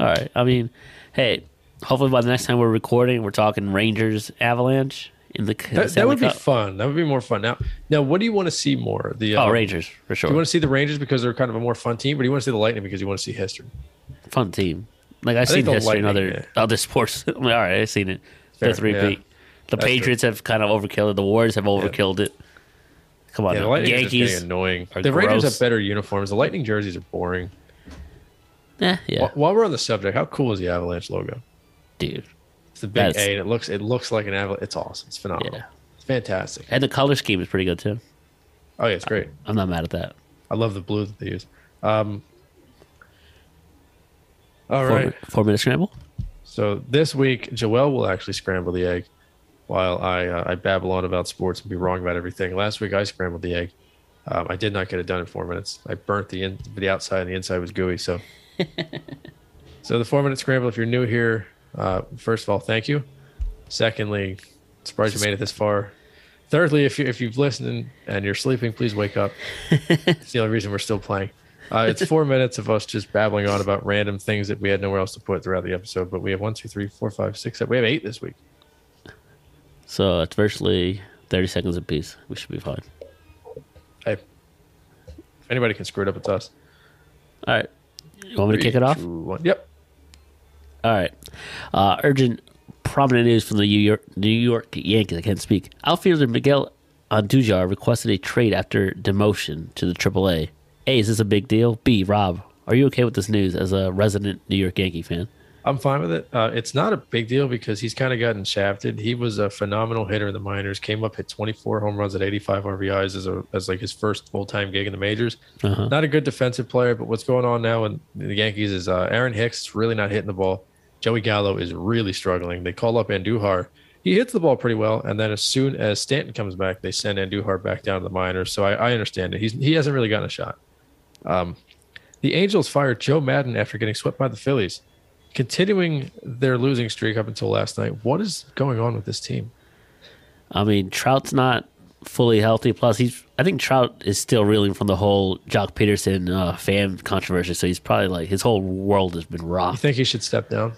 Speaker 1: All right. I mean, hey, hopefully by the next time we're recording, we're talking Rangers Avalanche in the
Speaker 2: that, that would be
Speaker 1: Cup.
Speaker 2: fun. That would be more fun. Now, now, what do you want to see more? The uh,
Speaker 1: Oh, Rangers for
Speaker 2: Do you
Speaker 1: sure.
Speaker 2: want to see the Rangers because they're kind of a more fun team, or do you want to see the Lightning because you want to see history?
Speaker 1: Fun team. Like I've seen
Speaker 2: think the
Speaker 1: history in other
Speaker 2: Lightning,
Speaker 1: other sports. I'm like, all right, I've seen it. The
Speaker 2: Fair,
Speaker 1: three
Speaker 2: yeah.
Speaker 1: The
Speaker 2: That's true.
Speaker 1: Patriots have kind of overkilled it. The Warriors have overkilled it. Come on,
Speaker 2: Yeah, the
Speaker 1: now.
Speaker 2: Lightning is
Speaker 1: Yankees.
Speaker 2: just getting annoying.
Speaker 1: are
Speaker 2: The Rangers
Speaker 1: gross.
Speaker 2: have better uniforms. The Lightning jerseys are boring.
Speaker 1: Eh, yeah,
Speaker 2: Wh- While we're on the subject, how cool is the Avalanche logo?
Speaker 1: dude.
Speaker 2: It's the big
Speaker 1: That's-
Speaker 2: A, and it looks it looks like an avalanche. It's awesome. It's phenomenal.
Speaker 1: Yeah.
Speaker 2: It's fantastic.
Speaker 1: And the color scheme is pretty good too.
Speaker 2: Oh yeah, it's great.
Speaker 1: I'm not mad at that.
Speaker 2: I love the blue that they use. Um, all
Speaker 1: Four,
Speaker 2: right.
Speaker 1: four minute scramble.
Speaker 2: So this week, Joelle will actually scramble the egg, while I uh, I babble on about sports and be wrong about everything. Last week I scrambled the egg. Um, I did not get it done in four minutes. I burnt the in, the outside and the inside was gooey. So, so the four minute scramble. If you're new here, uh, first of all, thank you. Secondly, surprised you made it this far. Thirdly, if you if you've listened and you're sleeping, please wake up. it's the only reason we're still playing. Uh, it's four minutes of us just babbling on about random things that we had nowhere else to put throughout the episode. But we have one, two, three, four, five, six, seven. We have eight this week.
Speaker 1: So it's virtually 30 seconds apiece. We should be fine.
Speaker 2: Hey, if anybody can screw it up, it's us.
Speaker 1: All right. You want me to kick it
Speaker 2: Three,
Speaker 1: off?
Speaker 2: two, one. Yep.
Speaker 1: All right. Uh, urgent, prominent news from the New York, New York Yankees. I can't speak. Outfielder Miguel Andujar requested a trade after demotion to the AAA. A, is this a big deal? B, Rob, are you okay with this news as a resident New York Yankee fan?
Speaker 2: I'm fine with it. Uh, it's not a big deal because he's kind of gotten shafted. He was a phenomenal hitter in the minors. Came up, hit 24 home runs at 85 RBIs as a as like his first full time gig in the majors.
Speaker 1: Uh-huh.
Speaker 2: Not a good defensive player, but what's going on now in the Yankees is uh, Aaron Hicks is really not hitting the ball. Joey Gallo is really struggling. They call up Andujar. He hits the ball pretty well, and then as soon as Stanton comes back, they send Andujar back down to the minors. So I, I understand it. He's he hasn't really gotten a shot. Um, The Angels fired Joe Madden after getting swept by the Phillies, continuing their losing streak up until last night. What is going on with this team?
Speaker 1: I mean, Trout's not fully healthy. Plus, he's. I think Trout is still reeling from the whole Jock Peterson uh, fan controversy. So he's probably like his whole world has been
Speaker 2: You
Speaker 1: rocked.
Speaker 2: think he should step down?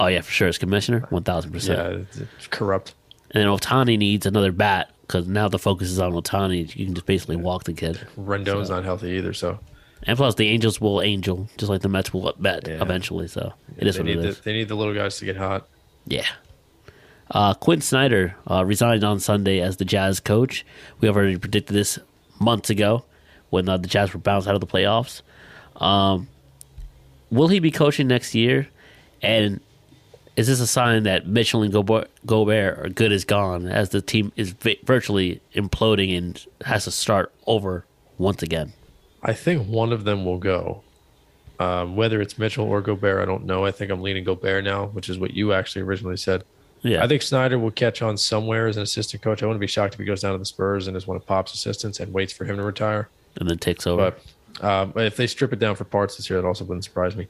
Speaker 1: Oh yeah, for sure. As commissioner, one thousand percent.
Speaker 2: Yeah, it's corrupt.
Speaker 1: And then Otani needs another bat because now the focus is on Otani. You can just basically walk the kid.
Speaker 2: Rendon's not healthy either, so
Speaker 1: And plus, the Angels will angel just like the Mets will bet
Speaker 2: Yeah.
Speaker 1: eventually. So it is
Speaker 2: they
Speaker 1: what it
Speaker 2: need
Speaker 1: is.
Speaker 2: the, they need the little guys to get hot.
Speaker 1: Yeah. Uh, Quinn Snyder uh, resigned on Sunday as the Jazz coach. We have already predicted this months ago when uh, the Jazz were bounced out of the playoffs. Um, will he be coaching next year? And is this a sign that Mitchell and Gobert, Gobert are good as gone as the team is vi- virtually imploding and has to start over once again?
Speaker 2: I think one of them will go. Um, whether it's Mitchell or Gobert, I don't know. I think I'm leaning Gobert now, which is what you actually originally said.
Speaker 1: Yeah.
Speaker 2: I think Snyder will catch on somewhere as an assistant coach. I wouldn't be shocked if he goes down to the Spurs and is one of Pop's assistants and waits for him to retire.
Speaker 1: and then takes over.
Speaker 2: But um, if they strip it down for parts this year, that also wouldn't surprise me.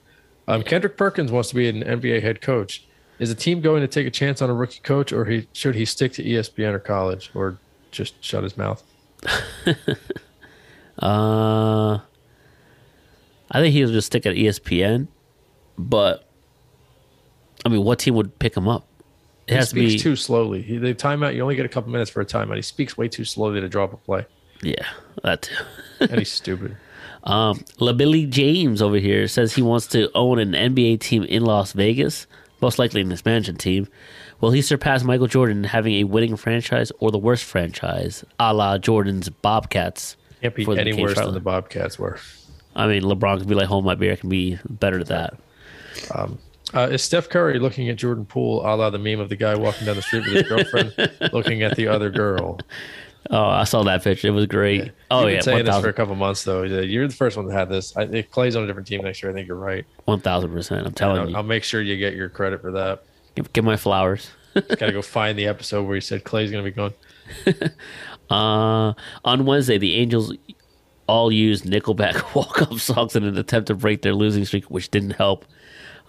Speaker 2: Um, Kendrick Perkins wants to be an NBA head coach. Is the team going to take a chance on a rookie coach, or he, should he stick to E ESPN or college, or just shut his mouth?
Speaker 1: Uh, I think he'll just stick at E ESPN, but I mean, what team would pick him up? It
Speaker 2: He
Speaker 1: has to
Speaker 2: speaks
Speaker 1: be
Speaker 2: too slowly. He, the timeout, you only get a couple minutes for a timeout. He speaks way too slowly to draw up a play,
Speaker 1: yeah, that too.
Speaker 2: and he's stupid.
Speaker 1: Um, LaBilly James over here says he wants to own an NBA team in Las Vegas, most likely an expansion team. Will he surpass Michael Jordan in having a winning franchise or the worst franchise, a la Jordan's Bobcats?
Speaker 2: Can't be
Speaker 1: before they
Speaker 2: any
Speaker 1: became
Speaker 2: worse than
Speaker 1: Charlotte?
Speaker 2: the Bobcats were.
Speaker 1: I mean, LeBron could be like, "Hold my beer," I can be better at that.
Speaker 2: Uh, is Steph Curry looking at Jordan Poole a la the meme of the guy walking down the street with his girlfriend looking at the other girl?
Speaker 1: Oh, I saw that picture; it was great. Oh
Speaker 2: You've been
Speaker 1: yeah,
Speaker 2: saying
Speaker 1: one
Speaker 2: this for a
Speaker 1: thousand
Speaker 2: couple months though. Yeah, You're the first one that had this. I, it plays on a different team next year. I think you're right.
Speaker 1: percent. I'm
Speaker 2: And
Speaker 1: telling
Speaker 2: I'll,
Speaker 1: you,
Speaker 2: I'll make sure you get your credit for that.
Speaker 1: give, give my flowers.
Speaker 2: Just gotta go find the episode where you said Clay's gonna be gone.
Speaker 1: Uh, on Wednesday, the Angels all used Nickelback walk-up songs in an attempt to break their losing streak, which didn't help.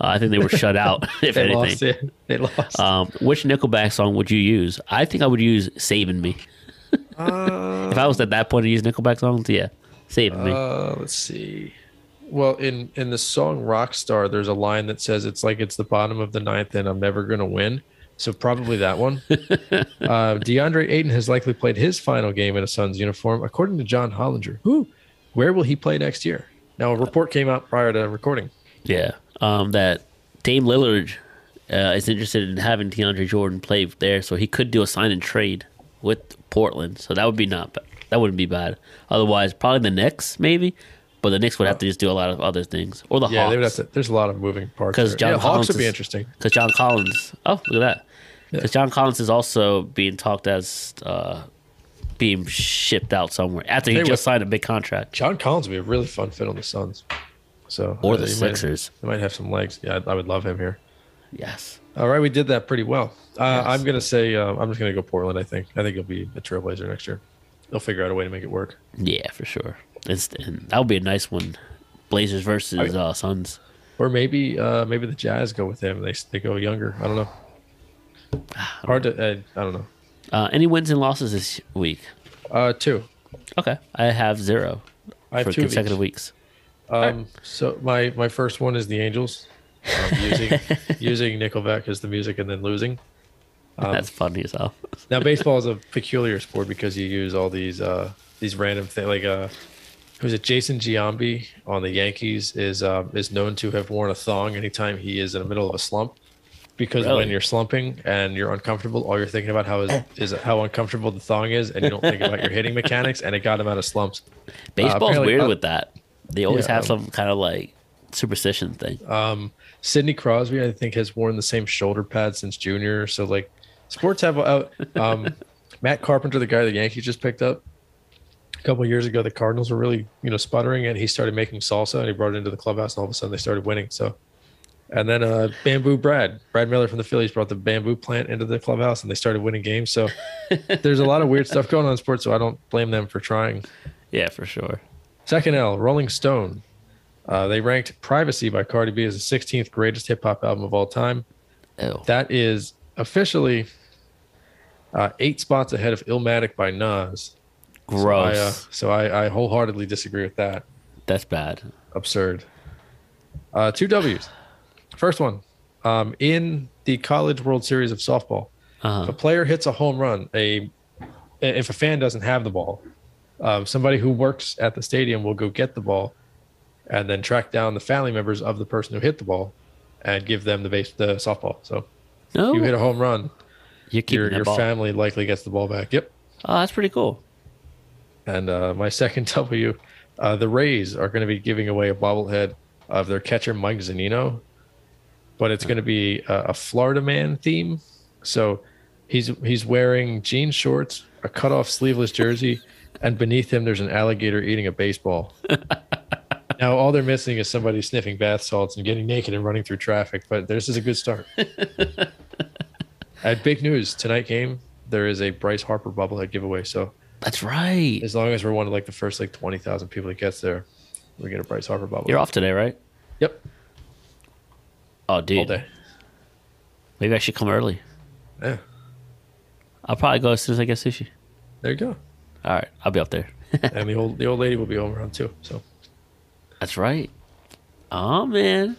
Speaker 1: Uh, I think they were shut out, if
Speaker 2: They
Speaker 1: anything.
Speaker 2: lost. Yeah, they lost.
Speaker 1: Um, which Nickelback song would you use? I think I would use "Saving Me." if I was at that point to use Nickelback songs, yeah, "Saving Me."
Speaker 2: Uh, let's see. Well, in in the song Rockstar, there's a line that says it's like it's the bottom of the ninth and I'm never gonna win. So probably that one. uh, DeAndre Ayton has likely played his final game in a Suns uniform, according to John Hollinger. Who? Where will he play next year? Now a report came out prior to recording.
Speaker 1: Yeah, um, that Dame Lillard uh, is interested in having DeAndre Jordan play there, so he could do a sign and trade with Portland. So that would be not ba- that wouldn't be bad. Otherwise, probably the Knicks maybe, but the Knicks would have to just do a lot of other things or the
Speaker 2: Yeah,
Speaker 1: Hawks.
Speaker 2: they would have to. There's a lot of moving parts.
Speaker 1: 'Cause
Speaker 2: there.
Speaker 1: John
Speaker 2: yeah, Hawks
Speaker 1: Collins
Speaker 2: would be
Speaker 1: is-
Speaker 2: interesting.
Speaker 1: because John Collins. Oh, look at that. Because John Collins is also being talked as uh, being shipped out somewhere after he
Speaker 2: They
Speaker 1: just
Speaker 2: would-
Speaker 1: signed a big contract.
Speaker 2: John Collins would be a really fun fit on the Suns. So
Speaker 1: Or
Speaker 2: uh,
Speaker 1: the
Speaker 2: he might-
Speaker 1: Sixers.
Speaker 2: He might have some legs. Yeah, I, I would love him here.
Speaker 1: Yes.
Speaker 2: All right, we did that pretty well. Uh,
Speaker 1: Yes.
Speaker 2: I'm gonna say uh, I'm just gonna go Portland. I think I think he'll be a Trailblazer next year. They'll figure out a way to make it work.
Speaker 1: Yeah, for sure. It's, and that would be a nice one. Blazers versus uh, Suns.
Speaker 2: Or maybe uh, maybe the Jazz go with him. They they go younger. I don't know. Hard to uh, I don't know.
Speaker 1: Uh, any wins and losses this week?
Speaker 2: Uh, two.
Speaker 1: Okay, I have zero
Speaker 2: I have
Speaker 1: for
Speaker 2: two of each.
Speaker 1: consecutive weeks.
Speaker 2: Um, so my my first one is the Angels um, using using Nickelback as the music and then losing. Um,
Speaker 1: That's funny as hell.
Speaker 2: Now baseball is a peculiar sport because you use all these uh these random things like uh who's it Jason Giambi on the Yankees is um is known to have worn a thong anytime he is in the middle of a slump because
Speaker 1: Really?
Speaker 2: when you're slumping and you're uncomfortable all you're thinking about how is is how uncomfortable the thong is and you don't think about your hitting mechanics and it got him out of slumps.
Speaker 1: Baseball's
Speaker 2: apparently-
Speaker 1: weird
Speaker 2: uh,
Speaker 1: with that. They always
Speaker 2: yeah, Uh,
Speaker 1: have
Speaker 2: um,
Speaker 1: some kind of like superstition thing.
Speaker 2: Sidney Crosby, I think, has worn the same shoulder pad since junior. So like, sports have. Uh, um, Matt Carpenter, the guy the Yankees just picked up a couple years ago, the Cardinals were really you know sputtering, and he started making salsa, and he brought it into the clubhouse, and all of a sudden they started winning. So, and then uh, Bamboo Brad, Brad Miller from the Phillies, brought the bamboo plant into the clubhouse, and they started winning games. So, there's a lot of weird stuff going on in sports. So I don't blame them for trying.
Speaker 1: yeah, for sure.
Speaker 2: Second L, Rolling Stone. Uh, they ranked Privacy by Cardi B as the 16th greatest hip hop album of all time.
Speaker 1: Ew.
Speaker 2: That is officially uh, eight spots ahead of Illmatic by Nas.
Speaker 1: Gross.
Speaker 2: I, uh, so I, I wholeheartedly disagree with that.
Speaker 1: That's bad.
Speaker 2: Absurd. Uh, two W's. First one um, in the College World Series of softball, if
Speaker 1: Uh-huh.
Speaker 2: a player hits a home run, a if a fan doesn't have the ball, um, somebody who works at the stadium will go get the ball, and then track down the family members of the person who hit the ball, and give them the base the softball. So
Speaker 1: No,
Speaker 2: you hit
Speaker 1: you
Speaker 2: a home run,
Speaker 1: are Oh. keeping
Speaker 2: your
Speaker 1: that
Speaker 2: your
Speaker 1: ball.
Speaker 2: family likely gets the ball back. Yep.
Speaker 1: oh, that's pretty cool.
Speaker 2: And uh, my second W, uh, the Rays are going to be giving away a bobblehead of their catcher Mike Zanino, but it's going to be a, a Florida man theme. So he's he's wearing jean shorts, a cutoff sleeveless jersey, and beneath him there's an alligator eating a baseball. now all they're missing is somebody sniffing bath salts and getting naked and running through traffic. But this is a good start. At big news tonight game, there is a Bryce Harper bobblehead giveaway. So
Speaker 1: That's right.
Speaker 2: as long as we're one of like the first like twenty thousand people that gets there, we get a Bryce Harper bubble.
Speaker 1: You're off today, right?
Speaker 2: Yep,
Speaker 1: Oh,
Speaker 2: all
Speaker 1: dude,
Speaker 2: day.
Speaker 1: Maybe I should come early.
Speaker 2: Yeah.
Speaker 1: I'll probably go as soon as I get sushi.
Speaker 2: There you go.
Speaker 1: All right, I'll be up there.
Speaker 2: and the old the old lady will be home around too. So
Speaker 1: That's right. Oh man,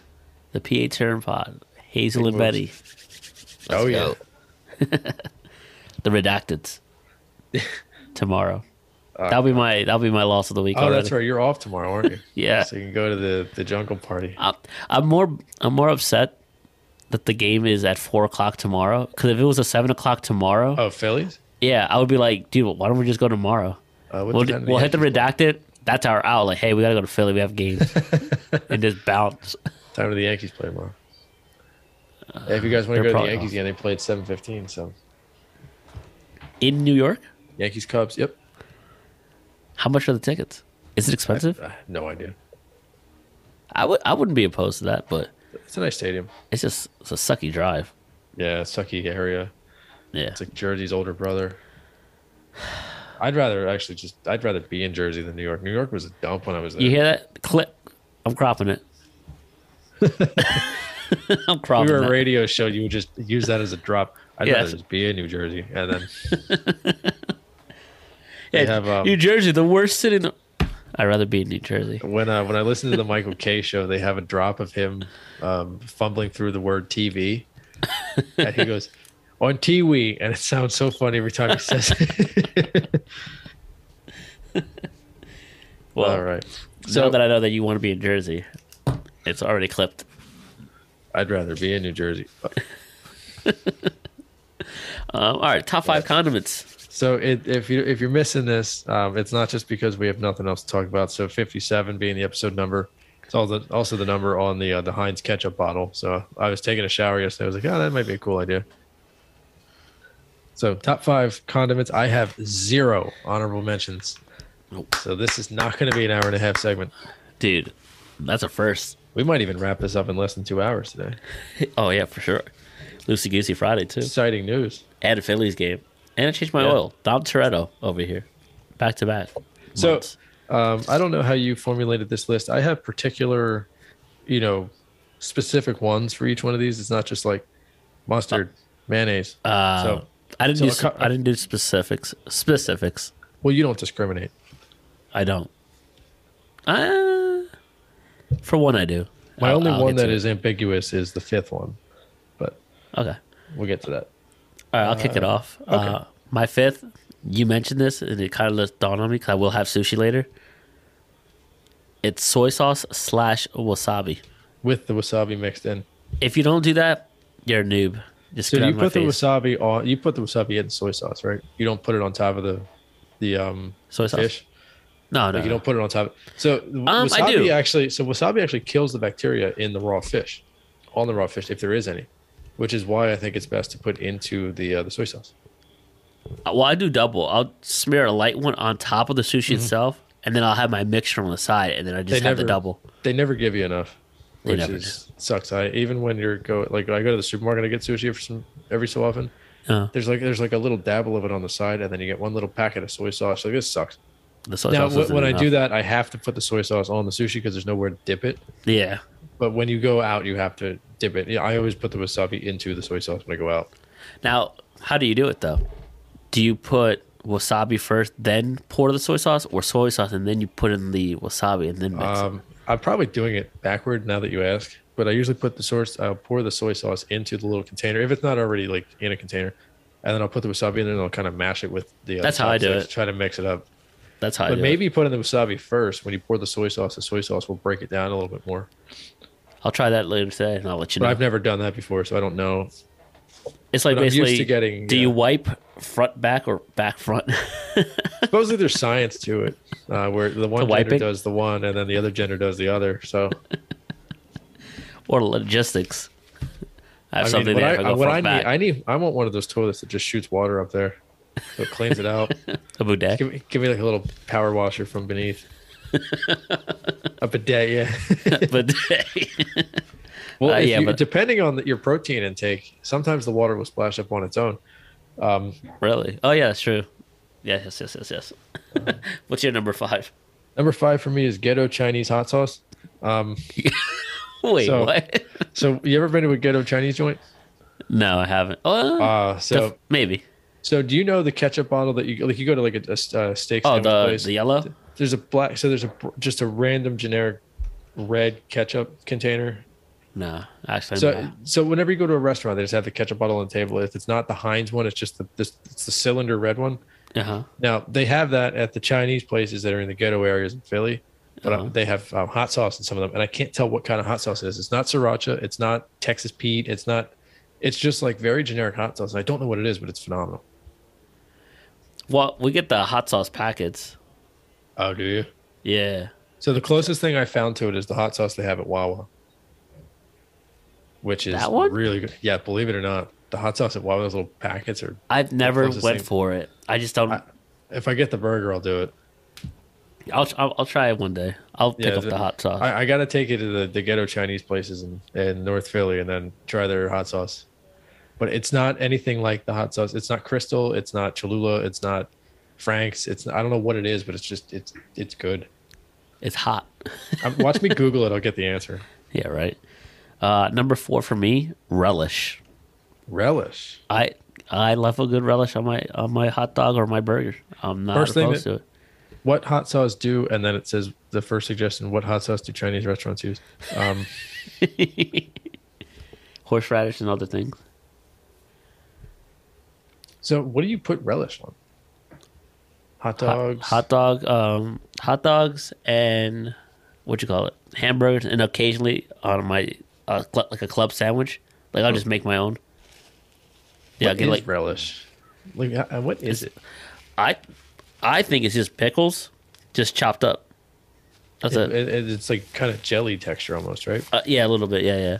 Speaker 1: the PA Turn Pod, Hazel
Speaker 2: Big
Speaker 1: and Betty,
Speaker 2: moves. oh yeah.
Speaker 1: the Redacteds. Tomorrow, that'll be my that'll be my loss of the week.
Speaker 2: Oh, that's
Speaker 1: already.
Speaker 2: right. You're off tomorrow, aren't you?
Speaker 1: Yeah.
Speaker 2: So you can go to the the jungle party.
Speaker 1: I'm, I'm more I'm more upset that the game is at four o'clock tomorrow. Because if it was a seven o'clock tomorrow,
Speaker 2: Oh, Phillies.
Speaker 1: yeah, I would be like, dude, why don't we just go tomorrow?
Speaker 2: Uh, what
Speaker 1: We'll,
Speaker 2: time do
Speaker 1: we'll
Speaker 2: they
Speaker 1: hit the
Speaker 2: have?
Speaker 1: redacted. That's our out. Like, hey, we gotta go to Philly. We have games, and just bounce.
Speaker 2: time do the Yankees play tomorrow. Yeah, if you guys want to
Speaker 1: Uh, they're
Speaker 2: go to the
Speaker 1: probably
Speaker 2: Yankees
Speaker 1: off.
Speaker 2: again, they play at seven fifteen. So
Speaker 1: in New York?
Speaker 2: Yankees Cubs. Yep.
Speaker 1: How much are the tickets? Is it expensive?
Speaker 2: I have Uh, no idea.
Speaker 1: I would I wouldn't be opposed to that, but
Speaker 2: It's a nice stadium.
Speaker 1: it's just it's a sucky drive.
Speaker 2: Yeah, sucky area.
Speaker 1: Yeah.
Speaker 2: It's like Jersey's older brother. I'd rather actually just I'd rather be in Jersey than New York. New York was a dump when I was there.
Speaker 1: You hear that? Clip. I'm cropping it. I'm
Speaker 2: If
Speaker 1: cropping
Speaker 2: we were a
Speaker 1: that.
Speaker 2: radio show, you would just use that as a drop. I'd
Speaker 1: Yeah.
Speaker 2: rather just be in New Jersey and then
Speaker 1: Hey,
Speaker 2: have, um,
Speaker 1: New Jersey, the worst city. In the- I'd rather be in New Jersey.
Speaker 2: when uh, when I listen to the Michael K show, they have a drop of him um, fumbling through the word TV, and he goes on TV, and it sounds so funny every time he says it.
Speaker 1: Well,
Speaker 2: All right,
Speaker 1: now
Speaker 2: so
Speaker 1: that I know that you want to be in Jersey, it's already clipped.
Speaker 2: I'd rather be in New Jersey.
Speaker 1: Um, all right, top five condiments.
Speaker 2: So it, if you if you're missing this, um, it's not just because we have nothing else to talk about. So 57 being the episode number, it's all the, also the number on the uh, the Heinz ketchup bottle. So I was taking a shower yesterday. I was like, oh, that might be a cool idea. So top five condiments. I have zero honorable mentions.
Speaker 1: Nope.
Speaker 2: So this is not going to be an hour and a half segment.
Speaker 1: Dude, that's a first.
Speaker 2: We might even wrap this up in less than two hours today.
Speaker 1: Oh, yeah, for sure. Loosey Goosey Friday, too.
Speaker 2: Exciting news.
Speaker 1: and a Phillies game. And I changed my
Speaker 2: Yeah.
Speaker 1: oil. Dom Toretto over here. Back to back.
Speaker 2: So-
Speaker 1: months.
Speaker 2: um, I don't know how you formulated this list. I have particular, you know, specific ones for each one of these. It's not just like mustard, mayonnaise.
Speaker 1: Uh,
Speaker 2: so,
Speaker 1: I didn't
Speaker 2: so
Speaker 1: do
Speaker 2: a
Speaker 1: sp-
Speaker 2: co-
Speaker 1: I didn't do specifics. Specifics.
Speaker 2: well, you don't discriminate.
Speaker 1: I don't. Uh, for one I do.
Speaker 2: My
Speaker 1: I'll-
Speaker 2: only
Speaker 1: I'll
Speaker 2: one
Speaker 1: get to
Speaker 2: that
Speaker 1: it.
Speaker 2: is ambiguous is the fifth one, but
Speaker 1: Okay.
Speaker 2: we'll get to that.
Speaker 1: All right, I'll kick it off. Uh, my fifth, you mentioned this, and it kind of just dawned on me because I will have sushi later. It's soy sauce slash wasabi.
Speaker 2: With the wasabi mixed in.
Speaker 1: If you don't do that, you're a noob. Just
Speaker 2: So
Speaker 1: get out
Speaker 2: you
Speaker 1: of my
Speaker 2: put the
Speaker 1: face.
Speaker 2: wasabi on. You put the wasabi in soy sauce, right? You don't put it on top of the the um
Speaker 1: soy sauce.
Speaker 2: fish.
Speaker 1: No, no.
Speaker 2: Like you don't put it on top. So the
Speaker 1: Um, I
Speaker 2: wasabi
Speaker 1: do.
Speaker 2: actually, so wasabi actually kills the bacteria in the raw fish, on the raw fish if there is any, which is why I think it's best to put into the uh, the soy sauce.
Speaker 1: Uh, Well, I do double. I'll smear a light one on top of the sushi itself, and then I'll have my mixture on the side, and then I just have the double.
Speaker 2: Mm-hmm. They never give you enough,
Speaker 1: They
Speaker 2: which
Speaker 1: never
Speaker 2: is sucks. I even when you're go like I go to the supermarket, I get sushi for some every so often.
Speaker 1: Uh,
Speaker 2: There's like there's like a little dabble of it on the side, and then you get one little packet of soy sauce. Like this sucks.
Speaker 1: the soy
Speaker 2: now
Speaker 1: sauce
Speaker 2: when,
Speaker 1: isn't
Speaker 2: when I do
Speaker 1: enough.
Speaker 2: that, I have to put the soy sauce on the sushi because there's nowhere to dip it.
Speaker 1: yeah,
Speaker 2: But when you go out, you have to dip it. Yeah, I always put the wasabi into the soy sauce when I go out.
Speaker 1: Now, how do you do it though? Do you put wasabi first, then pour the soy sauce, or soy sauce and then you put in the wasabi and then mix? it?
Speaker 2: Um, I'm probably doing it backward now that you ask, but I usually put the source. I'll pour the soy sauce into the little container if it's not already like in a container, and then I'll put the wasabi in there and I'll kind of mash it with the. Uh,
Speaker 1: That's how I do
Speaker 2: chopsticks,
Speaker 1: it.
Speaker 2: Try to mix it up,
Speaker 1: That's how. I
Speaker 2: but
Speaker 1: do
Speaker 2: maybe put in the wasabi first. When you pour the soy sauce, the soy sauce will break it down a little bit more.
Speaker 1: it. I'll try that later today, and I'll let you
Speaker 2: But
Speaker 1: know.
Speaker 2: I've never done that before, so I don't know.
Speaker 1: it's like
Speaker 2: but I'm used
Speaker 1: basically,
Speaker 2: to getting,
Speaker 1: do
Speaker 2: yeah.
Speaker 1: you wipe front back or back front?
Speaker 2: Supposedly there's science to it, uh, where the one gender
Speaker 1: wiping?
Speaker 2: does the one and then the other gender does the other. So
Speaker 1: or logistics? I have
Speaker 2: I
Speaker 1: something
Speaker 2: mean,
Speaker 1: there.
Speaker 2: what I,
Speaker 1: if I, go
Speaker 2: what
Speaker 1: front
Speaker 2: I need,
Speaker 1: back.
Speaker 2: I need, I want one of those toilets that just shoots water up there, so it cleans it out.
Speaker 1: a boudet.
Speaker 2: Give me, give me like a little power washer from beneath. a bidet, yeah.
Speaker 1: but
Speaker 2: Well,
Speaker 1: Uh,
Speaker 2: if
Speaker 1: yeah,
Speaker 2: you-
Speaker 1: but-
Speaker 2: depending on the, your protein intake, sometimes the water will splash up on its own.
Speaker 1: Really? Oh yeah, that's true. Yeah, yes, yes, yes, yes. What's your number five?
Speaker 2: Number five for me is ghetto Chinese hot sauce.
Speaker 1: Wait,
Speaker 2: So-
Speaker 1: what?
Speaker 2: So, you ever been to a ghetto Chinese joint?
Speaker 1: No, I haven't. Oh,
Speaker 2: Uh, so
Speaker 1: def- maybe.
Speaker 2: so do you know the ketchup bottle that you like? You go to like a, a s- uh, steak
Speaker 1: Oh,
Speaker 2: sandwich
Speaker 1: the
Speaker 2: place.
Speaker 1: the yellow.
Speaker 2: there's a black. So there's a br- just a random generic red ketchup container.
Speaker 1: No, actually,
Speaker 2: So
Speaker 1: no.
Speaker 2: so whenever you go to a restaurant, they just have the ketchup bottle on the table. If it's not the Heinz one, it's just the this it's the cylinder red one.
Speaker 1: Uh-huh.
Speaker 2: Now they have that at the Chinese places that are in the ghetto areas in Philly, but
Speaker 1: Uh-huh.
Speaker 2: uh they have um, hot sauce in some of them, and I can't tell what kind of hot sauce it is. It's not sriracha, it's not Texas Pete, it's not. It's just like very generic hot sauce. and I don't know what it is, but it's phenomenal.
Speaker 1: Well, we get the hot sauce packets.
Speaker 2: Oh, do you?
Speaker 1: Yeah.
Speaker 2: So the closest thing I found to it is the hot sauce they have at Wawa, which is
Speaker 1: That one?
Speaker 2: really good. Yeah, believe it or not, the hot sauce at Wawa, those little packets are.
Speaker 1: I've never
Speaker 2: closest
Speaker 1: went
Speaker 2: thing.
Speaker 1: for it. I just don't. I,
Speaker 2: If I get the burger, I'll do it.
Speaker 1: will I'll I'll try it one day. I'll pick
Speaker 2: Yeah,
Speaker 1: up the,
Speaker 2: the-
Speaker 1: hot sauce.
Speaker 2: I, I got to take it to the, the ghetto Chinese places in, in North Philly and then try their hot sauce. But it's not anything like the hot sauce. It's not Crystal. It's not Cholula. It's not Frank's. It's I don't know what it is, but it's just it's it's good.
Speaker 1: it's hot.
Speaker 2: Um, watch me Google it. I'll get the answer.
Speaker 1: Yeah. Right. Uh, number four for me, relish.
Speaker 2: Relish.
Speaker 1: I I love a good relish on my on my hot dog or my burger. I'm not
Speaker 2: First thing
Speaker 1: opposed
Speaker 2: that-
Speaker 1: to it.
Speaker 2: What hot sauce do? And then it says the first suggestion. What hot sauce do Chinese restaurants use? Um,
Speaker 1: Horseradish and other things.
Speaker 2: so what do you put relish on?
Speaker 1: Hot,
Speaker 2: Hot dogs.
Speaker 1: hot dog, um, hot dogs, and what you call it, hamburgers, and occasionally on my uh, cl- like a club sandwich. Like I'll just make my own. Yeah, I
Speaker 2: What
Speaker 1: get
Speaker 2: is
Speaker 1: like
Speaker 2: relish. Like, uh, what is it?
Speaker 1: I, I think it's just pickles, just chopped up. That's
Speaker 2: It,
Speaker 1: it.
Speaker 2: it, it's like kind of jelly texture almost, right?
Speaker 1: Uh, yeah, a little bit. Yeah, yeah.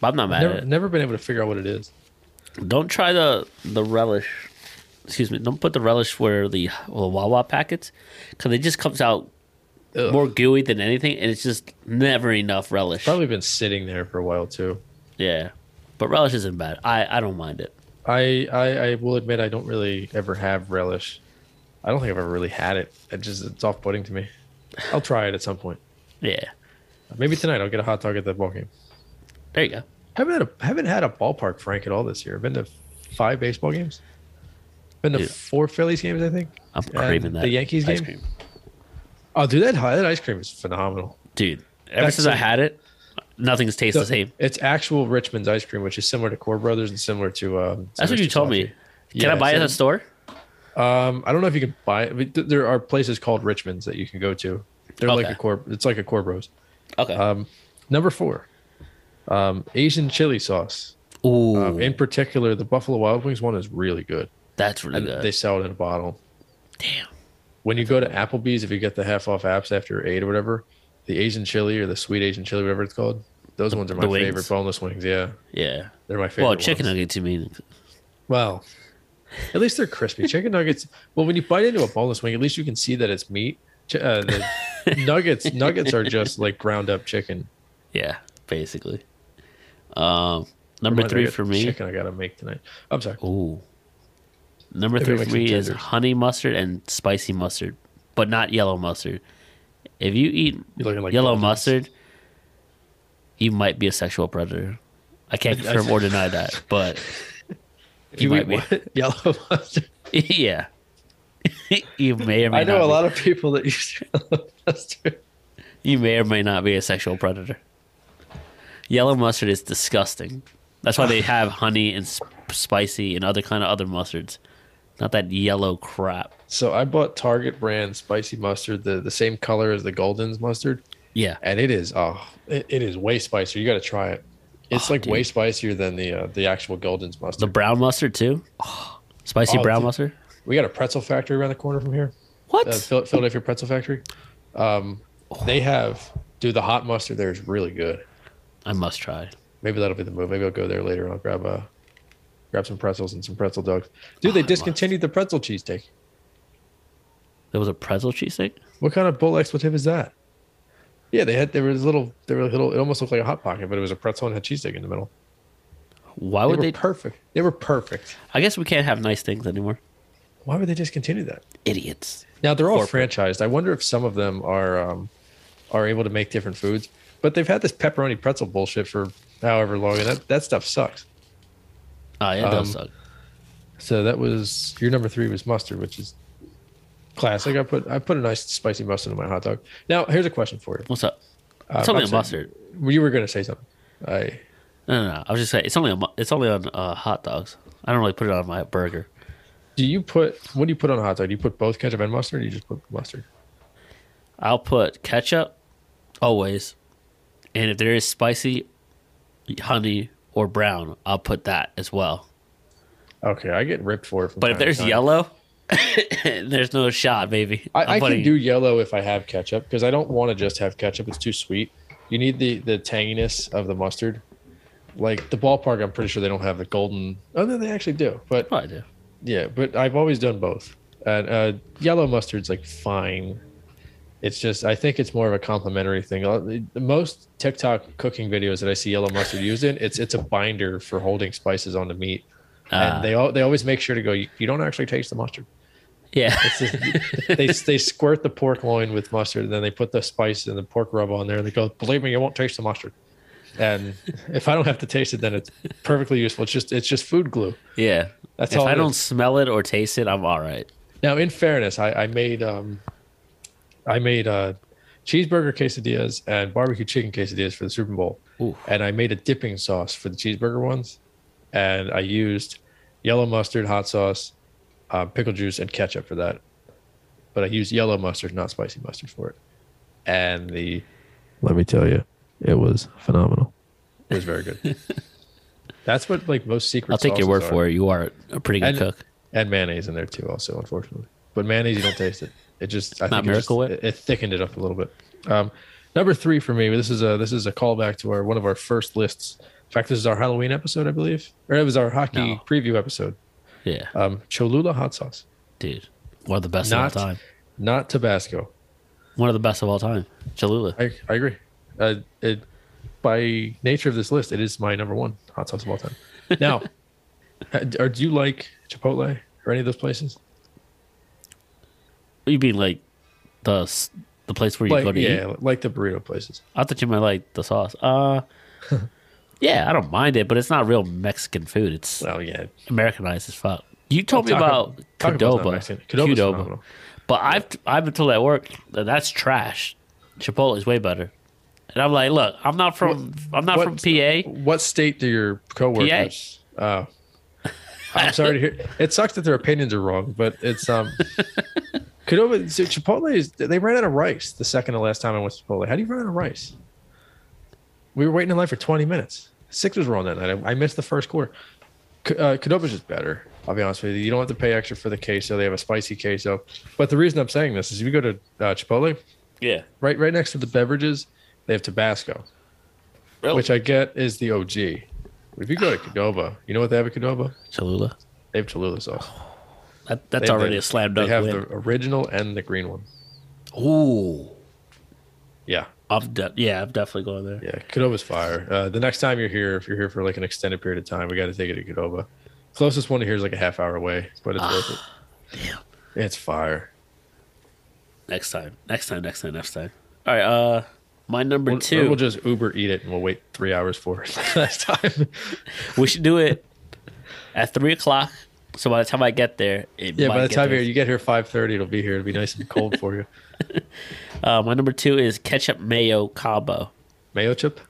Speaker 1: But I'm not mad
Speaker 2: Never,
Speaker 1: at it.
Speaker 2: never been able to figure out what it is.
Speaker 1: Don't try the the relish. Excuse me. Don't put the relish where the, well, the Wawa packets, because it just comes out
Speaker 2: Ugh.
Speaker 1: more gooey than anything, and it's just never enough relish.
Speaker 2: Probably been sitting there for a while too.
Speaker 1: Yeah, but relish isn't bad. I I don't mind it.
Speaker 2: I, I, I will admit I don't really ever have relish. I don't think I've ever really had it. It just it's off putting to me. I'll try it at some point.
Speaker 1: Yeah,
Speaker 2: Maybe tonight I'll get a hot dog at the ball game.
Speaker 1: there you go.
Speaker 2: Haven't had a, haven't had a ballpark Frank at all this year. I've been to five baseball games. Been to
Speaker 1: Dude.
Speaker 2: four Phillies games, I think.
Speaker 1: I'm
Speaker 2: And
Speaker 1: craving that.
Speaker 2: the Yankees
Speaker 1: ice
Speaker 2: game?
Speaker 1: cream.
Speaker 2: Oh, dude, that that ice cream is phenomenal.
Speaker 1: dude. Ever since I
Speaker 2: Excellent.
Speaker 1: had it, nothing's tastes the same.
Speaker 2: It's actual Richmond's ice cream, which is similar to Core Brothers and similar to. Um,
Speaker 1: That's what you
Speaker 2: Sylvester
Speaker 1: told
Speaker 2: Coffee.
Speaker 1: me. Can I
Speaker 2: Yeah,
Speaker 1: buy it at
Speaker 2: so-
Speaker 1: a store?
Speaker 2: Um, I don't know if you can buy it. But th- there are places called Richmonds that you can go to. They're like
Speaker 1: Okay.
Speaker 2: a core. It's like a core bros.
Speaker 1: Okay.
Speaker 2: Um, number four, um, Asian chili sauce.
Speaker 1: Ooh,
Speaker 2: Um, in particular, the Buffalo Wild Wings one is really good,
Speaker 1: that's really
Speaker 2: and
Speaker 1: good.
Speaker 2: they sell it in a bottle.
Speaker 1: Damn.
Speaker 2: When you go to Applebee's, if you get the half off apps after eight or whatever, the Asian chili or the sweet Asian chili, whatever it's called, those ones are my
Speaker 1: the wings?
Speaker 2: favorite boneless wings. Yeah,
Speaker 1: Yeah.
Speaker 2: they're my favorite.
Speaker 1: Well, chicken
Speaker 2: ones.
Speaker 1: nuggets. You mean?
Speaker 2: Well, at least they're crispy. Chicken nuggets. Well, when you bite into a boneless wing, at least you can see that it's meat. Ch- Uh, the nuggets. Nuggets are just like ground up chicken.
Speaker 1: Yeah, basically. Um, number
Speaker 2: Reminds
Speaker 1: three
Speaker 2: I got
Speaker 1: for me.
Speaker 2: Chicken I gotta make tonight. I'm sorry.
Speaker 1: Ooh. Number
Speaker 2: Maybe
Speaker 1: three
Speaker 2: make
Speaker 1: for
Speaker 2: some
Speaker 1: me is
Speaker 2: tenders.
Speaker 1: honey mustard and spicy mustard, but not yellow mustard. If you eat
Speaker 2: You're looking like
Speaker 1: yellow
Speaker 2: Daltons.
Speaker 1: mustard, you might be a sexual predator. I can't
Speaker 2: I- I-
Speaker 1: confirm or deny that, but
Speaker 2: If
Speaker 1: you
Speaker 2: you eat
Speaker 1: might
Speaker 2: what? yellow mustard.
Speaker 1: yeah, you may or may
Speaker 2: I know
Speaker 1: not
Speaker 2: a
Speaker 1: be,
Speaker 2: lot of people that use yellow mustard.
Speaker 1: you may or may not be a sexual predator. Yellow mustard is disgusting. That's why they have honey and sp- spicy and other kind of other mustards, not that yellow crap.
Speaker 2: So I bought Target brand spicy mustard, the the same color as the Golden's mustard,
Speaker 1: Yeah,
Speaker 2: and it is oh, it, it is way spicier. You gotta try it. It's
Speaker 1: Oh,
Speaker 2: like
Speaker 1: dude.
Speaker 2: way spicier than the uh, the actual Golden's mustard.
Speaker 1: the brown mustard too. spicy
Speaker 2: Oh,
Speaker 1: brown
Speaker 2: dude.
Speaker 1: mustard.
Speaker 2: we got a pretzel factory around the corner from here.
Speaker 1: What?
Speaker 2: uh, Phil- Philadelphia Pretzel Factory. Um, they have, dude, the hot mustard there is really good.
Speaker 1: I must try.
Speaker 2: Maybe that'll be the move. Maybe I'll go there later. I'll grab a, grab some pretzels and some pretzel dogs. Dude, they
Speaker 1: Hot
Speaker 2: discontinued the pretzel cheesesteak.
Speaker 1: There was a pretzel cheesesteak.
Speaker 2: What kind of bull expletive is that? Yeah, they had there was little there were little. It almost looked like a hot pocket, but it was a pretzel and had cheesesteak in the middle.
Speaker 1: Why
Speaker 2: They
Speaker 1: would
Speaker 2: were
Speaker 1: they?
Speaker 2: perfect. They were perfect.
Speaker 1: I guess we can't have nice things anymore.
Speaker 2: Why would they discontinue that?
Speaker 1: Idiots.
Speaker 2: Now they're all
Speaker 1: Corporate.
Speaker 2: franchised. I wonder if some of them are um, are able to make different foods. But they've had this pepperoni pretzel bullshit for However, Logan, that, that stuff sucks.
Speaker 1: Oh, yeah, it does
Speaker 2: Um,
Speaker 1: suck.
Speaker 2: So that was your number three was mustard, which is classic. I put I put a nice spicy mustard in my hot dog. Now here's a question for you.
Speaker 1: What's up?
Speaker 2: Uh,
Speaker 1: It's only a
Speaker 2: Bob said-
Speaker 1: mustard.
Speaker 2: You were going to say something. I
Speaker 1: No, no, no. I was just saying it's only a, mu- it's only on uh, hot dogs. I don't really put it on my burger.
Speaker 2: do you put what do you put on a hot dog? Do you put both ketchup and mustard? Or do you just put mustard?
Speaker 1: I'll put ketchup always, and if there is spicy, honey or brown, I'll put that as well.
Speaker 2: Okay, I get ripped for it. From
Speaker 1: But
Speaker 2: time
Speaker 1: if
Speaker 2: to
Speaker 1: there's
Speaker 2: time.
Speaker 1: yellow, there's no shot, baby. I'm
Speaker 2: I, I can
Speaker 1: putting-
Speaker 2: do yellow if I have ketchup because I don't want to just have ketchup. It's too sweet. You need the the tanginess of the mustard. Like the ballpark, I'm pretty sure they don't have the golden. Oh no, they actually do. But
Speaker 1: Probably do.
Speaker 2: yeah, but I've always done both. And uh, yellow mustard's like fine. It's just I think it's more of a complimentary thing. Uh, the- the Most TikTok cooking videos that I see yellow mustard used in, it's it's a binder for holding spices on the meat.
Speaker 1: Ah.
Speaker 2: and they all, they always make sure to go. You, you don't actually taste the mustard
Speaker 1: Yeah.
Speaker 2: they they squirt the pork loin with mustard, and then they put the spice and the pork rub on there, and they go, "Believe me, you won't taste the mustard." And if I don't have to taste it, then it's perfectly useful. It's just it's just food glue.
Speaker 1: yeah.
Speaker 2: That's
Speaker 1: if
Speaker 2: all
Speaker 1: I
Speaker 2: it
Speaker 1: don't
Speaker 2: is.
Speaker 1: smell it or taste it, I'm all right.
Speaker 2: Now, in fairness, I, I made um, I made uh, cheeseburger quesadillas and barbecue chicken quesadillas for the Super Bowl,
Speaker 1: Ooh.
Speaker 2: and I made a dipping sauce for the cheeseburger ones, and I used yellow mustard, hot sauce, uh, pickle juice, and ketchup for that. But I used yellow mustard, not spicy mustard, for it. And the let me tell you, it was phenomenal. It was very good. That's what like most secret.
Speaker 1: I'll take your word
Speaker 2: sauces are
Speaker 1: for it. You are a pretty good
Speaker 2: and,
Speaker 1: cook.
Speaker 2: And mayonnaise in there too, also, unfortunately. But mayonnaise, you don't taste it. It just, I
Speaker 1: Not
Speaker 2: think, it, just-
Speaker 1: Miracle Whip?
Speaker 2: it, it thickened it up a little bit. Um, number three for me. This is a this is a callback to our one of our first lists. In fact, this is our Halloween episode, I believe, or it was our hockey
Speaker 1: No.
Speaker 2: preview episode.
Speaker 1: Yeah,
Speaker 2: Um, Cholula hot sauce,
Speaker 1: dude. One of the best
Speaker 2: not
Speaker 1: of all time.
Speaker 2: not Tabasco.
Speaker 1: One of the best of all time. Cholula.
Speaker 2: I I agree. Uh, it by nature of this list, it is my number one hot sauce of all time. Now, uh, are, do you like Chipotle or any of those places?
Speaker 1: You mean like the s- the place where you go
Speaker 2: Like
Speaker 1: to eat?
Speaker 2: yeah, like the burrito places.
Speaker 1: I thought you might like the sauce. Uh, yeah, I don't mind it, but it's not real Mexican food. It's
Speaker 2: Well, yeah,
Speaker 1: Americanized as fuck. You told me
Speaker 2: Taco-
Speaker 1: about
Speaker 2: Taco Bell's not
Speaker 1: Cadoba.
Speaker 2: Mexican. Cadoba's phenomenal.
Speaker 1: But I've I've been told at work that that's trash. Chipotle is way better. And I'm like, look, I'm not from I'm not
Speaker 2: what-
Speaker 1: from PA.
Speaker 2: What state do your coworkers? Oh, I'm sorry to hear. It sucks that their opinions are wrong, but it's um. Cadoba, so Chipotle is they ran out of rice the second to last time I went to Chipotle. How do you run out of rice? We were waiting in line for 20 minutes. Sixers were on that night. I, I missed the first quarter. C- Uh, Cadoba's just better. I'll be honest with you. You don't have to pay extra for the queso. They have a spicy queso. But the reason I'm saying this is if you go to uh, Chipotle,
Speaker 1: Yeah.
Speaker 2: right right next to the beverages, they have Tabasco,
Speaker 1: Really?
Speaker 2: which I get is the OG. But if you go to Cadoba, you know what they have at Cadoba?
Speaker 1: Cholula.
Speaker 2: They have Cholula sauce.
Speaker 1: Oh, That, that's
Speaker 2: They-
Speaker 1: already
Speaker 2: they-
Speaker 1: a slam
Speaker 2: They
Speaker 1: dunk
Speaker 2: have
Speaker 1: win.
Speaker 2: the original and the green one.
Speaker 1: Ooh.
Speaker 2: Yeah,
Speaker 1: I'm de- yeah, I'm definitely going there.
Speaker 2: yeah. Cadoba's fire. Uh, the next time you're here, if you're here for like an extended period of time, we got to take it to Cadoba. Closest one to here is like a half hour away, but it's worth it.
Speaker 1: Ah, Damn.
Speaker 2: It's fire.
Speaker 1: Next time. Next time, next time, next time. All right, uh my number
Speaker 2: We'll,
Speaker 1: 2
Speaker 2: we'll just Uber eat it and we'll wait three hours for it next time.
Speaker 1: We should do it at three o'clock. So by the time I get there, it
Speaker 2: yeah,
Speaker 1: might
Speaker 2: by the
Speaker 1: get
Speaker 2: time
Speaker 1: there.
Speaker 2: you're, you get here five thirty, it'll be here. It'll be nice and cold for you.
Speaker 1: uh, my number two is ketchup mayo combo.
Speaker 2: Mayo chip.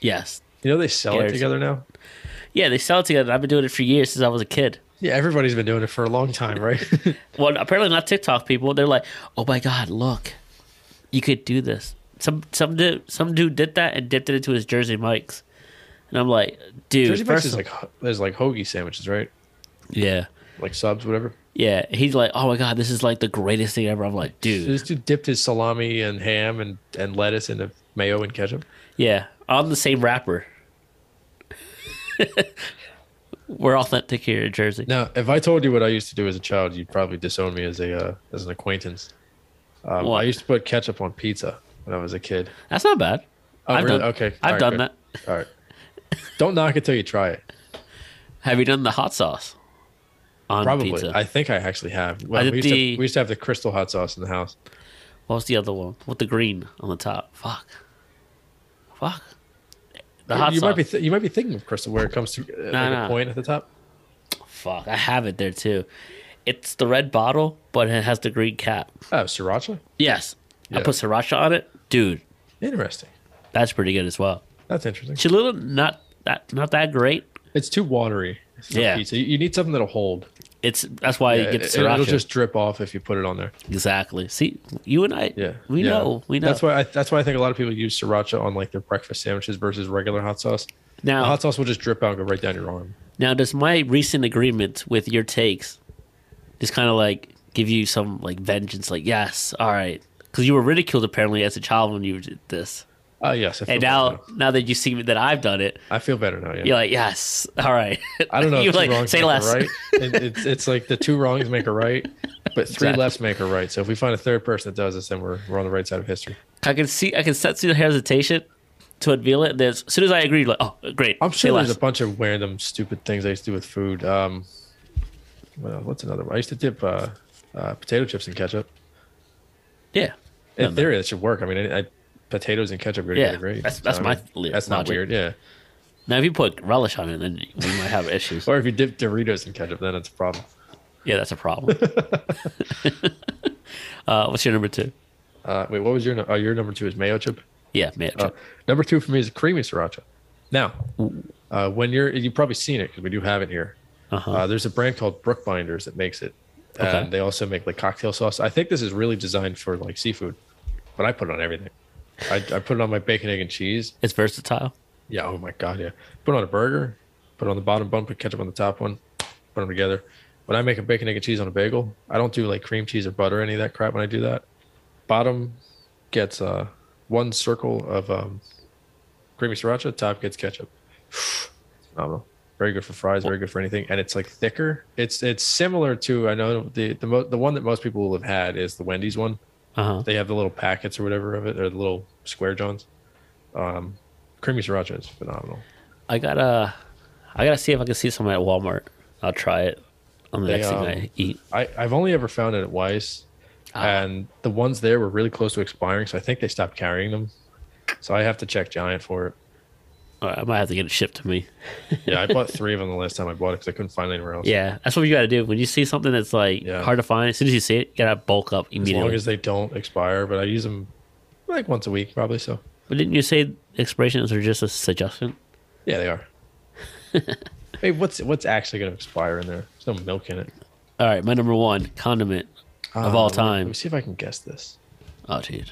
Speaker 1: Yes,
Speaker 2: You know they sell it
Speaker 1: Scares.
Speaker 2: together now.
Speaker 1: yeah, they sell it together. I've been doing it for years since I was a kid.
Speaker 2: Yeah, everybody's been doing it for a long time, right?
Speaker 1: Well, apparently not TikTok people. They're like, oh my god, look, you could do this. Some some dude some dude did that and dipped it into his Jersey Mike's, and I'm like, dude,
Speaker 2: Jersey Mike's
Speaker 1: first
Speaker 2: is
Speaker 1: of-
Speaker 2: like ho- there's like hoagie sandwiches, right?
Speaker 1: yeah.
Speaker 2: Like subs, whatever.
Speaker 1: Yeah, he's like, oh my god, this is like the greatest thing ever. I'm like, dude,
Speaker 2: This dude dipped his salami and ham and, and lettuce into mayo and ketchup.
Speaker 1: yeah, I'm the same rapper. We're authentic here in Jersey.
Speaker 2: Now, if I told you what I used to do as a child, you'd probably disown me as a uh, as an acquaintance. Um,
Speaker 1: What?
Speaker 2: I used to put ketchup on pizza when I was a kid.
Speaker 1: That's not bad.
Speaker 2: Oh,
Speaker 1: I've
Speaker 2: really?
Speaker 1: done,
Speaker 2: Okay.
Speaker 1: I've
Speaker 2: All right,
Speaker 1: done
Speaker 2: good.
Speaker 1: that.
Speaker 2: All right, don't knock it till you try it.
Speaker 1: Have you done the hot sauce on
Speaker 2: Probably,
Speaker 1: pizza?
Speaker 2: I think I actually have. Well,
Speaker 1: I did
Speaker 2: we, used to
Speaker 1: the-
Speaker 2: we used to have the crystal hot sauce in the house.
Speaker 1: What was the other one with the green on the top? Fuck, fuck. The hot
Speaker 2: you
Speaker 1: sauce.
Speaker 2: might be th- you might be thinking of crystal where it comes to uh,
Speaker 1: Nah,
Speaker 2: like
Speaker 1: nah.
Speaker 2: a point at the top.
Speaker 1: Fuck, I have it there too. It's the red bottle, but it has the green cap.
Speaker 2: Oh, sriracha.
Speaker 1: Yes, I
Speaker 2: Yeah.
Speaker 1: put sriracha on it, dude.
Speaker 2: Interesting.
Speaker 1: That's pretty good as well.
Speaker 2: That's interesting.
Speaker 1: Cholula, not that not that great.
Speaker 2: It's too watery. for
Speaker 1: Yeah.
Speaker 2: Pizza. You you need something that'll hold.
Speaker 1: It's that's why you
Speaker 2: Yeah,
Speaker 1: get the
Speaker 2: it- it'll
Speaker 1: sriracha.
Speaker 2: just drip off if you put it on there.
Speaker 1: exactly. See, you and I,
Speaker 2: Yeah,
Speaker 1: we
Speaker 2: Yeah.
Speaker 1: know, we know.
Speaker 2: That's why I, that's why I think a lot of people use sriracha on like their breakfast sandwiches versus regular hot sauce.
Speaker 1: now,
Speaker 2: The hot sauce will just drip out and go right down your arm.
Speaker 1: now, does my recent agreement with your takes just kind of like give you some like vengeance? Like, yes, all right, because you were ridiculed apparently as a child when you did this,
Speaker 2: Oh yes, I feel
Speaker 1: and
Speaker 2: better
Speaker 1: now
Speaker 2: now.
Speaker 1: now that you see that I've done it,
Speaker 2: I feel better now. Yeah,
Speaker 1: you're like, yes, all right.
Speaker 2: I don't know.
Speaker 1: you're
Speaker 2: If two
Speaker 1: like,
Speaker 2: wrongs
Speaker 1: say
Speaker 2: make a
Speaker 1: less.
Speaker 2: Right. It- it's it's like the two wrongs make a right, but three
Speaker 1: Exactly.
Speaker 2: lefts make a right. So if we find a third person that does this, then we're we're on the right side of history.
Speaker 1: I can see, I can sense your hesitation to unveil it. Then as soon as I agree, like, oh, great.
Speaker 2: I'm
Speaker 1: say
Speaker 2: sure there's
Speaker 1: less.
Speaker 2: a bunch of random stupid things I used to do with food. Um, well, what's another one? I used to dip uh, uh, potato chips in ketchup.
Speaker 1: yeah.
Speaker 2: In
Speaker 1: No, no.
Speaker 2: theory, that should work. I mean, I, I, potatoes and ketchup go
Speaker 1: Yeah,
Speaker 2: together great.
Speaker 1: that's- that's
Speaker 2: I
Speaker 1: my
Speaker 2: mean,
Speaker 1: li-
Speaker 2: That's not
Speaker 1: logic.
Speaker 2: weird. Yeah.
Speaker 1: Now, if you put relish on it, then we might have issues.
Speaker 2: Or if you dip Doritos in ketchup, then it's a problem.
Speaker 1: Yeah, that's a problem. uh, what's your number two?
Speaker 2: Uh, wait, what was your? nu- Oh, your number two is mayo chip.
Speaker 1: Yeah, man.
Speaker 2: Uh, number two for me is creamy sriracha. Now, uh, when you're, you've probably seen it because we do have it here.
Speaker 1: Uh-huh.
Speaker 2: Uh, there's a brand called Brookbinders that makes it, and
Speaker 1: Okay.
Speaker 2: they also make like cocktail sauce. I think this is really designed for like seafood, but I put it on everything. I, I put it on my bacon, egg, and cheese.
Speaker 1: it's versatile.
Speaker 2: Yeah. Oh my god. Yeah. Put it on a burger. Put it on the bottom bun. Put ketchup on the top one. Put them together. When I make a bacon, egg, and cheese on a bagel, I don't do like cream cheese or butter or any of that crap. When I do that, bottom gets uh, one circle of um, creamy sriracha. Top gets ketchup. Phenomenal. Very good for fries. Very good for anything. And it's like thicker. It's it's similar to I know the the mo- the one that most people will have had is the Wendy's one
Speaker 1: Uh huh.
Speaker 2: they have the little packets or whatever of it, or the little square johns. Um, creamy sriracha is phenomenal.
Speaker 1: I gotta, I gotta see if I can see some at Walmart. I'll try it on the
Speaker 2: They,
Speaker 1: next
Speaker 2: um,
Speaker 1: thing I eat.
Speaker 2: I, I've only ever found it at Weiss,
Speaker 1: Ah.
Speaker 2: and the ones there were really close to expiring, so I think they stopped carrying them. So I have to check Giant for it.
Speaker 1: All right, I might have to get it shipped to me.
Speaker 2: Yeah, I bought three of them the last time I bought it because I couldn't find anywhere else.
Speaker 1: Yeah, that's what you gotta do when you see something that's like
Speaker 2: Yeah.
Speaker 1: hard to find. As soon as you see it, you gotta bulk up
Speaker 2: as long
Speaker 1: immediately.
Speaker 2: as they don't expire, but I use them like once a week probably. So
Speaker 1: but didn't you say expirations are just a suggestion?
Speaker 2: yeah, they are. hey, what's what's actually going to expire in there? There's no milk in it
Speaker 1: All right, my number one condiment of all
Speaker 2: Uh, let me- Let
Speaker 1: time.
Speaker 2: me see if I can guess this.
Speaker 1: Oh, dude,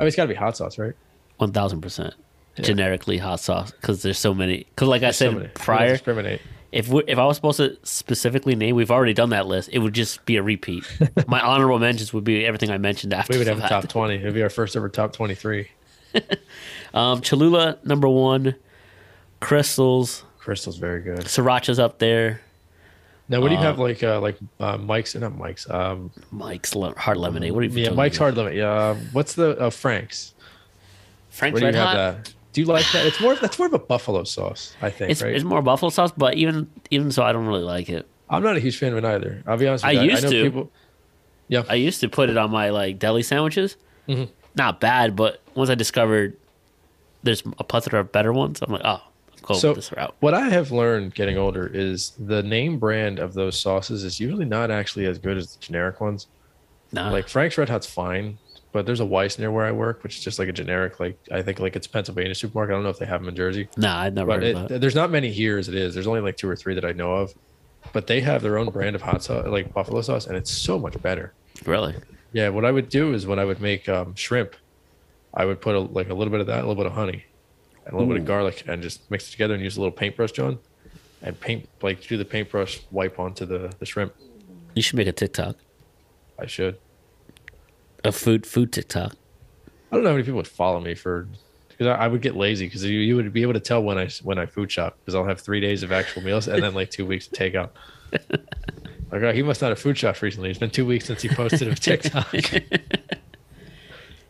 Speaker 2: Oh, it's got to be hot sauce, right?
Speaker 1: one thousand percent. Generically hot sauce because there's so many. Because like I said
Speaker 2: So many. We don't
Speaker 1: prior,
Speaker 2: discriminate.
Speaker 1: If we, if I was supposed to specifically name, we've already done that list. It would just be a repeat. My honorable mentions would be everything I mentioned after.
Speaker 2: We would have a
Speaker 1: that.
Speaker 2: top 20. It would be our first ever top 23.
Speaker 1: Um, Cholula number one, crystals,
Speaker 2: Crystal's very good.
Speaker 1: sriracha's up there.
Speaker 2: Now, what do you have like uh, like uh, Mike's? Not Mike's. Um,
Speaker 1: Mike's le- hard lemonade. What do you?
Speaker 2: Mm-hmm. yeah, Mike's Hard Limit. Yeah, uh, what's the uh, Frank's?
Speaker 1: Frank's
Speaker 2: What do you
Speaker 1: Red
Speaker 2: have?
Speaker 1: Hot.
Speaker 2: That? Do you like that? It's more. That's more of a buffalo sauce, I think.
Speaker 1: It's,
Speaker 2: right?
Speaker 1: it's more buffalo sauce, but even even so, I don't really like it.
Speaker 2: I'm not a huge fan of it either. I'll be honest. With
Speaker 1: I
Speaker 2: you.
Speaker 1: used to.
Speaker 2: People, yeah,
Speaker 1: I used to put it on my like deli sandwiches.
Speaker 2: Mm-hmm.
Speaker 1: Not bad, but once I discovered there's a plethora of better ones, I'm like, oh, go
Speaker 2: so
Speaker 1: this route.
Speaker 2: what I have learned getting older is the name brand of those sauces is usually not actually as good as the generic ones.
Speaker 1: Nah.
Speaker 2: like Frank's Red Hot's fine, but there's a Weiss near where I work, which is just like a generic, like I think like it's Pennsylvania supermarket. I don't know if they have them in Jersey,
Speaker 1: nah, I've never
Speaker 2: but
Speaker 1: heard of
Speaker 2: it,
Speaker 1: that.
Speaker 2: there's not many here as it is. There's only like two or three that I know of, but they have their own brand of hot sauce, like buffalo sauce, and it's so much better.
Speaker 1: Really?
Speaker 2: Yeah, what I would do is when I would make um, shrimp, I would put a, like a little bit of that, a little bit of honey, and a little bit
Speaker 1: Ooh.
Speaker 2: of garlic, and just mix it together and use a little paintbrush, John, and paint like do the paintbrush wipe onto the the shrimp.
Speaker 1: You should make a TikTok.
Speaker 2: I should.
Speaker 1: a food food TikTok.
Speaker 2: I don't know how many people would follow me for because I, I would get lazy because you, you would be able to tell when I when I food shop because I'll have three days of actual meals and then like two weeks of takeout. Like oh, he must not have food shop recently. It's been two weeks since he posted a TikTok.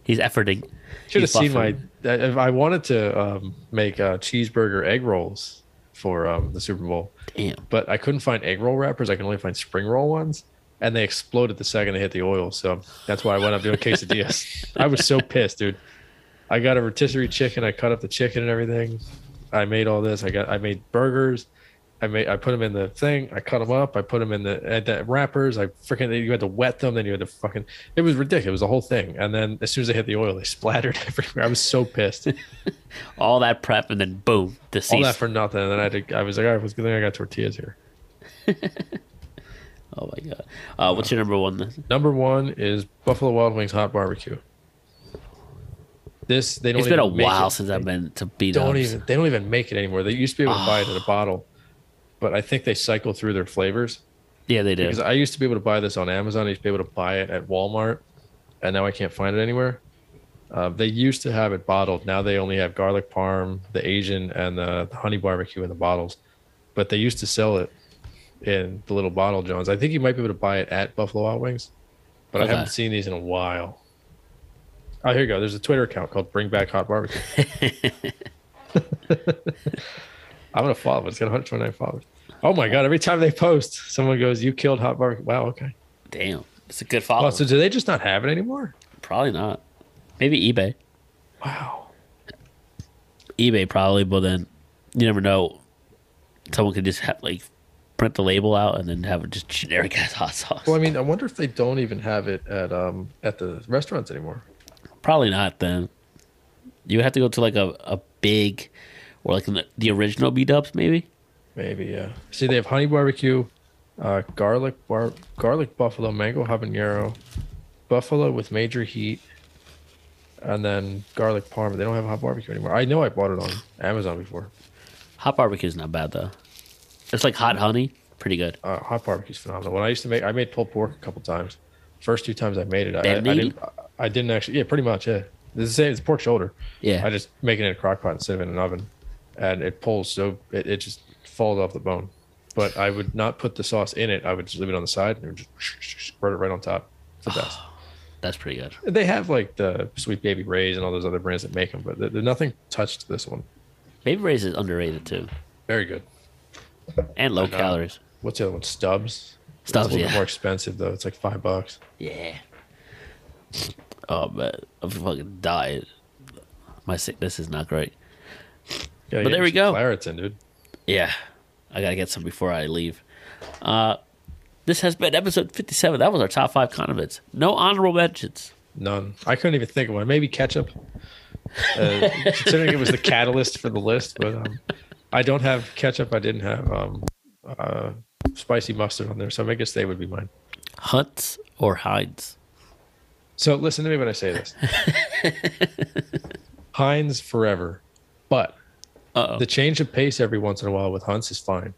Speaker 1: He's efforting.
Speaker 2: Should have
Speaker 1: He's
Speaker 2: seen my.
Speaker 1: buffering.
Speaker 2: I- If I wanted to um, make uh, cheeseburger egg rolls for um, the Super Bowl,
Speaker 1: Damn.
Speaker 2: but I couldn't find egg roll wrappers. I can only find spring roll ones, and they exploded the second they hit the oil. So that's why I went up doing quesadillas. I was so pissed, dude. I got a rotisserie chicken. I cut up the chicken and everything. I made all this. I got I made burgers. I made I put them in the thing. I cut them up. I put them in the at the wrappers. I freaking you had to wet them. Then you had to fucking. It was ridiculous. It was the whole thing. And then as soon as they hit the oil, they splattered everywhere. I was so pissed.
Speaker 1: All that prep and then boom, deceased.
Speaker 2: all that for nothing. And then I had to, I was like, all right, what's good? thing I got tortillas here.
Speaker 1: oh my god. Uh, what's your number one? Then?
Speaker 2: Number one is Buffalo Wild Wings hot barbecue. This they don't.
Speaker 1: It's been a
Speaker 2: even make
Speaker 1: while
Speaker 2: it.
Speaker 1: since I've Ah. been to beat
Speaker 2: Don't
Speaker 1: ups.
Speaker 2: even they don't even make it anymore. They used to be able to buy it in a bottle, but I think they cycle through their flavors.
Speaker 1: Yeah, they do.
Speaker 2: Because I used to be able to buy this on Amazon. I used to be able to buy it at Walmart, and now I can't find it anywhere. Uh, they used to have it bottled. Now they only have garlic parm, the Asian, and the, the honey barbecue in the bottles. But they used to sell it in the little bottle Johns. I think you might be able to buy it at Buffalo Wild Wings, but
Speaker 1: Okay.
Speaker 2: I haven't seen these in a while. Oh, here you go. There's a Twitter account called Bring Back Hot Barbecue. I'm gonna follow. it. It's got 129 followers. Oh my god! Every time they post, someone goes, "You killed hot barbecue." Wow. Okay.
Speaker 1: Damn, it's a good
Speaker 2: Oh,
Speaker 1: follow.
Speaker 2: so do they just not have it anymore?
Speaker 1: probably not. Maybe eBay.
Speaker 2: Wow.
Speaker 1: eBay probably, but then you never know. Someone could just have like print the label out and then have it just generic ass hot sauce.
Speaker 2: Well, I mean, I wonder if they don't even have it at um at the restaurants anymore.
Speaker 1: Probably not then. You would have to go to like a, a big or like the, the original B dubs, maybe?
Speaker 2: Maybe yeah. See, they have honey barbecue, uh, garlic bar, garlic buffalo, mango habanero, buffalo with major heat, and then garlic parm. They don't have hot barbecue anymore. I know I bought it on Amazon before.
Speaker 1: Hot barbecue's not bad though. It's like hot honey. Pretty good.
Speaker 2: uh, hot barbecue's phenomenal. When I used to make, I made pulled pork a couple times. First two times I made it, I, I
Speaker 1: Bendy?
Speaker 2: didn't. I didn't actually. Yeah, pretty much. Yeah, it's the same. It's pork shoulder.
Speaker 1: Yeah.
Speaker 2: I just make it in a crock pot instead of in an oven, and it pulls so it, it just falls off the bone. But I would not put the sauce in it. I would just leave it on the side and it would just spread it right on top. It's
Speaker 1: Oh.
Speaker 2: the best.
Speaker 1: That's pretty good.
Speaker 2: They have like the Sweet Baby Rays and all those other brands that make them, but th- th- nothing touched this one.
Speaker 1: Baby Ray's is underrated too.
Speaker 2: Very good.
Speaker 1: And low
Speaker 2: know.
Speaker 1: calories.
Speaker 2: What's the other one? Stubbs. It's
Speaker 1: Stubbs,
Speaker 2: a little bit
Speaker 1: yeah.
Speaker 2: more expensive though. It's like five bucks.
Speaker 1: Yeah. Oh man. I'm fucking dying. My sickness is not great.
Speaker 2: Gotta
Speaker 1: But
Speaker 2: get
Speaker 1: there we
Speaker 2: some
Speaker 1: go.
Speaker 2: Claritin, dude.
Speaker 1: Yeah, I gotta get some before I leave. Uh, this has been episode fifty-seven. That was our top five condiments. No honorable mentions.
Speaker 2: None. I couldn't even think of one. Maybe ketchup, uh, considering it was the catalyst for the list. But um, I don't have ketchup. I didn't have um, uh, spicy mustard on there, so I guess they would be mine.
Speaker 1: Hunts or hides.
Speaker 2: So listen to me when I say this. Heinz forever, but
Speaker 1: Uh oh.
Speaker 2: the change of pace every once in a while with Hunts is fine.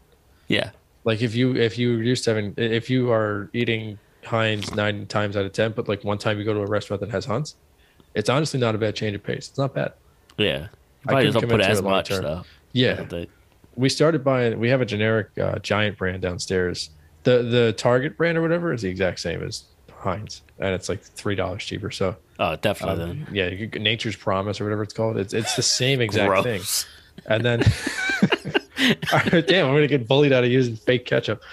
Speaker 1: Yeah.
Speaker 2: Like if you if you reduce having if you are eating Heinz nine times out of ten, but like one time you go to a restaurant that has Hunts, it's honestly not a bad change of pace. It's not bad.
Speaker 1: Yeah. Probably
Speaker 2: couldn't
Speaker 1: don't
Speaker 2: commit
Speaker 1: put
Speaker 2: to
Speaker 1: as
Speaker 2: it long
Speaker 1: much
Speaker 2: term.
Speaker 1: though. I
Speaker 2: Yeah,
Speaker 1: don't think.
Speaker 2: we started buying we have a generic uh, giant brand downstairs the the target brand or whatever is the exact same as heinz and it's like three dollars cheaper so
Speaker 1: Oh, definitely.
Speaker 2: um, yeah you could- nature's promise or whatever it's called it's it's the same
Speaker 1: then.
Speaker 2: exact
Speaker 1: Gross.
Speaker 2: thing and then damn i'm gonna get bullied out of using fake ketchup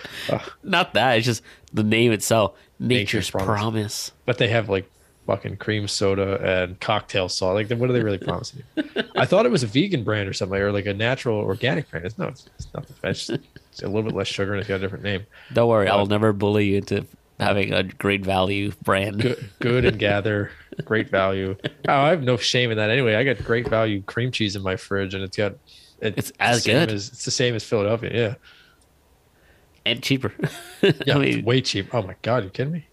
Speaker 1: Not that. It's just the name itself. Nature's,
Speaker 2: Nature's promise.
Speaker 1: promise.
Speaker 2: but they have like fucking cream soda and cocktail sauce like then what are they really promising you? i thought it was a vegan brand or something or like a natural organic brand it's no it's, it's nothing it's, just- it's a little bit less sugar and it's got a different name
Speaker 1: Don't worry. I will never bully you into having a great value brand.
Speaker 2: good, good and gather great value oh i have no shame in that anyway i got great value cream cheese in my fridge and it's got
Speaker 1: It's
Speaker 2: the
Speaker 1: as
Speaker 2: same
Speaker 1: good.
Speaker 2: as, it's the same as philadelphia
Speaker 1: and cheaper.
Speaker 2: yeah yeah
Speaker 1: I
Speaker 2: it's
Speaker 1: mean,
Speaker 2: way cheap oh my god you kidding me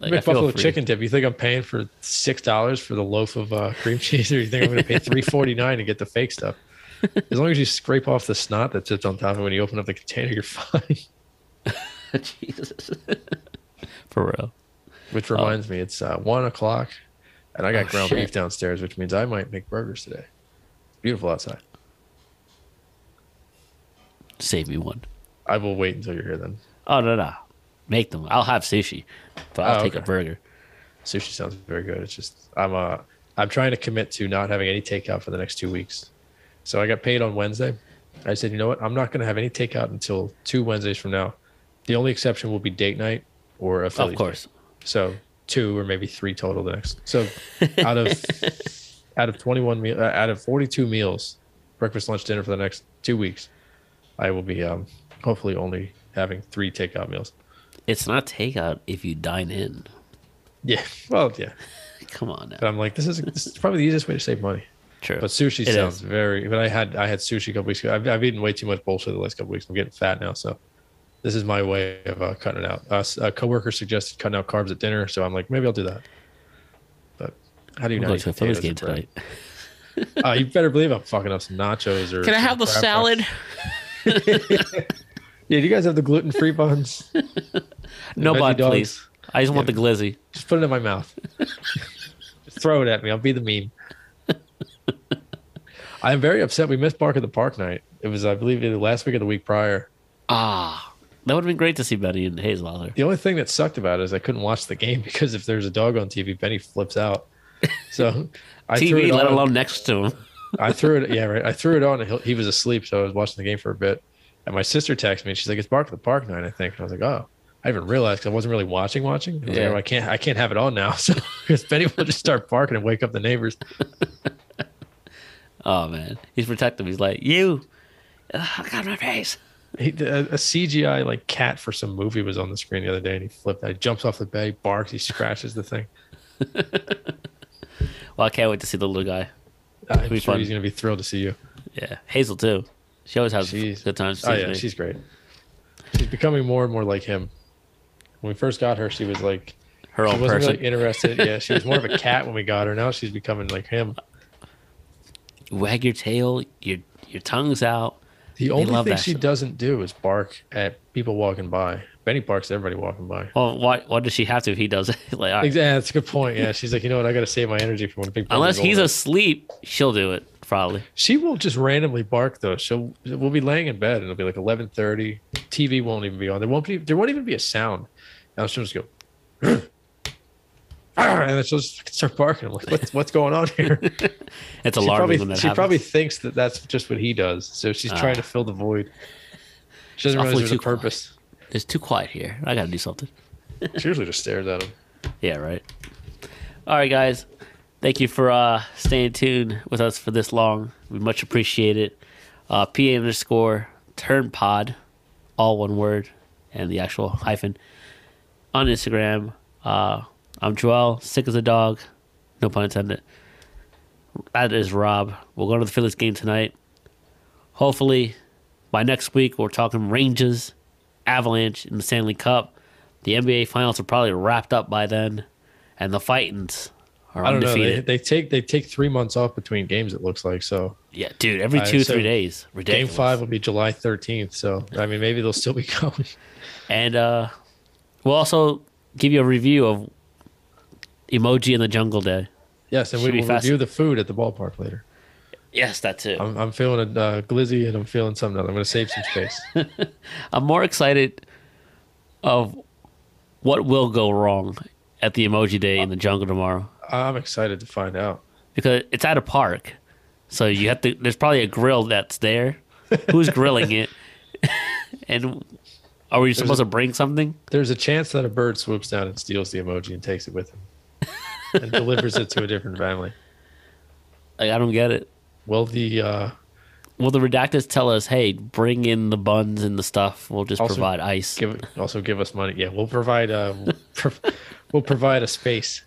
Speaker 1: like, I
Speaker 2: Make
Speaker 1: feel
Speaker 2: buffalo
Speaker 1: for you.
Speaker 2: chicken dip you think i'm paying for six dollars for the loaf of uh, cream cheese or you think i'm gonna pay 349 to get the fake stuff as long as you scrape off the snot that sits on top of it when you open up the container you're fine
Speaker 1: Jesus. For real.
Speaker 2: which reminds me it's uh, one o'clock and i got
Speaker 1: Oh,
Speaker 2: ground
Speaker 1: shit.
Speaker 2: beef downstairs which means i might make burgers today beautiful outside
Speaker 1: Save me one.
Speaker 2: I will wait until you're here then.
Speaker 1: Oh no no, make them. I'll have sushi, but I'll
Speaker 2: Oh,
Speaker 1: take a
Speaker 2: okay.
Speaker 1: burger.
Speaker 2: Sushi sounds very good. It's just I'm uh I'm trying to commit to not having any takeout for the next two weeks. So I got paid on Wednesday. I said, you know what? I'm not gonna have any takeout until two Wednesdays from now. The only exception will be date night or a Phillies
Speaker 1: of course,
Speaker 2: night. So two or maybe three total the next. So out of out of 21 meal, uh, out of 42 meals, breakfast, lunch, dinner for the next two weeks, I will be um, hopefully only having three takeout meals.
Speaker 1: It's not takeout if you dine in.
Speaker 2: Yeah. Well, yeah.
Speaker 1: Come on now.
Speaker 2: But I'm like, this is this is probably the easiest way to save money.
Speaker 1: True.
Speaker 2: But sushi
Speaker 1: It
Speaker 2: sounds
Speaker 1: is.
Speaker 2: very. But I had I had sushi a couple weeks ago. I've, I've eaten way too much bullshit the last couple weeks. I'm getting fat now, so this is my way of uh, cutting it out. Uh, s- a coworker suggested cutting out carbs at dinner, so I'm like, maybe I'll do that. But how do you
Speaker 1: I'm
Speaker 2: know?
Speaker 1: going to a Phillies game tonight.
Speaker 2: Uh, you better believe I'm fucking up some nachos or.
Speaker 3: Can I
Speaker 2: some
Speaker 3: have the
Speaker 2: crab
Speaker 3: salad?
Speaker 2: box. Yeah, do you guys have the gluten free buns?
Speaker 1: No
Speaker 2: Veggie
Speaker 1: bun,
Speaker 2: dogs.
Speaker 1: please. I just want the glizzy.
Speaker 2: Just put it in my mouth. Just throw it at me. I'll be the meme. I'm very upset. We missed Bark at the Park night. It was, I believe, either last week or the week prior.
Speaker 1: Ah, that would have been great to see Benny and Hayes out there.
Speaker 2: The only thing that sucked about it is I couldn't watch the game because if there's a dog on TV, Benny flips out. So I threw
Speaker 1: TV,
Speaker 2: it
Speaker 1: let
Speaker 2: on-
Speaker 1: alone next to him.
Speaker 2: I threw it. Yeah, right. I threw it on, and he, he was asleep, so I was watching the game for a bit. And my sister texted me, and she's like, "It's Bark at the Park night, I think." And I was like, "Oh." I didn't even realized 'cause I wasn't really watching. Watching, I, was like,
Speaker 1: Yeah.
Speaker 2: "Oh, I can't. I can't have it on now. So because Benny will just start barking and wake up the neighbors.
Speaker 1: Oh man, he's protective. He's like you. Ah, I got my face.
Speaker 2: He, a, a CGI like cat for some movie was on the screen the other day, and he flipped. He jumps off the bed, he barks, he scratches the thing.
Speaker 1: Well, I can't wait to see the little guy.
Speaker 2: I'm
Speaker 1: be
Speaker 2: sure
Speaker 1: fun.
Speaker 2: he's gonna be thrilled to see you.
Speaker 1: Yeah, Hazel too. She always has
Speaker 2: She's
Speaker 1: good times.
Speaker 2: Oh
Speaker 1: sees
Speaker 2: yeah,
Speaker 1: me.
Speaker 2: she's great. She's becoming more and more like him. When we first got her, she was like
Speaker 1: her
Speaker 2: she
Speaker 1: own
Speaker 2: wasn't
Speaker 1: person.
Speaker 2: really interested. Yeah, she was more of a cat when we got her. Now she's becoming like him.
Speaker 1: Wag your tail. Your your tongue's out.
Speaker 2: The only
Speaker 1: love
Speaker 2: thing
Speaker 1: that
Speaker 2: she
Speaker 1: shit.
Speaker 2: doesn't do is bark at people walking by. Benny barks at everybody walking by.
Speaker 1: Well, why why does she have to if he does it? like, all right.
Speaker 2: Exactly. That's a good point. Yeah, she's like, you know what? I got to save my energy for when big. brother
Speaker 1: unless
Speaker 2: rolls
Speaker 1: he's
Speaker 2: in."
Speaker 1: asleep, she'll do it probably.
Speaker 2: She will just randomly bark though. She'll we'll be laying in bed and it'll be like eleven thirty. TV won't even be on. There won't be there won't even be a sound. And she'll just go "Arr," and then she'll just start barking. I'm like, what's what's going on here?
Speaker 1: It's
Speaker 2: she
Speaker 1: alarming
Speaker 2: probably,
Speaker 1: when that
Speaker 2: she
Speaker 1: happens.
Speaker 2: probably thinks that that's just what he does. So she's trying to fill the void. She doesn't
Speaker 1: Ah. awfully
Speaker 2: realize there's a
Speaker 1: too quiet.
Speaker 2: purpose.
Speaker 1: It's too quiet here. I gotta do something.
Speaker 2: She usually just stares at him.
Speaker 1: Yeah, right. All right, guys. Thank you for uh, staying tuned with us for this long. We much appreciate it. Uh, PA underscore turn pod, all one word, and the actual hyphen on Instagram. Uh, I'm Joel, sick as a dog, no pun intended. That is Rob. We'll go to the Phillies game tonight. Hopefully, by next week, we're talking Ranges, Avalanche, and the Stanley Cup. The NBA Finals are probably wrapped up by then, and the Fightins are
Speaker 2: I don't know. They,
Speaker 1: undefeated.
Speaker 2: they take they take three months off between games. It looks like so.
Speaker 1: yeah, dude, every
Speaker 2: All right,
Speaker 1: two,
Speaker 2: so
Speaker 1: three days. Ridiculous.
Speaker 2: Game five will be July thirteenth. So I mean, maybe they'll still be going.
Speaker 1: And uh, we'll also give you a review of Emoji in the Jungle Day.
Speaker 2: Yes, and
Speaker 1: Should
Speaker 2: we
Speaker 1: be
Speaker 2: will
Speaker 1: fast.
Speaker 2: review the food at the ballpark later.
Speaker 1: Yes, that too.
Speaker 2: I'm, I'm feeling a uh, glizzy and I'm feeling something else. I'm going to save some space.
Speaker 1: I'm more excited of what will go wrong at the Emoji Day in the jungle tomorrow
Speaker 2: I'm excited to find out.
Speaker 1: because it's at a park, so you have to. There's probably a grill that's there. Who's grilling it? and are we supposed to bring something?
Speaker 2: There's a chance that a bird swoops down and steals the emoji and takes it with him and delivers it to a different family.
Speaker 1: Like I don't get it.
Speaker 2: Well, the uh,
Speaker 1: Will the redactors tell us, "Hey, bring in the buns and the stuff. We'll just
Speaker 2: Also,
Speaker 1: provide ice."
Speaker 2: give also give us money. Yeah, we'll provide uh, we'll provide a space.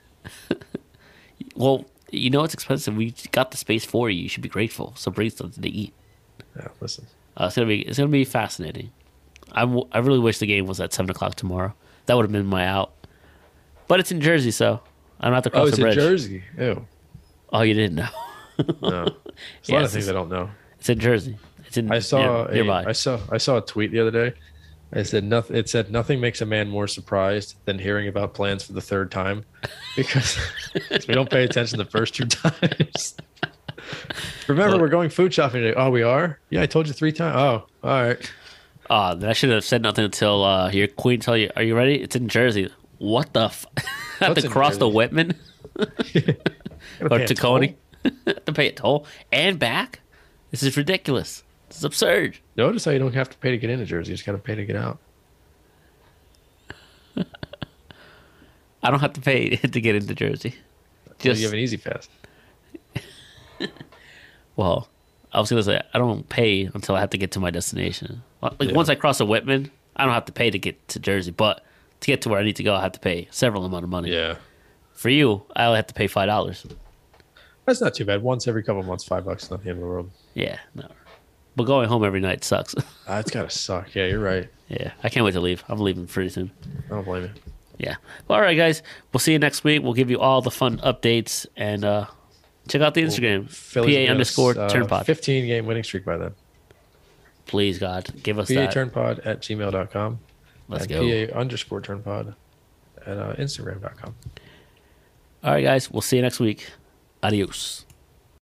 Speaker 1: well, you know it's expensive. We got the space for you. You should be grateful. So bring something to eat.
Speaker 2: Yeah, listen,
Speaker 1: Uh, it's gonna be it's gonna be fascinating. I, w- I really wish the game was at seven o'clock tomorrow. That would have been my out. But it's in Jersey, so I don't have to
Speaker 2: oh,
Speaker 1: cross
Speaker 2: it's
Speaker 1: the
Speaker 2: in
Speaker 1: bridge.
Speaker 2: Jersey. Ew,
Speaker 1: Oh, you didn't know.
Speaker 2: no. There's a lot
Speaker 1: Yes,
Speaker 2: of things I don't know.
Speaker 1: It's in Jersey. It's in
Speaker 2: I saw
Speaker 1: near-
Speaker 2: a,
Speaker 1: nearby.
Speaker 2: I saw I saw a tweet the other day. I said nothing. It said nothing makes a man more surprised than hearing about plans for the third time, because we don't pay attention the first two times. Remember, we're going food shopping today. Oh, we are. Yeah, I told you three times. Oh, all right.
Speaker 1: Ah, then I should have said nothing until uh, your queen tell you, "Are you ready?" It's in Jersey. What the? F- have
Speaker 2: What's
Speaker 1: to
Speaker 2: in
Speaker 1: cross the
Speaker 2: Jersey?
Speaker 1: Whitman or
Speaker 2: Okay,
Speaker 1: to Coney to pay a toll and back. This is ridiculous. This is absurd.
Speaker 2: Notice how you don't have to pay to get into Jersey. You just got to pay to get out.
Speaker 1: I don't have to pay to get into Jersey.
Speaker 2: So
Speaker 1: Just
Speaker 2: you have an easy pass.
Speaker 1: Well, I was gonna say I don't pay until I have to get to my destination. Like
Speaker 2: Yeah.
Speaker 1: once I cross a Whitman, I don't have to pay to get to Jersey, but to get to where I need to go, I have to pay several amount of money.
Speaker 2: Yeah.
Speaker 1: For you, I only have to pay five dollars.
Speaker 2: That's not too bad. Once every couple months, five bucks, not the end of the world.
Speaker 1: Yeah, no. But going home every night sucks.
Speaker 2: Ah, it's gotta suck. Yeah, you're right.
Speaker 1: yeah, I can't wait to leave. I'm leaving pretty soon.
Speaker 2: I don't blame you.
Speaker 1: Yeah. Well, all right, guys. We'll see you next week. We'll give you all the fun updates and uh, check out the Instagram
Speaker 2: Phillies will
Speaker 1: PA
Speaker 2: get
Speaker 1: underscore
Speaker 2: us, uh,
Speaker 1: Turnpod.
Speaker 2: 15 game winning streak by then.
Speaker 1: Please, God, give us
Speaker 2: PA
Speaker 1: that.
Speaker 2: Turnpod at gmail.com.
Speaker 1: Let's
Speaker 2: and
Speaker 1: go.
Speaker 2: PA underscore Turnpod at uh, Instagram.com.
Speaker 1: All right, guys. We'll see you next week. Adios.